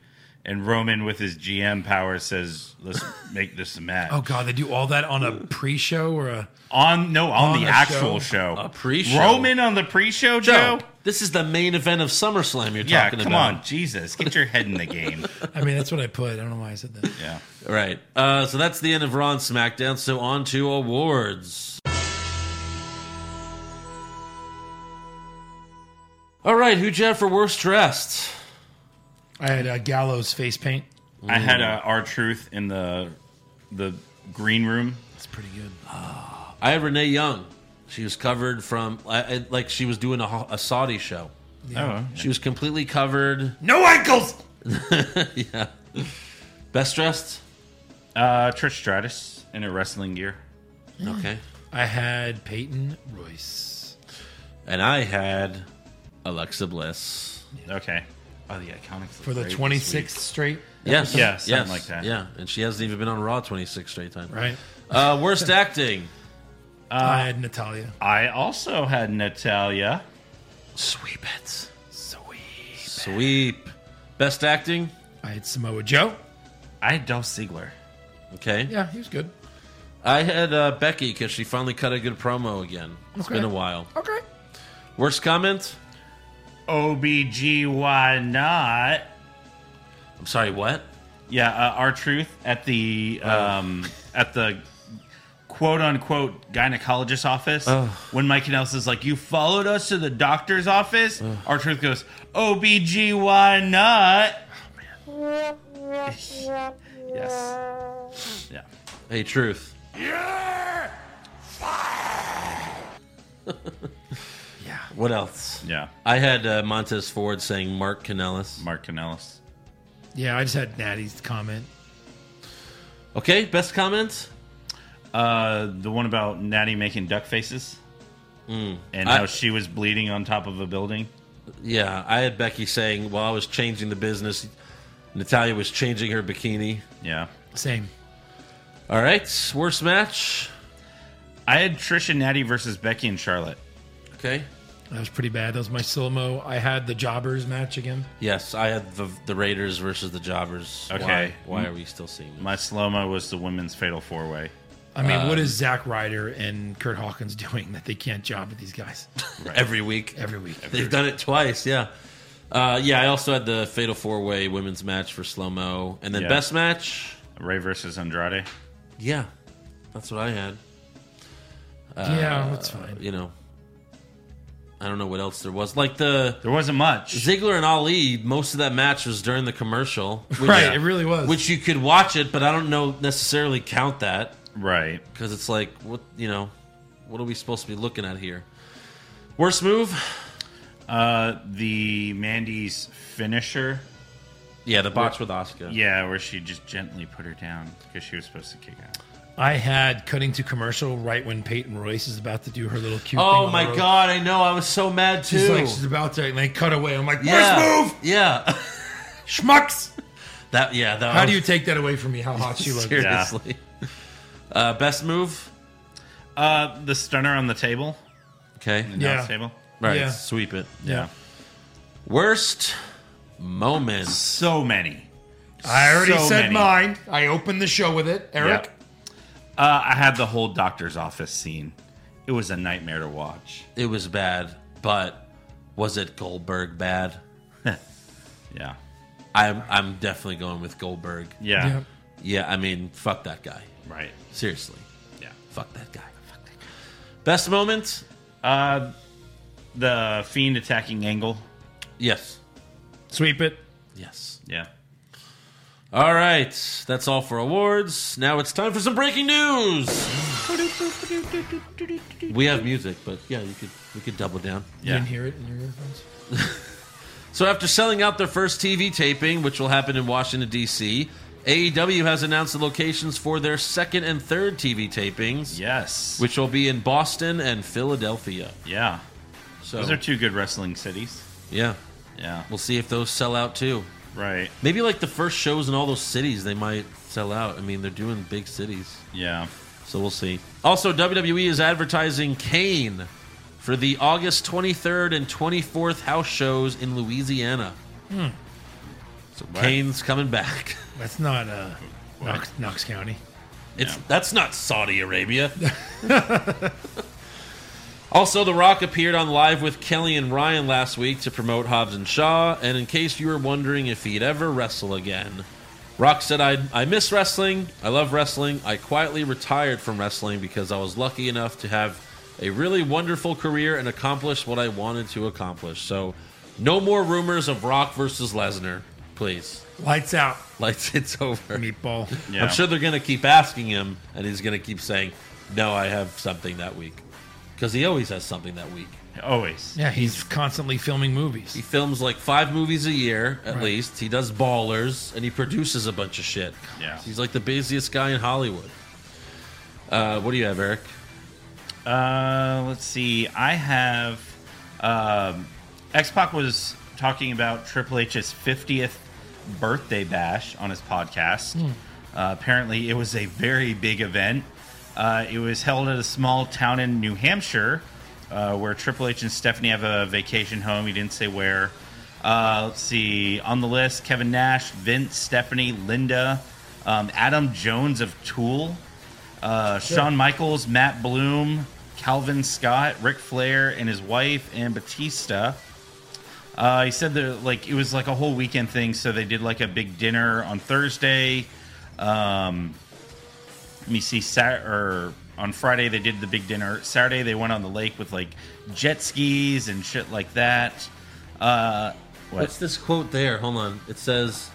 Speaker 7: and Roman with his GM power says, "Let's make this a match."
Speaker 5: Oh God, they do all that on a pre-show or a
Speaker 7: On no, on,
Speaker 5: On
Speaker 7: the,
Speaker 5: the
Speaker 7: actual
Speaker 5: show?
Speaker 7: show,
Speaker 4: A pre-show?
Speaker 7: Roman on the pre-show, Joe.
Speaker 4: Joe, this is the main event of SummerSlam you're
Speaker 7: Yeah,
Speaker 4: talking
Speaker 7: come
Speaker 4: about.
Speaker 7: on, Jesus, get your head in the game.
Speaker 5: I mean, that's what I put. I don't know why I said that.
Speaker 7: Yeah.
Speaker 4: All right. Uh, so that's the end of Raw and SmackDown. So on to awards. All right, who Jeff for worst dressed?
Speaker 5: I had uh, Gallows face paint.
Speaker 7: I had uh, our truth in the the green room.
Speaker 5: It's pretty good.
Speaker 4: I had Renee Young. She was covered from I, I, like she was doing a, ho- a Saudi show.
Speaker 7: Oh,
Speaker 4: She was completely covered.
Speaker 5: No ankles.
Speaker 4: yeah. Best dressed.
Speaker 7: uh, Trish Stratus in her wrestling gear.
Speaker 4: Okay.
Speaker 5: I had Peyton Royce.
Speaker 4: And I had Alexa Bliss.
Speaker 7: Okay. Oh, the iconics look
Speaker 5: for the
Speaker 7: great this
Speaker 5: twenty sixth
Speaker 7: week.
Speaker 5: straight,
Speaker 4: Yes.
Speaker 7: Yeah, something
Speaker 4: yes.
Speaker 7: like that.
Speaker 4: Yeah. And she hasn't even been on Raw 26 straight time.
Speaker 5: right?
Speaker 4: Uh, worst acting.
Speaker 5: Uh, I had Natalia.
Speaker 7: I also had Natalia.
Speaker 4: Sweep it. Sweep. Sweep. Best acting?
Speaker 5: I had Samoa Joe.
Speaker 7: I had Dolph Ziggler.
Speaker 4: Okay.
Speaker 5: Yeah, he was good.
Speaker 4: I had uh, Becky because she finally cut a good promo again. It's
Speaker 5: Okay.
Speaker 4: been a while.
Speaker 5: Okay.
Speaker 4: Worst comment?
Speaker 7: OBG, why not?
Speaker 4: I'm sorry, what?
Speaker 7: Yeah, uh, our truth at the um, at the quote unquote gynecologist office. When Mike Nelson's like, "You followed us to the doctor's office," our truth goes, "OBG, why not?" Oh, yes. Yeah.
Speaker 4: Hey, truth.
Speaker 5: Yeah.
Speaker 4: What else?
Speaker 7: Yeah.
Speaker 4: I had uh, Montez Ford saying Mark Canellis.
Speaker 7: Mark Canellis.
Speaker 5: Yeah, I just had Natty's comment.
Speaker 4: Okay, best comment?
Speaker 7: Uh, the one about Natty making duck faces. And
Speaker 4: Mm. I-
Speaker 7: how she was bleeding on top of a building.
Speaker 4: Yeah, I had Becky saying while I was changing the business, Natalia was changing her bikini.
Speaker 7: Yeah.
Speaker 5: Same.
Speaker 4: All right, worst match?
Speaker 7: I had Trish and Natty versus Becky and Charlotte.
Speaker 4: Okay.
Speaker 5: That was pretty bad. That was my Silmo. I had the Jobbers match again.
Speaker 4: Yes, I had the the Raiders versus the Jobbers.
Speaker 7: Okay.
Speaker 4: Why, why are we still seeing this?
Speaker 7: My slow mo was the women's fatal four way.
Speaker 5: I
Speaker 4: Uh,
Speaker 5: mean, what is Zack Ryder and Kurt Hawkins doing that they can't job with these guys
Speaker 4: Every week.
Speaker 5: every week?
Speaker 4: They've done it twice, yeah. Uh, yeah, I also had the Fatal Four Way women's match for slow mo. And then
Speaker 7: Yeah.
Speaker 4: best match?
Speaker 7: Ray versus Andrade.
Speaker 4: Yeah, that's what I had. Uh,
Speaker 5: yeah, that's fine.
Speaker 4: You know, I don't know what else there was. Like the
Speaker 7: There wasn't much.
Speaker 4: Ziggler and Ali, most of that match was during the commercial. Which,
Speaker 5: Right, it really was.
Speaker 4: Which you could watch it, but I don't know necessarily count that.
Speaker 7: Right.
Speaker 4: because it's like what you know what are we supposed to be looking at here worst move
Speaker 7: Uh, the Mandy's finisher.
Speaker 4: yeah the botch with oscar
Speaker 7: Yeah, where she just gently put her down because she was supposed to kick out.
Speaker 5: I had cutting to commercial right when Peyton Royce is about to do her little cute. thing
Speaker 4: oh
Speaker 5: on
Speaker 4: my
Speaker 5: the rope.
Speaker 4: god i know i was so mad too
Speaker 5: She's like she's about to, and they cut away. I'm like,
Speaker 4: yeah
Speaker 5: first move,
Speaker 4: yeah
Speaker 5: schmucks.
Speaker 4: that yeah that
Speaker 5: How
Speaker 4: was-
Speaker 5: do you take that away from me? How hot she looked.
Speaker 4: seriously uh best move
Speaker 7: Uh, the stunner on the table.
Speaker 4: okay
Speaker 7: The announce
Speaker 5: Yeah.
Speaker 7: Table.
Speaker 4: right
Speaker 5: Yeah.
Speaker 4: sweep it
Speaker 5: Yeah.
Speaker 4: worst moment
Speaker 7: So many.
Speaker 5: I already
Speaker 7: So
Speaker 5: said
Speaker 7: many.
Speaker 5: mine. I opened the show with it, Eric.
Speaker 7: Yep. Uh, I had the whole doctor's office scene. It was a nightmare to watch.
Speaker 4: it was bad but was it goldberg bad
Speaker 7: Yeah.
Speaker 4: i'm i'm definitely going with goldberg
Speaker 7: Yeah.
Speaker 5: Yeah.
Speaker 4: yeah i mean fuck that guy
Speaker 7: Right.
Speaker 4: seriously
Speaker 7: Yeah.
Speaker 4: Fuck that guy. Fuck that guy. Best moment?
Speaker 7: Uh, the fiend attacking Angle.
Speaker 4: Yes.
Speaker 5: Sweep it.
Speaker 4: Yes.
Speaker 7: Yeah.
Speaker 4: All right. That's all for awards. Now it's time for some breaking news. We have music, but yeah, you could we could double down.
Speaker 5: You
Speaker 7: Yeah.
Speaker 5: didn't hear it in your earphones?
Speaker 4: So after selling out their first TV taping, which will happen in Washington D.C., AEW E has announced the locations for their second and third TV tapings,
Speaker 7: Yes.
Speaker 4: which will be in Boston and Philadelphia.
Speaker 7: yeah.
Speaker 4: So
Speaker 7: Those are two good wrestling cities.
Speaker 4: yeah,
Speaker 7: Yeah.
Speaker 4: we'll see if those sell out too.
Speaker 7: Right.
Speaker 4: Maybe like the first shows in all those cities, they might sell out. I mean, they're doing big cities,
Speaker 7: Yeah.
Speaker 4: so we'll see. Also, WWE is advertising Kane for the August 23rd and 24th house shows in Louisiana.
Speaker 7: So
Speaker 4: Kane's coming back.
Speaker 5: That's not uh, Knox, Knox County.
Speaker 4: It's that's not Saudi Arabia. also, The Rock appeared on Live with Kelly and Ryan last week to promote Hobbs and Shaw. And in case you were wondering if he'd ever wrestle again, Rock said, "I I miss wrestling. I love wrestling. I quietly retired from wrestling because I was lucky enough to have a really wonderful career and accomplish what I wanted to accomplish. So, no more rumors of Rock versus Lesnar, please.
Speaker 5: Lights out,
Speaker 4: Lights, it's over."
Speaker 5: meatball.
Speaker 7: Yeah.
Speaker 4: I'm sure they're going to keep asking him, and he's going to keep saying, "No, I have something that week," because he always has something that week.
Speaker 7: Always.
Speaker 5: Yeah, he's constantly filming
Speaker 4: He
Speaker 5: movies.
Speaker 4: films like five movies a year at
Speaker 5: Right.
Speaker 4: least. He does ballers, and he produces a bunch of shit.
Speaker 7: Yeah.
Speaker 4: he's like the busiest guy in Hollywood. Uh, what do you have, Eric?
Speaker 7: Uh, let's see. I have. Um, X Pac was talking about Triple H's 50th birthday bash on his podcast. Uh, apparently, it was a very big event. Uh, it was held at a small town in New Hampshire uh, where Triple H and Stephanie have a vacation home. He didn't say where. Uh, let's see. On the list, Kevin Nash, Vince, Stephanie, Linda, um, Adam Jones of Tool, uh, Shawn Michaels, Matt Bloom, Calvin Scott, Ric Flair, and his wife, and Batista. Uh, he said that like it was like a whole weekend thing, so they did like a big dinner on Thursday. Um, let me see, Sat or on Friday they did the big dinner. Saturday they went on the lake with like jet skis and shit like that. Uh, what?
Speaker 4: What's this quote there? Hold on. It says,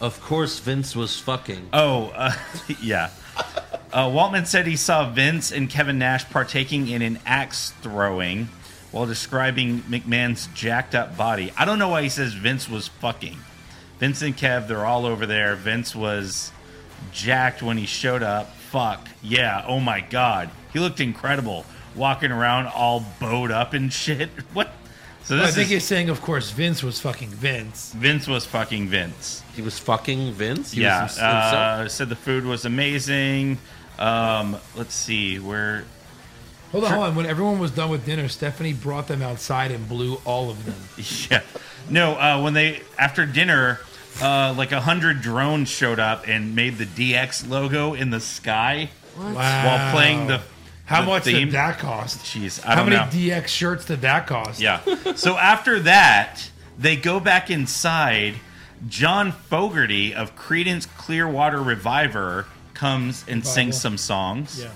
Speaker 4: "Of course, Vince was fucking."
Speaker 7: Oh, uh, yeah. Uh, Waltman said he saw Vince and Kevin Nash partaking in an axe throwing while describing McMahon's jacked up body. I don't know why he says Vince was fucking. Vince and Kev, they're all over there. Vince was jacked when he showed up. Fuck. Yeah. Oh my God. He looked incredible walking around all bowed up and shit. What? So
Speaker 5: I
Speaker 7: this
Speaker 5: think
Speaker 7: is
Speaker 5: he's saying, of course, Vince was fucking Vince.
Speaker 7: Vince was fucking Vince.
Speaker 4: He was fucking Vince. He
Speaker 7: yeah,
Speaker 4: was him- himself?
Speaker 7: uh, said the food was amazing. Um, let's see where.
Speaker 5: Hold on, hold on. When everyone was done with dinner, Stephanie brought them outside and blew all of them.
Speaker 7: Yeah, no. Uh, when they after dinner, uh, like a hundred drones showed up and made the DX logo in the sky while playing the.
Speaker 5: How
Speaker 7: the
Speaker 5: much
Speaker 7: theme.
Speaker 5: did that cost?
Speaker 7: Jeez, I
Speaker 5: How
Speaker 7: don't
Speaker 5: many
Speaker 7: know.
Speaker 5: DX shirts did that cost?
Speaker 7: Yeah. So after that, they go back inside. John Fogerty of Credence Clearwater Reviver comes and sings some songs.
Speaker 5: Yeah.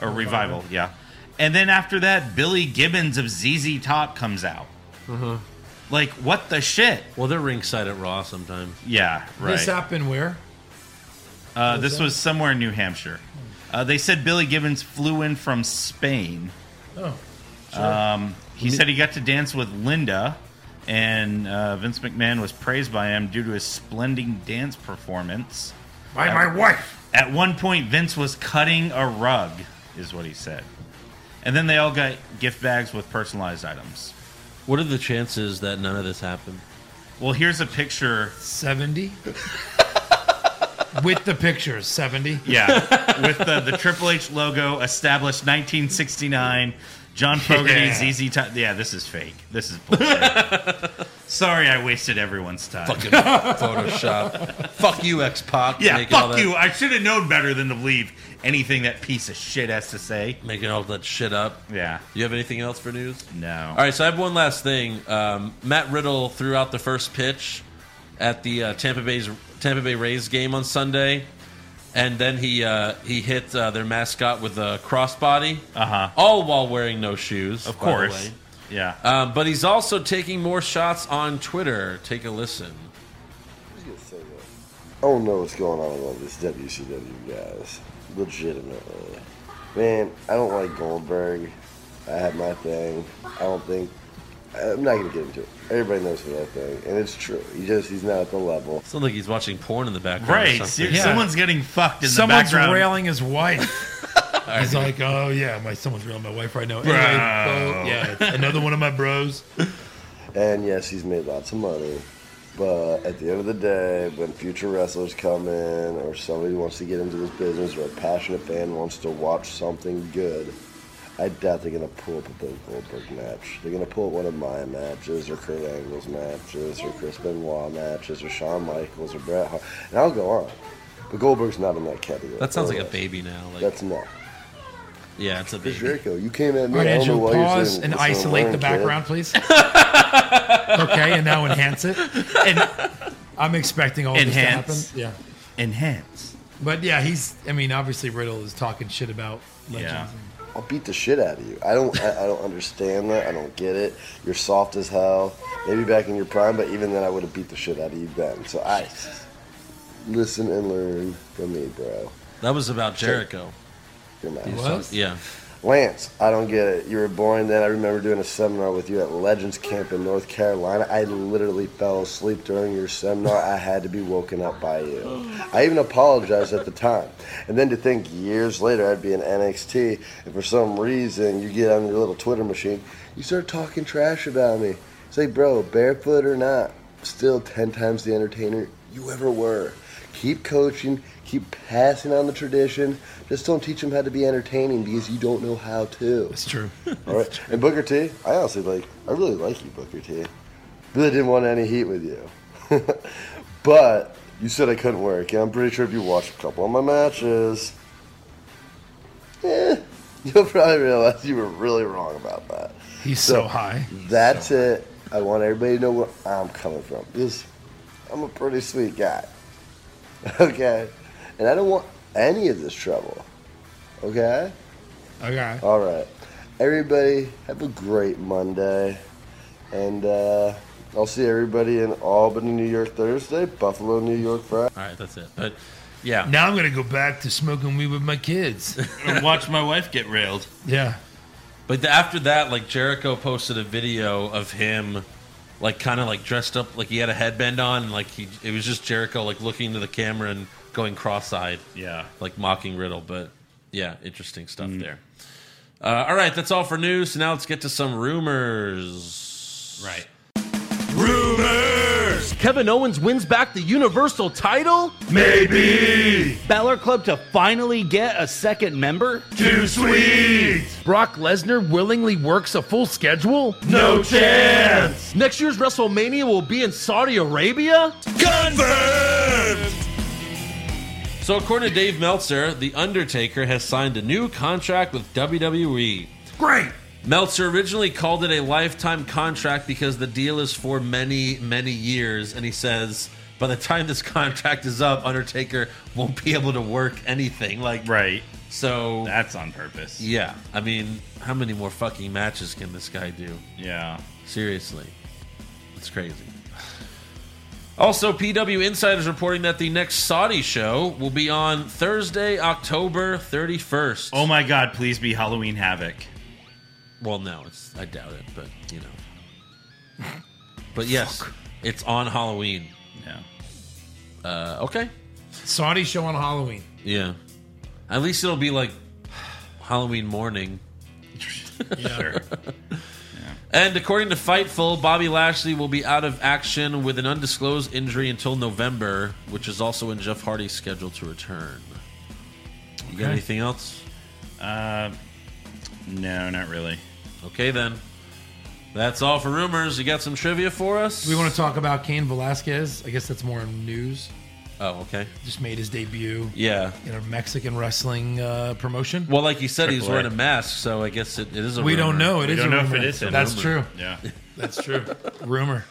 Speaker 7: Or revival, yeah. And then after that, Billy Gibbons of ZZ Top comes out. Like, what the shit?
Speaker 4: well, they're ringside at Raw sometimes.
Speaker 7: Yeah, right.
Speaker 5: This happened where?
Speaker 7: Uh, this was somewhere in New Hampshire. Uh, they said Billy Gibbons flew in from Spain.
Speaker 5: Oh,
Speaker 7: He said he got to dance with Linda, and uh, Vince McMahon was praised by him due to his splendid dance performance.
Speaker 5: by my wife.
Speaker 7: At one point, Vince was cutting a rug, is what he said. And then they all got gift bags with personalized items.
Speaker 4: What are the chances that none of this happened?
Speaker 7: Well, here's a picture.
Speaker 5: Seventy. With the pictures, seventy.
Speaker 7: Yeah, with the, the Triple H logo established 1969. John Fogerty,
Speaker 5: Yeah.
Speaker 7: ZZ Top. Yeah, this is fake. This is bullshit. Sorry, I wasted everyone's time.
Speaker 4: fucking Photoshop. Fuck you, X Pac.
Speaker 7: yeah, fuck you. I should have known better than to believe anything that piece of shit has to say.
Speaker 4: Making all that shit up.
Speaker 7: Yeah.
Speaker 4: You have anything else for news?
Speaker 7: No.
Speaker 4: All right, so I have one last thing. Um, Matt Riddle threw out the first pitch at the uh, Tampa Bay's Tampa Bay Rays game on Sunday, and then he uh, he hit uh, their mascot with a crossbody,
Speaker 7: Uh-huh.
Speaker 4: all while wearing no shoes.
Speaker 7: Of
Speaker 4: by the
Speaker 7: course.
Speaker 4: way.
Speaker 7: Yeah.
Speaker 4: Um, but he's also taking more shots on Twitter. Take a listen.
Speaker 8: I don't know what's going on with all this WCW guys. Legitimately. Man, I don't like Goldberg. I have my thing. I don't think. I'm not going to get into it. Everybody knows for that thing. And it's true. He just, he's not at the level.
Speaker 4: It's not like he's watching porn in the background. or
Speaker 7: Right.
Speaker 4: something.
Speaker 7: ser- Someone's getting fucked in the
Speaker 5: Someone's
Speaker 7: background.
Speaker 5: railing his wife. He's like, oh yeah, my someone's railing my wife right now. Anyway,
Speaker 7: Bro.
Speaker 5: oh, yeah, another one of my bros.
Speaker 8: And yes, he's made lots of money. But at the end of the day, when future wrestlers come in, or somebody wants to get into this business, or a passionate fan wants to watch something good, I doubt they're gonna pull up a Bill Goldberg match. They're gonna pull up one of my matches, or Kurt Angle's matches, or Chris Benoit matches, or Shawn Michaels, or Bret Hart, and I'll go on. But Goldberg's not in that category.
Speaker 4: That sounds like a
Speaker 8: Or-
Speaker 4: baby now. Like,
Speaker 8: That's not.
Speaker 4: yeah, it's a
Speaker 8: Chris
Speaker 4: baby.
Speaker 8: Jericho, you came at me.
Speaker 5: All right,
Speaker 8: I don't know
Speaker 5: Andrew,
Speaker 8: why you're
Speaker 5: pause
Speaker 8: saying-
Speaker 5: and
Speaker 8: you're saying
Speaker 5: isolate the
Speaker 8: learn, kid.
Speaker 5: background, please. okay, and now enhance it. And I'm expecting all
Speaker 7: Enhance.
Speaker 5: this to happen.
Speaker 7: Enhance.
Speaker 5: Yeah, but yeah, he's. I mean, obviously Riddle is talking shit about legends.
Speaker 7: Yeah.
Speaker 8: I'll beat the shit out of you. I don't. I, I don't understand that. I don't get it. You're soft as hell. Maybe back in your prime, but even then, I would have beat the shit out of you then. So I listen and learn from me, bro.
Speaker 4: That was about Jericho.
Speaker 8: You're not.
Speaker 5: What?
Speaker 4: Yeah.
Speaker 8: Lance, I don't get it. You were born then. I remember doing a seminar with you at Legends Camp in North Carolina. I literally fell asleep during your seminar. I had to be woken up by you. I even apologized at the time. And then to think years later I'd be in NXT, and for some reason you get on your little Twitter machine, you start talking trash about me. Say, bro, barefoot or not, still 10 times the entertainer you ever were. Keep coaching, keep passing on the tradition. Just don't teach them how to be entertaining because you don't know how to.
Speaker 5: It's true.
Speaker 8: All right. And Booker T, I honestly like, I really like you, Booker T. Really didn't want any heat with you. but you said I couldn't work, and I'm pretty sure if you watch a couple of my matches, eh, you'll probably realize you were really wrong about that.
Speaker 5: He's so high.
Speaker 8: That's it. I want everybody to know where I'm coming from. Because I'm a pretty sweet guy. Okay? And I don't want any of this trouble. Okay?
Speaker 5: Okay.
Speaker 8: All right. Everybody, have a great Monday. And uh, I'll see everybody in Albany, New York Thursday, Buffalo, New York Friday.
Speaker 4: All right, that's it. But yeah.
Speaker 5: Now I'm gonna go back to smoking weed with my kids.
Speaker 7: And watch my wife get railed.
Speaker 5: Yeah.
Speaker 4: But the, after that, like Jericho posted a video of him, like kind of like dressed up, like he had a headband on, and, like he it was just Jericho like looking to the camera and going cross-eyed,
Speaker 7: Yeah.
Speaker 4: like mocking Riddle. But yeah, interesting stuff
Speaker 7: Mm-hmm.
Speaker 4: there. Uh, all right, that's all for news. So now let's get to some rumors.
Speaker 7: Right.
Speaker 9: Kevin Owens wins back the Universal title? Maybe. Balor Club to finally get a second member? Too sweet. Brock Lesnar willingly works a full schedule? No chance. Next year's WrestleMania will be in Saudi Arabia?
Speaker 4: So according to Dave Meltzer, the Undertaker has signed a new contract with E. WWE.
Speaker 5: Great.
Speaker 4: Meltzer originally called it a lifetime contract because the deal is for many, many years. And he says, by the time this contract is up, Undertaker won't be able to work anything. Like,
Speaker 7: Right.
Speaker 4: So,
Speaker 7: That's on purpose.
Speaker 4: yeah. I mean, how many more fucking matches can this guy do?
Speaker 7: Yeah.
Speaker 4: Seriously. It's crazy. Also, PW Insider is reporting that the next Saudi show will be on Thursday, October 31st.
Speaker 7: Oh my God! Please be Halloween Havoc.
Speaker 4: Well, no, it's I doubt it, but you know. But yes, it's on Halloween.
Speaker 7: Yeah.
Speaker 4: Uh, okay.
Speaker 5: Saudi show on Halloween.
Speaker 4: Yeah. At least it'll be like Halloween morning.
Speaker 7: Sure.
Speaker 4: And according to Fightful, Bobby Lashley will be out of action with an undisclosed injury until November, which is also when Jeff Hardy's scheduled to return. You got anything else?
Speaker 7: No, not really.
Speaker 4: Okay then. That's all for rumors. You got some trivia for us?
Speaker 5: We want to talk about Kane Velasquez. I guess that's more in news.
Speaker 4: Oh, okay.
Speaker 5: Just made his debut
Speaker 4: Yeah.
Speaker 5: in a Mexican wrestling uh, promotion.
Speaker 4: Well, like you said, he's
Speaker 7: Triple A.
Speaker 4: wearing a mask, so I guess it, it is a
Speaker 5: we
Speaker 4: rumor.
Speaker 5: don't know. Oh, It
Speaker 7: We
Speaker 5: is
Speaker 7: don't
Speaker 5: a
Speaker 7: know if
Speaker 5: rumor.
Speaker 7: it is a
Speaker 5: That's
Speaker 7: rumor.
Speaker 5: true.
Speaker 7: Yeah.
Speaker 5: That's true. Rumor.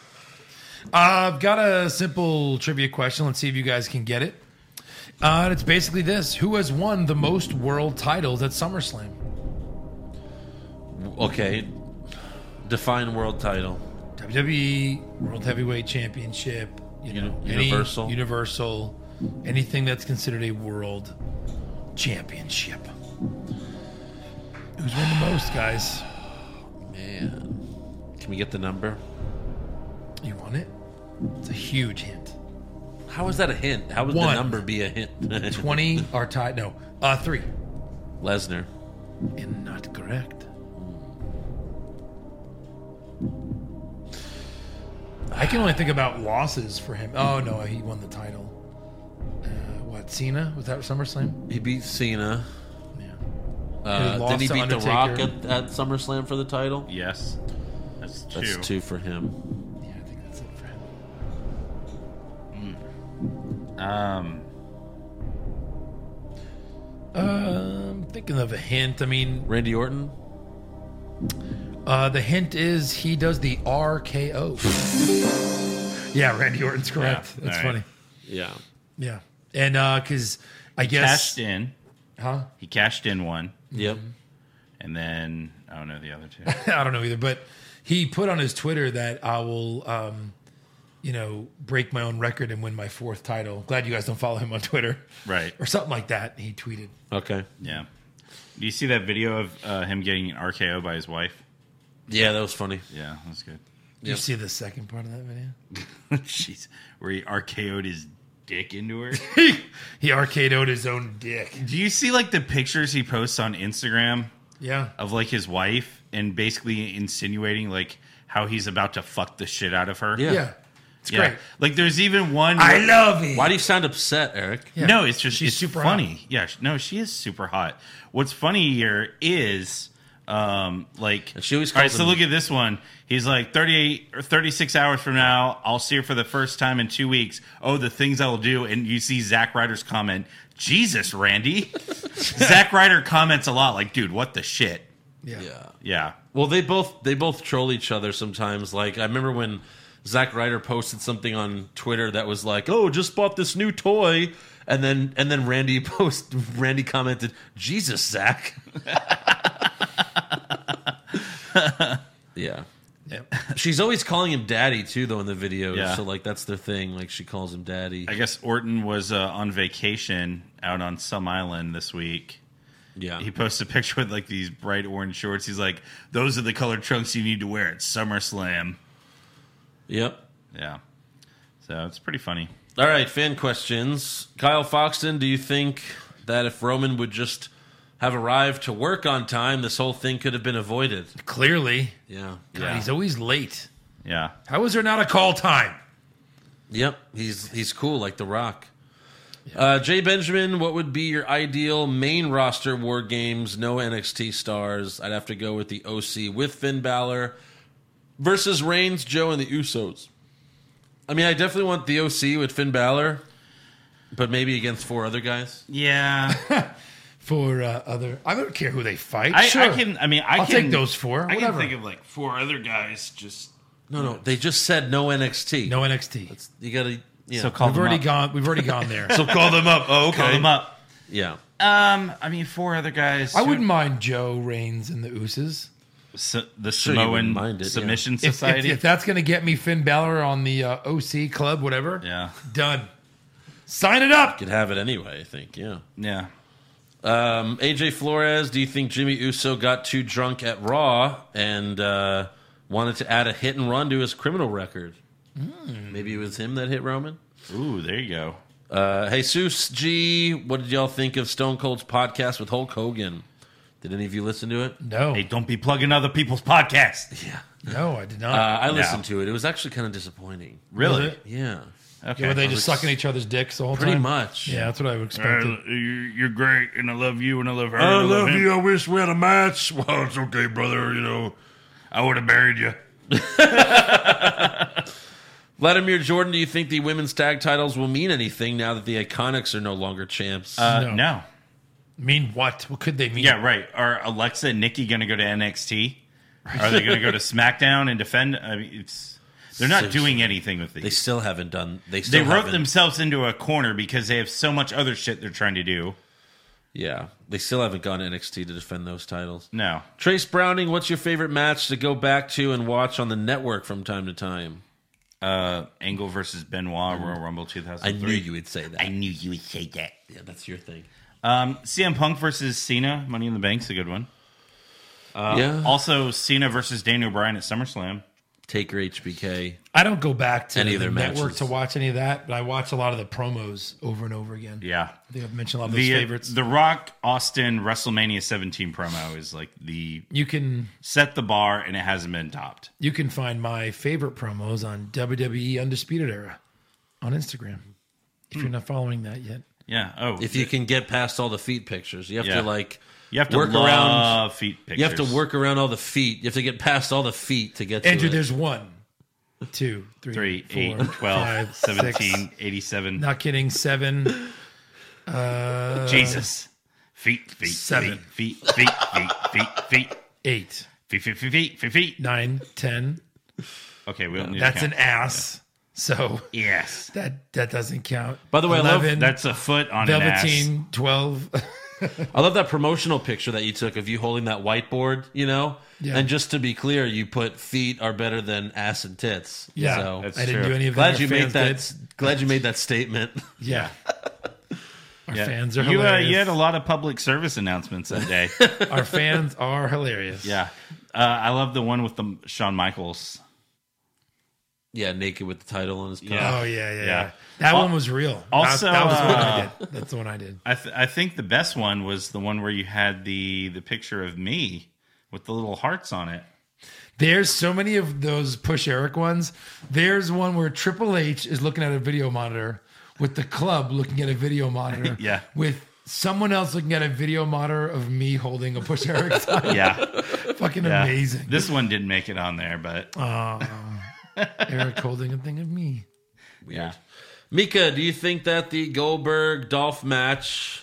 Speaker 5: Uh, I've got a simple trivia question. Let's see if you guys can get it. Uh, and it's basically this: Who has won the most world titles at SummerSlam?
Speaker 4: Okay. Define world title.
Speaker 5: WWE E World Heavyweight Championship. You know,
Speaker 4: Uni-
Speaker 5: any-
Speaker 4: Universal.
Speaker 5: Universal. Anything that's considered a world championship. Who's won the most, guys?
Speaker 4: Man. Can we get the number?
Speaker 5: You want it? It's a huge hint.
Speaker 4: How is that a hint? How would
Speaker 5: One.
Speaker 4: the number be a hint?
Speaker 5: 20 are tied. No, uh, three.
Speaker 4: Lesnar.
Speaker 5: And not correct. I can only think about losses for him. Oh no, he won the title. Uh, what Cena was that SummerSlam?
Speaker 4: He beat Cena.
Speaker 5: Yeah.
Speaker 4: Uh,
Speaker 5: He lost
Speaker 4: did he
Speaker 5: to
Speaker 4: beat The Rock
Speaker 5: Undertaker.
Speaker 4: at, at SummerSlam for the title?
Speaker 7: Yes. That's two.
Speaker 4: That's two for him.
Speaker 5: Yeah, I think that's it for him.
Speaker 7: Um,
Speaker 5: Uh, I'm thinking of a hint. I mean,
Speaker 4: Randy Orton.
Speaker 5: uh, the hint is he does the RKO. yeah, Randy Orton's correct.
Speaker 7: Yeah,
Speaker 5: that's
Speaker 7: all right.
Speaker 5: funny.
Speaker 4: Yeah.
Speaker 5: Yeah, and because I guess
Speaker 7: Cashed in.
Speaker 5: huh?
Speaker 7: He cashed in one,
Speaker 4: Yep.
Speaker 5: Mm-hmm.
Speaker 7: and then I don't know the other two.
Speaker 5: I don't know either, but he put on his Twitter that I will, um, you know, break my own record and win my fourth title. Glad you guys don't follow him on Twitter,
Speaker 7: Right.
Speaker 5: Or something like that. He tweeted.
Speaker 4: Okay.
Speaker 7: Yeah. Do you see that video of uh, him getting an RKO by his wife?
Speaker 4: Yeah, that was funny.
Speaker 7: Yeah, that's good.
Speaker 5: Did You see the second part of that video?
Speaker 7: Jeez, where he RKO'd his dick into her.
Speaker 5: He RKO'd his own dick.
Speaker 7: Do you see like the pictures he posts on Instagram
Speaker 5: Yeah,
Speaker 7: of like his wife and basically insinuating like how he's about to fuck the shit out of her?
Speaker 4: Yeah.
Speaker 5: yeah, it's
Speaker 7: Yeah.
Speaker 5: great.
Speaker 7: Like there's even one.
Speaker 5: I love it.
Speaker 4: Why do you sound upset, Eric?
Speaker 5: Yeah.
Speaker 7: No, it's just
Speaker 5: She's
Speaker 7: it's
Speaker 5: super
Speaker 7: funny.
Speaker 5: hot.
Speaker 7: Yeah, sh- no, she is super hot. What's funny here is um like
Speaker 4: And she always
Speaker 7: all right,
Speaker 4: calls
Speaker 7: so
Speaker 4: him-
Speaker 7: look at this one. He's like 38 or 36 hours from now, I'll see her for the first time in 2 weeks. Oh, the things I'll do and you see Zach Ryder's comment, "Jesus, Randy." Zach Ryder comments a lot like, "Dude, what the shit?"
Speaker 5: yeah.
Speaker 7: Yeah.
Speaker 4: Well, they both they both troll each other sometimes. Like I remember when Zack Ryder posted something on Twitter that was like, "Oh, just bought this new toy," and then and then Randy post Randy commented, "Jesus, Zach." yeah.
Speaker 5: Yep.
Speaker 4: She's always calling him daddy too, though in the videos.
Speaker 7: Yeah.
Speaker 4: So like that's their thing. Like she calls him daddy.
Speaker 7: I guess Orton was uh, on vacation out on some island this week.
Speaker 4: yeah.
Speaker 7: he posts a picture with like these bright orange shorts. He's like, "Those are the colored trunks you need to wear at SummerSlam."
Speaker 4: yep.
Speaker 7: Yeah, so it's pretty funny.
Speaker 4: All right, fan questions. Kyle Foxton, do you think that if Roman would just have arrived to work on time, this whole thing could have been avoided?
Speaker 5: Clearly,
Speaker 4: Yeah.
Speaker 5: God, he's always late.
Speaker 7: Yeah,
Speaker 5: How is there not a call time?
Speaker 4: Yep. He's he's cool like The Rock. Uh, Jay Benjamin, what would be your ideal main roster war games? No NXT stars. I'd have to go with the OC with Finn Balor versus Reigns, Joe, and the Usos. I mean, I definitely want the OC with Finn Balor, but maybe against four other guys.
Speaker 7: yeah.
Speaker 5: For uh, other, I don't care who they fight.
Speaker 7: I,
Speaker 5: sure.
Speaker 7: I can. I mean, I
Speaker 5: I'll
Speaker 7: can
Speaker 5: take those four,
Speaker 7: I
Speaker 5: whatever.
Speaker 7: can think of like four other guys. Just
Speaker 4: No, no, they just said no NXT.
Speaker 5: no NXT.
Speaker 4: You gotta, yeah.
Speaker 7: so call
Speaker 5: we've
Speaker 7: them
Speaker 5: already
Speaker 7: up.
Speaker 5: gone. We've already gone there.
Speaker 7: So call them up. Oh, okay. Call them up.
Speaker 4: yeah.
Speaker 7: Um, I mean, four other guys.
Speaker 5: I wouldn't mind Joe Reigns and the Ooses.
Speaker 7: S- the
Speaker 4: you wouldn't
Speaker 7: Samoan
Speaker 4: mind it, yeah.
Speaker 7: Submission
Speaker 5: If, if,
Speaker 7: Society.
Speaker 5: if that's going to get me Finn Balor on the uh, OC club, whatever,
Speaker 7: yeah,
Speaker 5: done. Sign it up.
Speaker 4: Could have it anyway, I think. Yeah.
Speaker 7: yeah.
Speaker 4: Um, AJ Flores, do you think Jimmy Uso got too drunk at Raw and uh, wanted to add a hit and run to his criminal record?
Speaker 5: Hmm.
Speaker 4: Maybe it was him that hit Roman?
Speaker 7: Ooh, there you go.
Speaker 4: Uh, Jesus G, what did y'all think of Stone Cold's podcast with Hulk Hogan? Did any of you listen to it?
Speaker 5: No,
Speaker 7: Hey, don't be plugging other people's podcasts.
Speaker 5: no, I did
Speaker 4: Uh,
Speaker 5: not.
Speaker 4: I listened to it. It was actually kind of disappointing.
Speaker 5: Was
Speaker 7: Really?
Speaker 5: it?
Speaker 4: Yeah.
Speaker 7: Okay.
Speaker 5: yeah, were they just sucking each other's dicks the whole
Speaker 4: Pretty
Speaker 5: time?
Speaker 4: much.
Speaker 5: Yeah, that's what I
Speaker 6: I,
Speaker 5: expected.
Speaker 6: lo- Uh, you- you're great, and I love you, and I love her.
Speaker 7: I
Speaker 6: and
Speaker 7: love
Speaker 6: you. I wish we had a match. Well, it's okay, brother. You know, I would have buried you.
Speaker 4: Vladimir Jordan, do you think the women's tag titles will mean anything now that the Iconics are no longer champs?
Speaker 7: Uh,
Speaker 5: No.
Speaker 7: no.
Speaker 5: mean what? What could they mean?
Speaker 7: Yeah, right. Are Alexa and Nikki going to go to NXT? Are they going to go to SmackDown and defend? I mean, it's they're not
Speaker 4: So-
Speaker 7: doing anything with
Speaker 4: They
Speaker 7: these.
Speaker 4: still haven't done. They
Speaker 7: They,
Speaker 4: still
Speaker 7: wrote
Speaker 4: haven't-
Speaker 7: themselves into a corner because they have so much other shit they're trying to do.
Speaker 4: Yeah, they still haven't gone to NXT to defend those titles.
Speaker 7: No,
Speaker 4: Trace Browning, what's your favorite match to go back to and watch on the network from time to time?
Speaker 7: uh, Angle versus Benoit Royal Rumble
Speaker 4: I
Speaker 7: 2003.
Speaker 4: knew you would say that.
Speaker 7: I knew you would say that.
Speaker 4: yeah, that's your thing.
Speaker 7: Um, CM Punk versus Cena, Money in the Bank's a good one.
Speaker 4: yeah,
Speaker 7: Also, Cena versus Daniel Bryan at SummerSlam.
Speaker 4: Taker HBK.
Speaker 5: I don't go back to
Speaker 4: Any
Speaker 5: the
Speaker 4: of their
Speaker 5: network
Speaker 4: matches.
Speaker 5: to watch any of that, but I watch a lot of the promos over and over again.
Speaker 7: Yeah.
Speaker 5: I think I've mentioned a lot of those
Speaker 7: The, uh,
Speaker 5: favorites.
Speaker 7: the Rock Austin WrestleMania 17 promo is like the
Speaker 5: you can
Speaker 7: set the bar and it hasn't been topped.
Speaker 5: you can find my favorite promos on WWE Undisputed Era on Instagram. If
Speaker 7: Hmm.
Speaker 5: you're not following that yet,
Speaker 7: Yeah. Oh,
Speaker 4: If you can get past all the feet pictures, you have to
Speaker 7: Yeah.
Speaker 4: like
Speaker 7: you have to
Speaker 4: work
Speaker 7: love
Speaker 4: around.
Speaker 7: feet pictures.
Speaker 4: You have to work around all the feet. You have to get past all the feet to get to
Speaker 5: Andrew,
Speaker 4: it.
Speaker 5: there's one, two, three,
Speaker 7: Three,
Speaker 5: four,
Speaker 7: eight, twelve,
Speaker 5: five, six.
Speaker 7: seventeen, eighty-seven.
Speaker 5: Not kidding, seven.
Speaker 7: Jesus. Feet, feet,
Speaker 5: Seven.
Speaker 7: feet, feet, feet, feet, feet,
Speaker 5: eight,
Speaker 7: feet, feet, feet, feet, feet, feet, feet.
Speaker 5: nine, ten.
Speaker 7: Okay, we don't need
Speaker 5: That's
Speaker 7: to
Speaker 5: an
Speaker 7: count.
Speaker 5: ass. So
Speaker 7: Yes.
Speaker 5: that that doesn't count.
Speaker 4: By the way, I love
Speaker 7: That's a foot on an ass.
Speaker 5: Velveteen, twelve.
Speaker 4: I love that promotional picture that you took of you holding that whiteboard, you know?
Speaker 5: Yeah.
Speaker 4: And just to be clear, you put feet are better than ass and tits.
Speaker 5: Yeah,
Speaker 4: So
Speaker 7: That's
Speaker 5: I didn't
Speaker 7: true.
Speaker 5: do any of that.
Speaker 4: glad
Speaker 5: Our
Speaker 4: you made
Speaker 5: fans
Speaker 4: that
Speaker 5: did.
Speaker 4: glad you made that statement.
Speaker 5: Yeah, our
Speaker 7: Yeah.
Speaker 5: fans are
Speaker 7: you, uh,
Speaker 5: hilarious.
Speaker 7: you had a lot of public service announcements that day.
Speaker 5: our fans are hilarious.
Speaker 7: yeah. Uh, I love the one with the Shawn Michaels.
Speaker 4: yeah, naked with the title on his cup.
Speaker 7: Yeah.
Speaker 5: Oh yeah, yeah, yeah.
Speaker 7: Yeah.
Speaker 5: That
Speaker 7: Al-
Speaker 5: one was real.
Speaker 7: also,
Speaker 5: that, that was the one
Speaker 7: uh,
Speaker 5: I did. That's the one I did.
Speaker 7: I, th- I think the best one was the one where you had the the picture of me with the little hearts on it.
Speaker 5: There's so many of those push Eric ones. There's one where Triple H is looking at a video monitor with the club looking at a video monitor.
Speaker 7: Yeah.
Speaker 5: With someone else looking at a video monitor of me holding a push Eric. sign.
Speaker 7: Yeah,
Speaker 5: Fucking
Speaker 7: yeah.
Speaker 5: amazing. Oh,
Speaker 7: This one didn't make it on there, but
Speaker 5: Eric holding a thing of me.
Speaker 7: yeah,
Speaker 4: Mika, do you think that the Goldberg Dolph match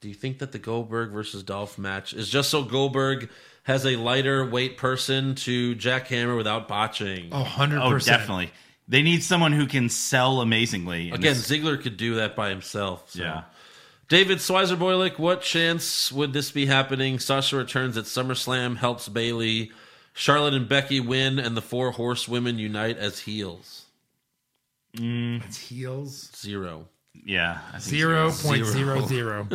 Speaker 4: do you think that the Goldberg versus Dolph match is just so Goldberg has a lighter weight person to jackhammer without botching?
Speaker 5: Oh, 100%.
Speaker 7: oh, definitely. They need someone who can sell amazingly. and
Speaker 4: Again,
Speaker 7: this-
Speaker 4: Ziggler could do that by himself. So.
Speaker 7: yeah,
Speaker 4: David Swizerboylik, what chance would this be happening? Sasha returns at SummerSlam, helps Bailey. Charlotte and Becky win, and the four horsewomen unite as heels.
Speaker 5: It's heels.
Speaker 4: Zero.
Speaker 7: yeah, I think
Speaker 5: Zero point zero zero.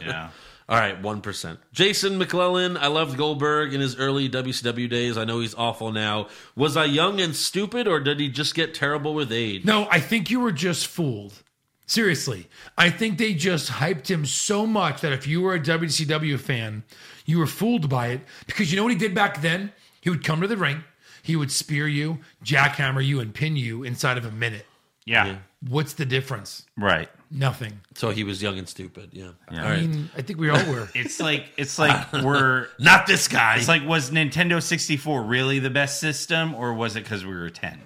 Speaker 7: Yeah,
Speaker 4: All right, 1%. Jason McClellan, I loved Goldberg in his early WCW days. I know he's awful now. Was I young and stupid, or did he just get terrible with age?
Speaker 5: No, I think you were just fooled. Seriously, I think they just hyped him so much that if you were a WCW fan, you were fooled by it because you know what he did back then? He would come to the ring, he would spear you, jackhammer you, and pin you inside of a minute.
Speaker 7: yeah,
Speaker 5: What's the difference?
Speaker 7: right.
Speaker 5: Nothing.
Speaker 4: So he was young and stupid, yeah. All
Speaker 5: I
Speaker 4: right.
Speaker 5: mean, I think we all were.
Speaker 7: It's like it's like we're
Speaker 4: Not this guy.
Speaker 7: it's like was Nintendo sixty four really the best system, or was it because we were ten?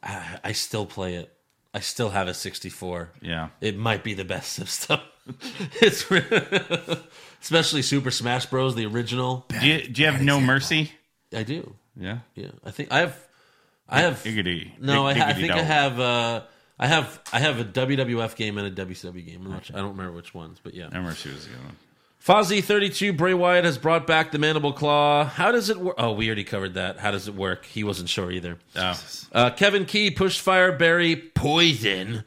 Speaker 4: I, I still play it. I still have a 64.
Speaker 7: Yeah,
Speaker 4: it might be the best system. it's re- especially Super Smash Bros. The original.
Speaker 7: do you, do you have no mercy?
Speaker 4: I do.
Speaker 7: Yeah,
Speaker 4: Yeah, I think I have. I have.
Speaker 7: Diggity.
Speaker 4: No, I, ha- I
Speaker 7: Diggity
Speaker 4: think I
Speaker 7: dog.
Speaker 4: have. Uh, I have. I have a WWF game and a WCW game. I'm not sure- I don't remember which ones, but yeah.
Speaker 7: no mercy was the other one.
Speaker 4: Fozzy thirty two Bray Wyatt has brought back the Mandible Claw. How does it work? Oh, we already covered that. How does it work? He wasn't sure either.
Speaker 7: Oh.
Speaker 4: Uh, Kevin Key, Push Fire, Barry, Poison,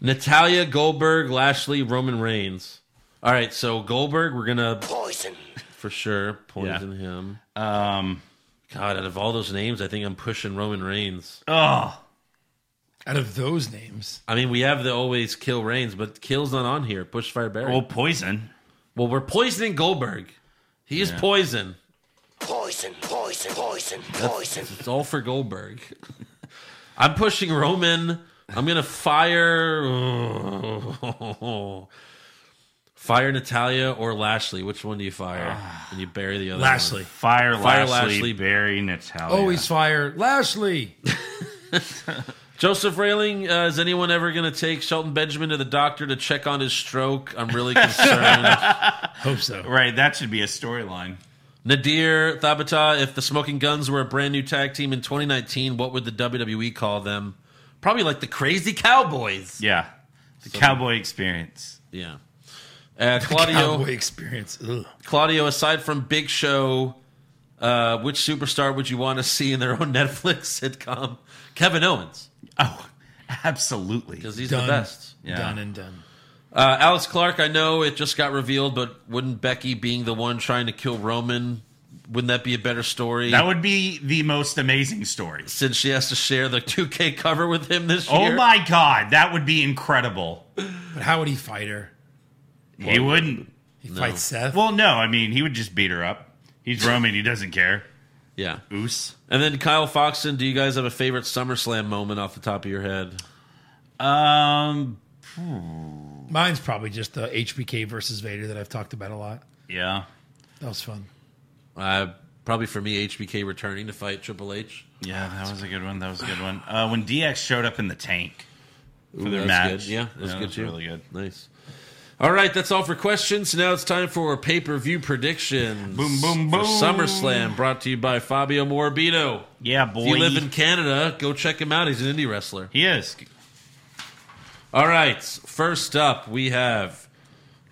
Speaker 4: Natalia, Goldberg, Lashley, Roman Reigns. All right, so Goldberg, we're gonna poison for sure. Poison him.
Speaker 7: Um.
Speaker 4: God, out of all those names, I think I'm pushing Roman Reigns.
Speaker 7: Oh.
Speaker 5: Out of those names,
Speaker 4: I mean, we have the always kill Reigns, but kill's not on here. Push Fire, Barry.
Speaker 7: Well,
Speaker 4: Well,
Speaker 7: poison.
Speaker 4: we're poisoning Goldberg. He is poison.
Speaker 2: Poison, poison, poison, poison.
Speaker 4: It's all for Goldberg. I'm pushing Roman. I'm gonna fire fire Natalia or Lashley. Which one do you fire? And you bury the other one.
Speaker 5: Lashley.
Speaker 7: Fire,
Speaker 4: Fire
Speaker 7: Lashley,
Speaker 4: Lashley.
Speaker 7: Barry
Speaker 4: Oh,
Speaker 7: Natalia.
Speaker 5: Always fire Lashley.
Speaker 4: Joseph Railing. Uh, is anyone ever gonna take Shelton Benjamin to the doctor to check on his stroke? I'm really concerned.
Speaker 5: Hope so.
Speaker 7: Right, that should be a storyline.
Speaker 4: Nadir Thabata. If the Smoking Guns were a brand new tag team in 2019, what would the WWE call them? Probably like the Crazy Cowboys.
Speaker 7: Yeah. The cowboy experience.
Speaker 4: Yeah. Uh, Claudio.
Speaker 5: Cowboy experience. Ugh.
Speaker 4: Claudio, aside from Big Show, uh, which superstar would you want to see in their own Netflix sitcom? Kevin Owens,
Speaker 7: Oh, absolutely.
Speaker 4: because he's
Speaker 5: Done.
Speaker 4: the best.
Speaker 7: Yeah.
Speaker 5: Done and done.
Speaker 4: Uh, Alex Clark, I know it just got revealed, but wouldn't Becky being the one trying to kill Roman Wouldn't that be a better story?
Speaker 7: That would be the most amazing story.
Speaker 4: since she has to share the 2K cover with him this
Speaker 7: Oh
Speaker 4: year.
Speaker 7: my god, that would be incredible.
Speaker 5: But how would he fight her?
Speaker 7: He wouldn't.
Speaker 5: He fights Seth.
Speaker 7: Well, no, I mean he would just beat her up. He's Roman, he doesn't care.
Speaker 4: Yeah.
Speaker 7: Oos.
Speaker 4: And then Kyle Foxon, do you guys have a favorite SummerSlam moment off the top of your head?
Speaker 7: Um
Speaker 5: Mine's probably just the HBK versus Vader that I've talked about a lot.
Speaker 7: yeah.
Speaker 5: That was fun.
Speaker 4: Uh, probably for me, HBK returning to fight Triple H.
Speaker 7: Yeah, that was a good one. That was a good one. Uh, when DX showed up in the tank for their
Speaker 4: That's
Speaker 7: match.
Speaker 4: good. Yeah, that's
Speaker 7: that
Speaker 4: good
Speaker 7: was
Speaker 4: too.
Speaker 7: Really good.
Speaker 4: Nice. All right, that's all for questions. Now it's time for pay per view predictions.
Speaker 7: Boom, boom,
Speaker 4: For
Speaker 7: boom.
Speaker 4: SummerSlam, brought to you by Fabio Morbido.
Speaker 7: Yeah, boy.
Speaker 4: If you live in Canada, go check him out. He's an indie wrestler.
Speaker 7: he is.
Speaker 4: All right, first up, we have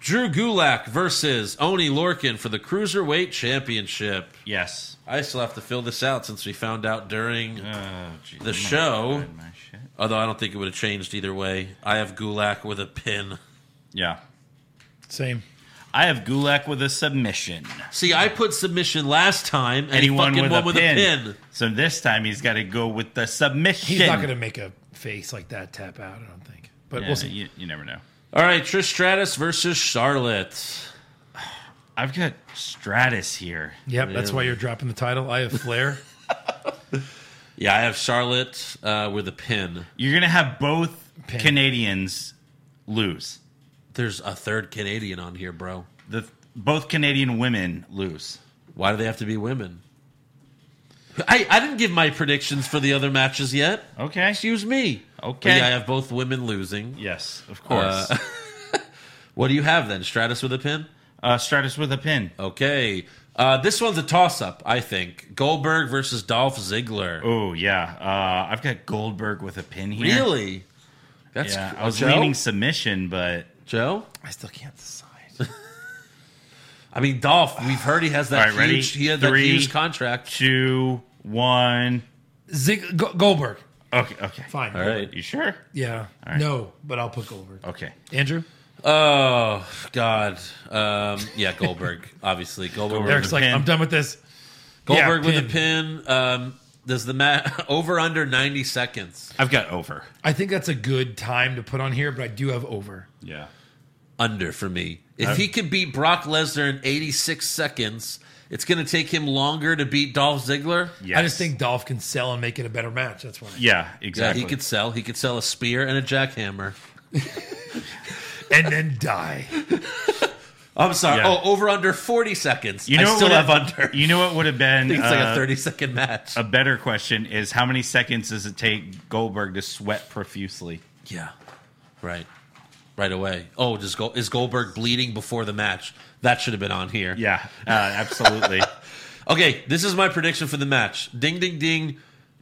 Speaker 4: Drew Gulak versus Oni Lorkin for the Cruiserweight Championship.
Speaker 7: Yes.
Speaker 4: I still have to fill this out since we found out during
Speaker 7: Oh, geez,
Speaker 4: The
Speaker 7: I'm not
Speaker 4: show-
Speaker 7: gonna find my shit.
Speaker 4: Although I don't think it would have changed either way. I have Gulak with a pin.
Speaker 7: Yeah.
Speaker 5: Same.
Speaker 7: I have Gulak with a submission.
Speaker 4: See, I put submission last time, and
Speaker 7: Anyone
Speaker 4: he fucking
Speaker 7: with,
Speaker 4: won
Speaker 7: a,
Speaker 4: with
Speaker 7: pin.
Speaker 4: a pin.
Speaker 7: So this time he's got to go with the submission.
Speaker 5: He's not going to make a face like that tap out, I don't think. But
Speaker 7: Yeah,
Speaker 5: we'll see.
Speaker 7: You, you never know.
Speaker 4: All right, Trish Stratus versus Charlotte.
Speaker 7: I've got Stratus here.
Speaker 5: Yep, that's why you're dropping the title. I have Flair.
Speaker 4: Yeah, I have Charlotte uh, with a pin.
Speaker 7: You're going to have both
Speaker 5: Pin.
Speaker 7: Canadians lose.
Speaker 4: There's a third Canadian on here, bro.
Speaker 7: The both Canadian women lose.
Speaker 4: Why do they have to be women? I, I didn't give my predictions for the other matches yet.
Speaker 7: Okay.
Speaker 4: Excuse me.
Speaker 7: Okay.
Speaker 4: But yeah, I have both women losing.
Speaker 7: Yes, of course.
Speaker 4: Uh, What do you have then? Stratus with a pin?
Speaker 7: uh, Stratus with a pin.
Speaker 4: Okay. Uh, this one's a toss up, I think. Goldberg versus Dolph Ziggler.
Speaker 7: Oh yeah, uh, I've got Goldberg with a pin here.
Speaker 4: Really? That's
Speaker 7: Yeah,
Speaker 4: cr-
Speaker 7: I was
Speaker 4: Joe?
Speaker 7: leaning submission, but
Speaker 4: Joe?
Speaker 5: I still can't decide.
Speaker 4: I mean, Dolph, we've heard he has that
Speaker 7: All right, ready?
Speaker 4: huge he had that
Speaker 7: Three.
Speaker 4: huge contract.
Speaker 7: two, one.
Speaker 5: Zig- Go- Goldberg.
Speaker 7: Okay, okay.
Speaker 5: Fine.
Speaker 4: All right.
Speaker 7: You sure?
Speaker 5: Yeah. No, but I'll put Goldberg.
Speaker 7: Okay.
Speaker 5: Andrew?
Speaker 4: Oh God. Um, yeah, Goldberg, obviously. Goldberg,
Speaker 5: Eric's like,
Speaker 7: pin.
Speaker 5: I'm done with this.
Speaker 4: Goldberg
Speaker 5: yeah,
Speaker 4: with a pin. Um, does the mat over under ninety seconds?
Speaker 7: I've got over.
Speaker 5: I think that's a good time to put on here, but I do have over.
Speaker 7: Yeah.
Speaker 4: Under for me. If
Speaker 7: Uh,
Speaker 4: he could beat Brock Lesnar in eighty six seconds, it's going to take him longer to beat Dolph Ziggler.
Speaker 7: Yes.
Speaker 5: I just think Dolph can sell and make it a better match. That's why.
Speaker 7: Yeah,
Speaker 4: Yeah,
Speaker 7: exactly.
Speaker 4: he could sell. He could sell a spear and a jackhammer.
Speaker 5: And then die.
Speaker 4: I'm sorry.
Speaker 7: Yeah.
Speaker 4: Oh, over under 40 seconds.
Speaker 7: You know
Speaker 4: I
Speaker 7: what
Speaker 4: still
Speaker 7: would've-
Speaker 4: have under.
Speaker 7: You know what would have been
Speaker 4: it's like a
Speaker 7: uh,
Speaker 4: 30 second match.
Speaker 7: a better question is how many seconds does it take Goldberg to sweat profusely?
Speaker 4: yeah. Right. Right away. Oh, does Go- is Goldberg bleeding before the match? That should have been on here.
Speaker 7: Yeah, uh, absolutely.
Speaker 4: Okay, this is my prediction for the match. Ding, ding, ding.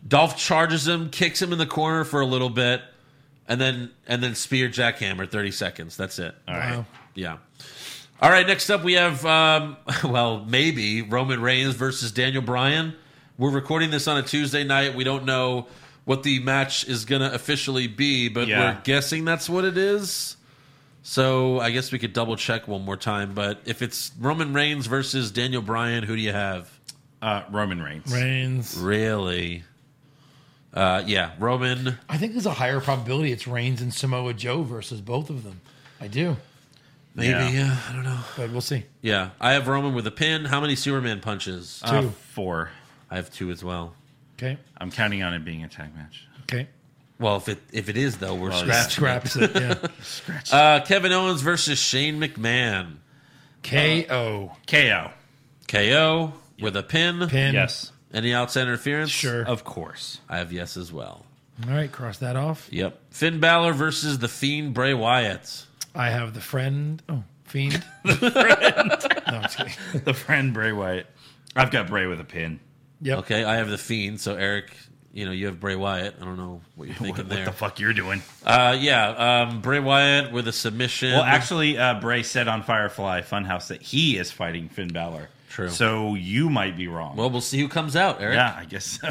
Speaker 4: Dolph charges him, kicks him in the corner for a little bit, and then and then spear jackhammer. Thirty seconds. That's it.
Speaker 7: All right.
Speaker 5: Wow.
Speaker 4: Yeah. All right. Next up, we have um, well, maybe Roman Reigns versus Daniel Bryan. We're recording this on a Tuesday night. We don't know what the match is going to officially be, but
Speaker 7: Yeah.
Speaker 4: we're guessing that's what it is. So I guess we could double check one more time. But if it's Roman Reigns versus Daniel Bryan, who do you have?
Speaker 7: Uh, Roman Reigns.
Speaker 5: Reigns.
Speaker 4: Really? Uh, yeah, Roman.
Speaker 5: I think there's a higher probability it's Reigns and Samoa Joe versus both of them. I do,
Speaker 4: Maybe. Yeah.
Speaker 7: Yeah.
Speaker 4: I don't know.
Speaker 5: but we'll see.
Speaker 4: Yeah, I have Roman with a pin. How many Superman punches?
Speaker 7: Uh,
Speaker 5: Two.
Speaker 7: four.
Speaker 4: I have two as well.
Speaker 5: Okay.
Speaker 7: I'm counting on it being a tag match.
Speaker 5: Okay.
Speaker 4: Well, if it if it is though, we're
Speaker 5: That
Speaker 4: scratched.
Speaker 5: scraps it. Yeah.
Speaker 4: Uh, Kevin Owens versus Shane McMahon.
Speaker 5: KO.
Speaker 7: KO.
Speaker 4: KO with a pin.
Speaker 5: Pin.
Speaker 7: Yes.
Speaker 4: Any outside interference?
Speaker 5: Sure.
Speaker 7: Of course.
Speaker 4: I have yes as well.
Speaker 5: All right. Cross that off.
Speaker 4: Yep. Finn Balor versus the Fiend Bray Wyatt.
Speaker 5: I have the friend. Oh, fiend. no, I'm just kidding.
Speaker 7: The friend Bray Wyatt. I've got Bray with a pin.
Speaker 5: Yep.
Speaker 4: Okay, I have the Fiend. So Eric, you know you have Bray Wyatt. I don't know what you're thinking
Speaker 7: What,
Speaker 4: there.
Speaker 7: what the fuck you're doing?
Speaker 4: uh, yeah, um, Bray Wyatt with a submission.
Speaker 7: Well, actually, uh, Bray said on Firefly Funhouse that he is fighting Finn Balor.
Speaker 4: True.
Speaker 7: So you might be wrong.
Speaker 4: Well, we'll see who comes out, Eric.
Speaker 7: yeah, I guess. so.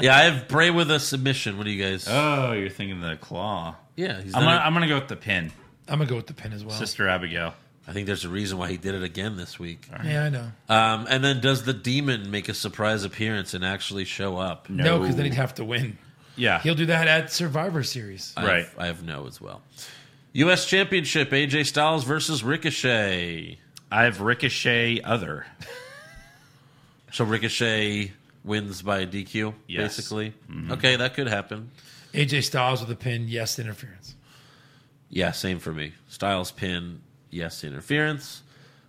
Speaker 4: Yeah, I have Bray with a submission. What do you guys?
Speaker 7: oh, you're thinking the claw.
Speaker 4: yeah, he's
Speaker 7: I'm
Speaker 4: not-
Speaker 7: gonna, I'm gonna go with the pin,
Speaker 5: I'm gonna go with the pin as well.
Speaker 7: Sister Abigail.
Speaker 4: I think there's a reason why he did it again this week.
Speaker 5: Yeah, I know.
Speaker 4: Um, and then does the demon make a surprise appearance and actually show up?
Speaker 5: No, because then he'd have to win.
Speaker 7: Yeah.
Speaker 5: He'll do that at Survivor Series.
Speaker 4: I
Speaker 7: Right.
Speaker 4: Have, I have no as well. U.S. Championship AJ Styles versus Ricochet.
Speaker 7: I have Ricochet other.
Speaker 4: So Ricochet wins by DQ,
Speaker 7: Yes. Mm-hmm.
Speaker 4: basically. Okay, that could happen.
Speaker 5: AJ Styles with a pin, yes, interference.
Speaker 4: Yeah, same for me. Styles pin, yes, interference.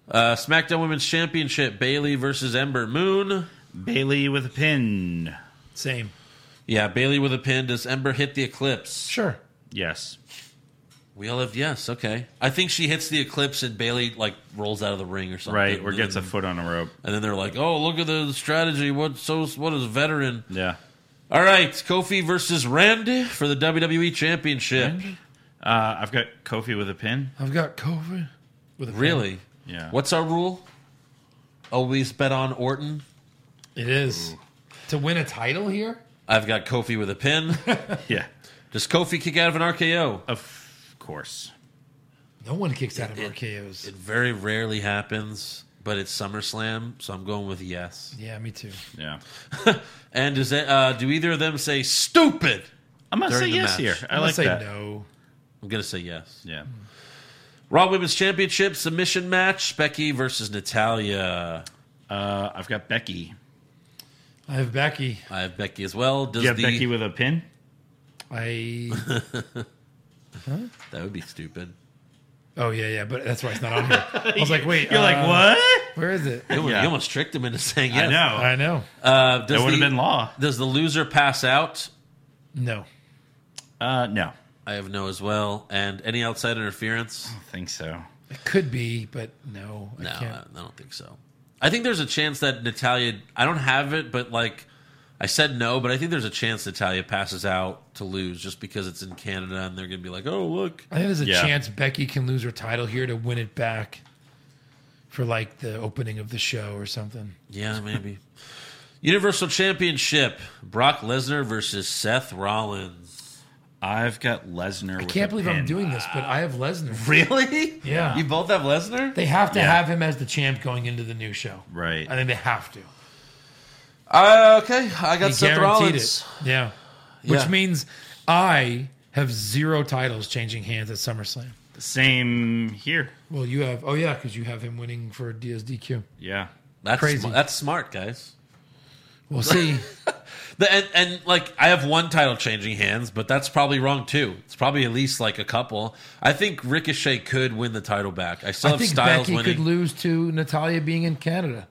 Speaker 4: Uh, SmackDown Women's Championship Bailey versus Ember Moon.
Speaker 7: Bailey with a pin.
Speaker 5: Same.
Speaker 4: Yeah, Bailey with a pin. Does Ember hit the eclipse?
Speaker 5: Sure.
Speaker 7: Yes.
Speaker 4: We all have yes. Okay, I think she hits the eclipse and Bailey like rolls out of the ring or something,
Speaker 7: Right. Or gets a
Speaker 4: And-
Speaker 7: foot on a rope.
Speaker 4: And then they're like, "Oh, look at the strategy. What so? What is veteran?
Speaker 7: Yeah.
Speaker 4: All right, Kofi versus Randy for the WWE Championship.
Speaker 7: Uh, I've got Kofi with a pin.
Speaker 5: I've got COVID. With a pin.
Speaker 4: Really?
Speaker 7: Yeah.
Speaker 4: What's our rule? Always bet on Orton.
Speaker 5: It is. To win a title here?
Speaker 4: I've got Kofi with a pin.
Speaker 7: Yeah.
Speaker 4: Does Kofi kick out of an RKO?
Speaker 7: Oh. Of course.
Speaker 5: No one kicks out of RKOs.
Speaker 4: It very rarely happens, but it's SummerSlam, so I'm going with yes.
Speaker 5: yeah, me too.
Speaker 7: Yeah.
Speaker 4: And does that, uh, do either of them say stupid?
Speaker 7: I'm gonna
Speaker 4: During
Speaker 7: say
Speaker 4: the
Speaker 7: yes
Speaker 4: match.
Speaker 7: here. I
Speaker 5: I'm gonna
Speaker 7: like
Speaker 5: say
Speaker 7: that.
Speaker 5: no.
Speaker 4: I'm gonna say yes.
Speaker 7: Yeah.
Speaker 4: Raw Women's Championship submission match: Becky versus Natalia.
Speaker 7: Uh, I've got Becky.
Speaker 5: I have Becky.
Speaker 4: I have Becky as well. Does
Speaker 7: You have
Speaker 4: the
Speaker 7: Becky with a pin?
Speaker 5: I.
Speaker 4: that would be stupid?
Speaker 5: Oh yeah, yeah, but that's why it's not on here. I was like, wait,
Speaker 7: You're
Speaker 5: uh,
Speaker 7: like, what?
Speaker 5: Where is it?
Speaker 4: You,
Speaker 7: Yeah.
Speaker 4: you almost tricked him into saying
Speaker 7: I
Speaker 4: yes.
Speaker 7: know.
Speaker 5: I know.
Speaker 4: Uh, does
Speaker 7: that would have
Speaker 4: the-
Speaker 7: been law.
Speaker 4: Does the loser pass out?
Speaker 5: No,
Speaker 7: Uh, no.
Speaker 4: I have no as well. And any outside interference?
Speaker 7: I think so.
Speaker 5: it could be, but no,
Speaker 4: No,
Speaker 5: I
Speaker 4: I,
Speaker 5: can't.
Speaker 4: I don't think so. I think there's a chance that Natalia. I don't have it, but like I said, no. But I think there's a chance Natalia passes out to lose just because it's in Canada and they're gonna be like, oh look,
Speaker 5: I think there's a
Speaker 7: Yeah.
Speaker 5: chance Becky can lose her title here to win it back for like the opening of the show or something.
Speaker 4: yeah, maybe. Universal Championship: Brock Lesnar versus Seth Rollins.
Speaker 7: I've got Lesnar.
Speaker 5: I can't believe I'm doing this, but I have Lesnar.
Speaker 4: Really?
Speaker 5: Yeah.
Speaker 4: You both have Lesnar.
Speaker 5: They have to
Speaker 7: Yeah.
Speaker 5: have him as the champ going into the new show.
Speaker 7: Right.
Speaker 5: I think they have to.
Speaker 4: Uh, okay, I got
Speaker 5: They
Speaker 4: Seth
Speaker 5: guaranteed
Speaker 4: Rollins.
Speaker 5: it. Yeah.
Speaker 4: Yeah.
Speaker 5: Which means I have zero titles changing hands at SummerSlam.
Speaker 7: Same here.
Speaker 5: Well, you have. Oh yeah, because you have him winning for DSDQ.
Speaker 7: Yeah.
Speaker 4: That's
Speaker 5: Crazy.
Speaker 4: sm- that's smart, guys.
Speaker 5: We'll see.
Speaker 4: The, and, and like I have one title changing hands, but that's probably wrong too. It's probably at least like a couple. I think Ricochet could win the title back. I still
Speaker 5: I
Speaker 4: have
Speaker 5: think
Speaker 4: Styles
Speaker 5: Becky
Speaker 4: winning.
Speaker 5: could lose to Natalia being in Canada.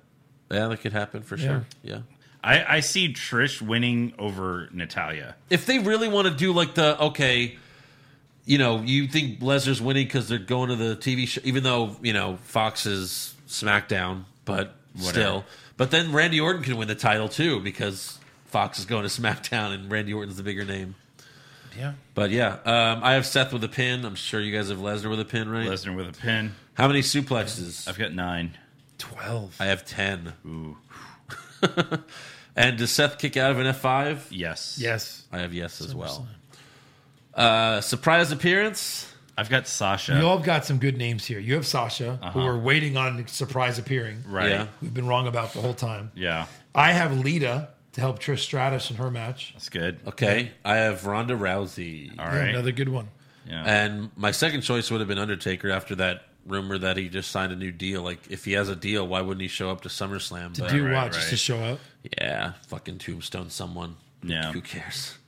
Speaker 4: yeah, that could happen for sure. Yeah.
Speaker 7: I, I see Trish winning over Natalia.
Speaker 4: If they really want to do like the okay, you know, you think Lesnar's winning because they're going to the TV show, even though you know Fox is SmackDown, but still. But then Randy Orton can win the title too because Fox is going to SmackDown and Randy Orton's the bigger name.
Speaker 5: Yeah.
Speaker 4: But yeah, um, I have Seth with a pin. I'm sure you guys have Lesnar with a pin, right?
Speaker 7: Lesnar with a pin.
Speaker 4: How many suplexes?
Speaker 7: I've got nine.
Speaker 5: Twelve.
Speaker 4: I have 10.
Speaker 7: Ooh.
Speaker 4: And does Seth kick out of an F5?
Speaker 7: Yes.
Speaker 5: Yes.
Speaker 4: I have yes as well. Uh, surprise appearance?
Speaker 7: I've got Sasha.
Speaker 5: You all have got some good names here. You have Sasha, who we're waiting on surprise appearing.
Speaker 7: right.
Speaker 4: Yeah.
Speaker 7: Yeah.
Speaker 5: We've been wrong about the whole time.
Speaker 7: yeah.
Speaker 5: I have Lita to help Trish Stratus in her match.
Speaker 7: That's good.
Speaker 4: Okay. I have Ronda Rousey.
Speaker 7: All
Speaker 5: Yeah,
Speaker 7: right.
Speaker 5: Another good one.
Speaker 7: yeah.
Speaker 4: And my second choice would have been Undertaker after that rumor that he just signed a new deal. Like, if he has a deal, why wouldn't he show up to SummerSlam?
Speaker 5: To
Speaker 4: But-
Speaker 5: do
Speaker 7: right,
Speaker 5: what? Just
Speaker 7: right.
Speaker 5: to show up.
Speaker 4: Yeah, fucking tombstone someone.
Speaker 7: Yeah.
Speaker 4: Who cares?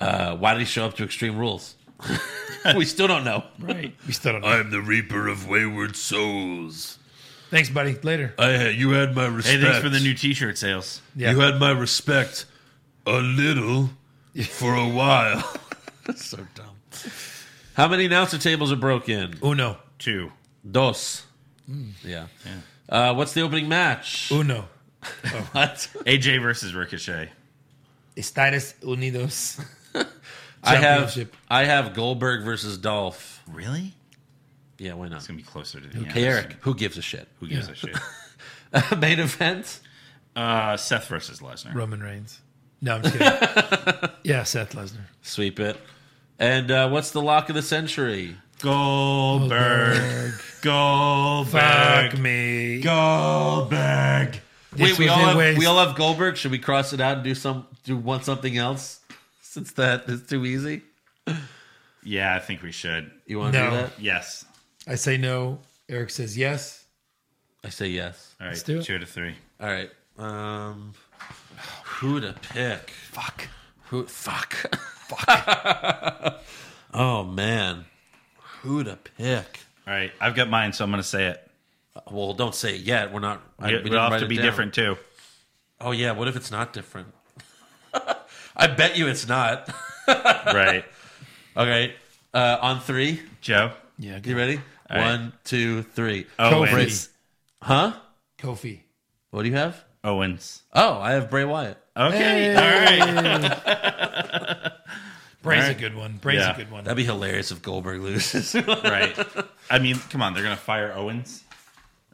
Speaker 4: Uh, why did he show up to Extreme Rules? we still don't know.
Speaker 5: Right. We still don't know.
Speaker 6: I'm the Reaper of Wayward Souls.
Speaker 5: Thanks, buddy. Later.
Speaker 4: Uh,
Speaker 6: I had, you had my
Speaker 7: Hey,
Speaker 6: respect.
Speaker 7: thanks for the new T-shirt sales.
Speaker 5: Yeah.
Speaker 6: You had my respect a little for a while.
Speaker 4: so dumb. How many announcer tables are broken?
Speaker 5: Uno.
Speaker 7: Two.
Speaker 4: Dos. Yeah. Uh, what's the opening match?
Speaker 5: Uno.
Speaker 4: What?
Speaker 7: AJ versus Ricochet.
Speaker 5: Estados Unidos.
Speaker 4: I have
Speaker 5: Championship.
Speaker 4: I have Goldberg versus Dolph.
Speaker 7: Really?
Speaker 4: Yeah, why not?
Speaker 7: It's gonna be closer to the end.
Speaker 4: Hey Eric, who gives a shit?
Speaker 7: Who gives a shit?
Speaker 4: Main event.
Speaker 7: Uh, Seth versus Lesnar.
Speaker 5: Roman Reigns. No, I'm just kidding. yeah, Seth Lesnar.
Speaker 4: Sweep it. And uh, what's the lock of the century?
Speaker 7: Goldberg. Goldberg.
Speaker 5: Fuck me.
Speaker 7: Goldberg.
Speaker 4: Wait,
Speaker 5: This
Speaker 4: we
Speaker 5: was
Speaker 4: all
Speaker 5: in
Speaker 4: have,
Speaker 5: ways-
Speaker 4: we all have Goldberg. Should we cross it out and do some do want something else? Since that is too easy,
Speaker 7: Yeah, I think we should.
Speaker 4: you want to
Speaker 5: No.
Speaker 4: do that?
Speaker 7: Yes.
Speaker 5: I say no. Eric says yes.
Speaker 4: I say yes.
Speaker 7: All right.
Speaker 5: do it.
Speaker 7: Two to three.
Speaker 4: All right. Um, who to pick?
Speaker 5: Fuck.
Speaker 4: Who? Fuck. Fuck. oh man, who to pick?
Speaker 7: All right. I've got mine, so I'm going to say it.
Speaker 4: Well, don't say it yet. We're not. I-
Speaker 7: It
Speaker 4: we
Speaker 7: will
Speaker 4: didn't
Speaker 7: have
Speaker 4: write
Speaker 7: to
Speaker 4: it
Speaker 7: be
Speaker 4: down.
Speaker 7: different, too.
Speaker 4: Oh yeah. What if it's not different? I bet you it's not.
Speaker 7: Right.
Speaker 4: Okay. Uh, on three.
Speaker 7: Joe?
Speaker 5: Yeah.
Speaker 4: You ready?
Speaker 7: right.
Speaker 4: One, two, three.
Speaker 7: Owens.
Speaker 5: Kofi.
Speaker 4: Huh?
Speaker 5: Kofi.
Speaker 4: What do you have?
Speaker 7: Owens.
Speaker 4: Oh, I have Bray Wyatt.
Speaker 7: Okay. All right.
Speaker 5: Bray's a good one. Bray's
Speaker 7: Yeah.
Speaker 5: a good one.
Speaker 4: That'd be hilarious if Goldberg loses.
Speaker 7: right. I mean, come on. They're going to fire Owens.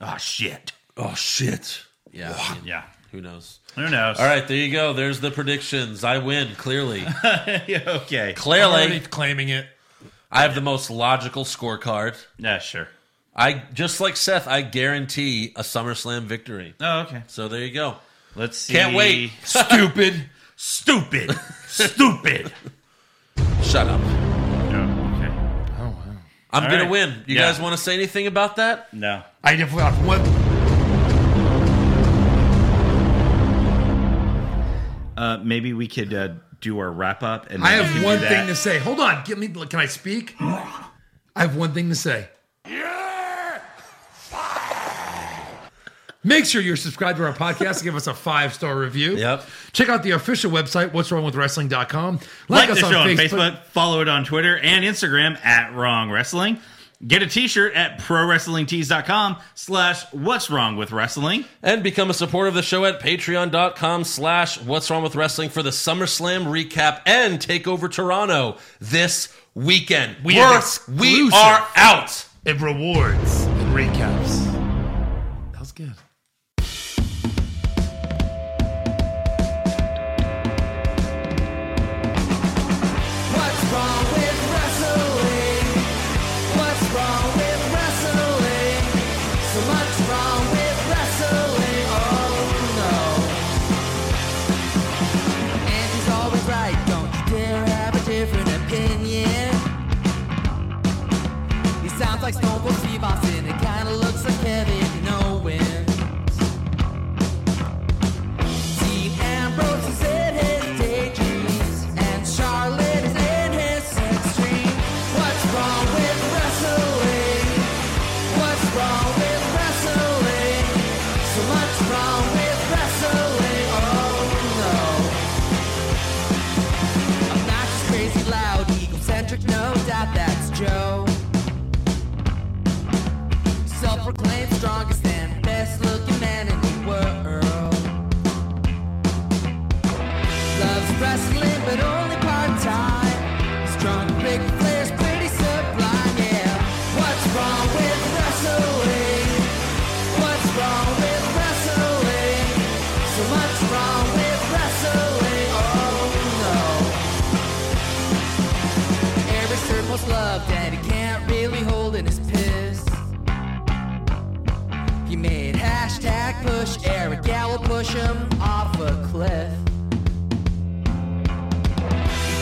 Speaker 7: Oh, shit.
Speaker 4: oh shit. Yeah. I mean,
Speaker 7: Yeah.
Speaker 4: Who knows?
Speaker 7: Who knows?
Speaker 4: All right, there you go. There's the predictions. I win clearly.
Speaker 7: Yeah, okay.
Speaker 5: I'm already
Speaker 4: clearly,
Speaker 5: claiming it.
Speaker 4: I have the most logical scorecard.
Speaker 7: Yeah, sure.
Speaker 4: I just like Seth. I guarantee a SummerSlam victory.
Speaker 7: Oh, okay.
Speaker 4: So there you go.
Speaker 7: Let's see.
Speaker 4: Can't wait.
Speaker 5: Stupid.
Speaker 7: Stupid. Stupid.
Speaker 4: Shut up.
Speaker 7: Oh, okay.
Speaker 4: I'm
Speaker 7: All
Speaker 4: gonna
Speaker 7: right.
Speaker 4: win. You
Speaker 7: Yeah.
Speaker 4: guys want to say anything about that?
Speaker 7: No.
Speaker 5: I definitely have one.
Speaker 7: Uh, maybe we could uh, do our wrap up. And
Speaker 5: I
Speaker 7: then we can
Speaker 5: have
Speaker 7: do
Speaker 5: one
Speaker 7: that.
Speaker 5: thing to say. Hold on. Give me. Can I speak? I have one thing to say. Make sure you're subscribed to our podcast and give us a five star review.
Speaker 4: Yep.
Speaker 5: Check out the official website, what's wrong with wrestling.com.
Speaker 7: Like, the show on Facebook, follow it on Twitter and Instagram at Wrong Wrestling. Get a t-shirt at prowrestlingtees.com slash what's wrong with wrestling.
Speaker 4: And become a supporter of the show at patreon.com slash what's wrong with wrestling for the SummerSlam recap and take over Toronto this weekend.
Speaker 5: We
Speaker 4: We're-
Speaker 5: have
Speaker 4: we
Speaker 5: exclusive.
Speaker 4: are out.
Speaker 5: It rewards and recaps. That was good.
Speaker 10: What's wrong with wrestling? What's wrong with wrestling? So much wrong with wrestling. Oh no. And he's always right. Don't you dare have a different opinion. He sounds like Stone Cold Steve Austin. It kinda looks like Kevin Owens. Dean Ambrose is in his daydreams, and Charlotte is in his sex dream. What's wrong with wrestling? What's wrong with wrestling? So much wrong with wrestling. Oh no. Obnoxious, crazy, loud, egocentric, no doubt that's Joe. Self-proclaimed strongest and best-looking man in the world. Loves wrestling, but only part time. Strong big players, pretty sublime, yeah. What's wrong with wrestling? What's wrong with wrestling? So much wrong with wrestling, oh no. Every circle's love that he can't really hold in his piss. He made hashtag push Eric Gallo push him off a cliff.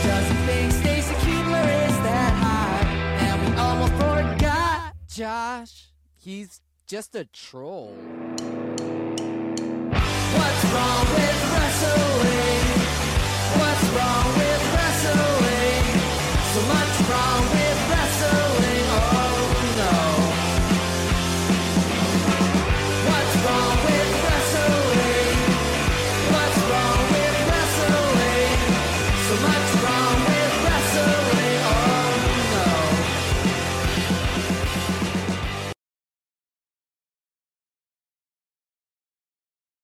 Speaker 10: Doesn't think Stacy Keebler is that hot. And we almost forgot Josh. He's just a troll. What's wrong with wrestling? What's wrong with Oh, Oh,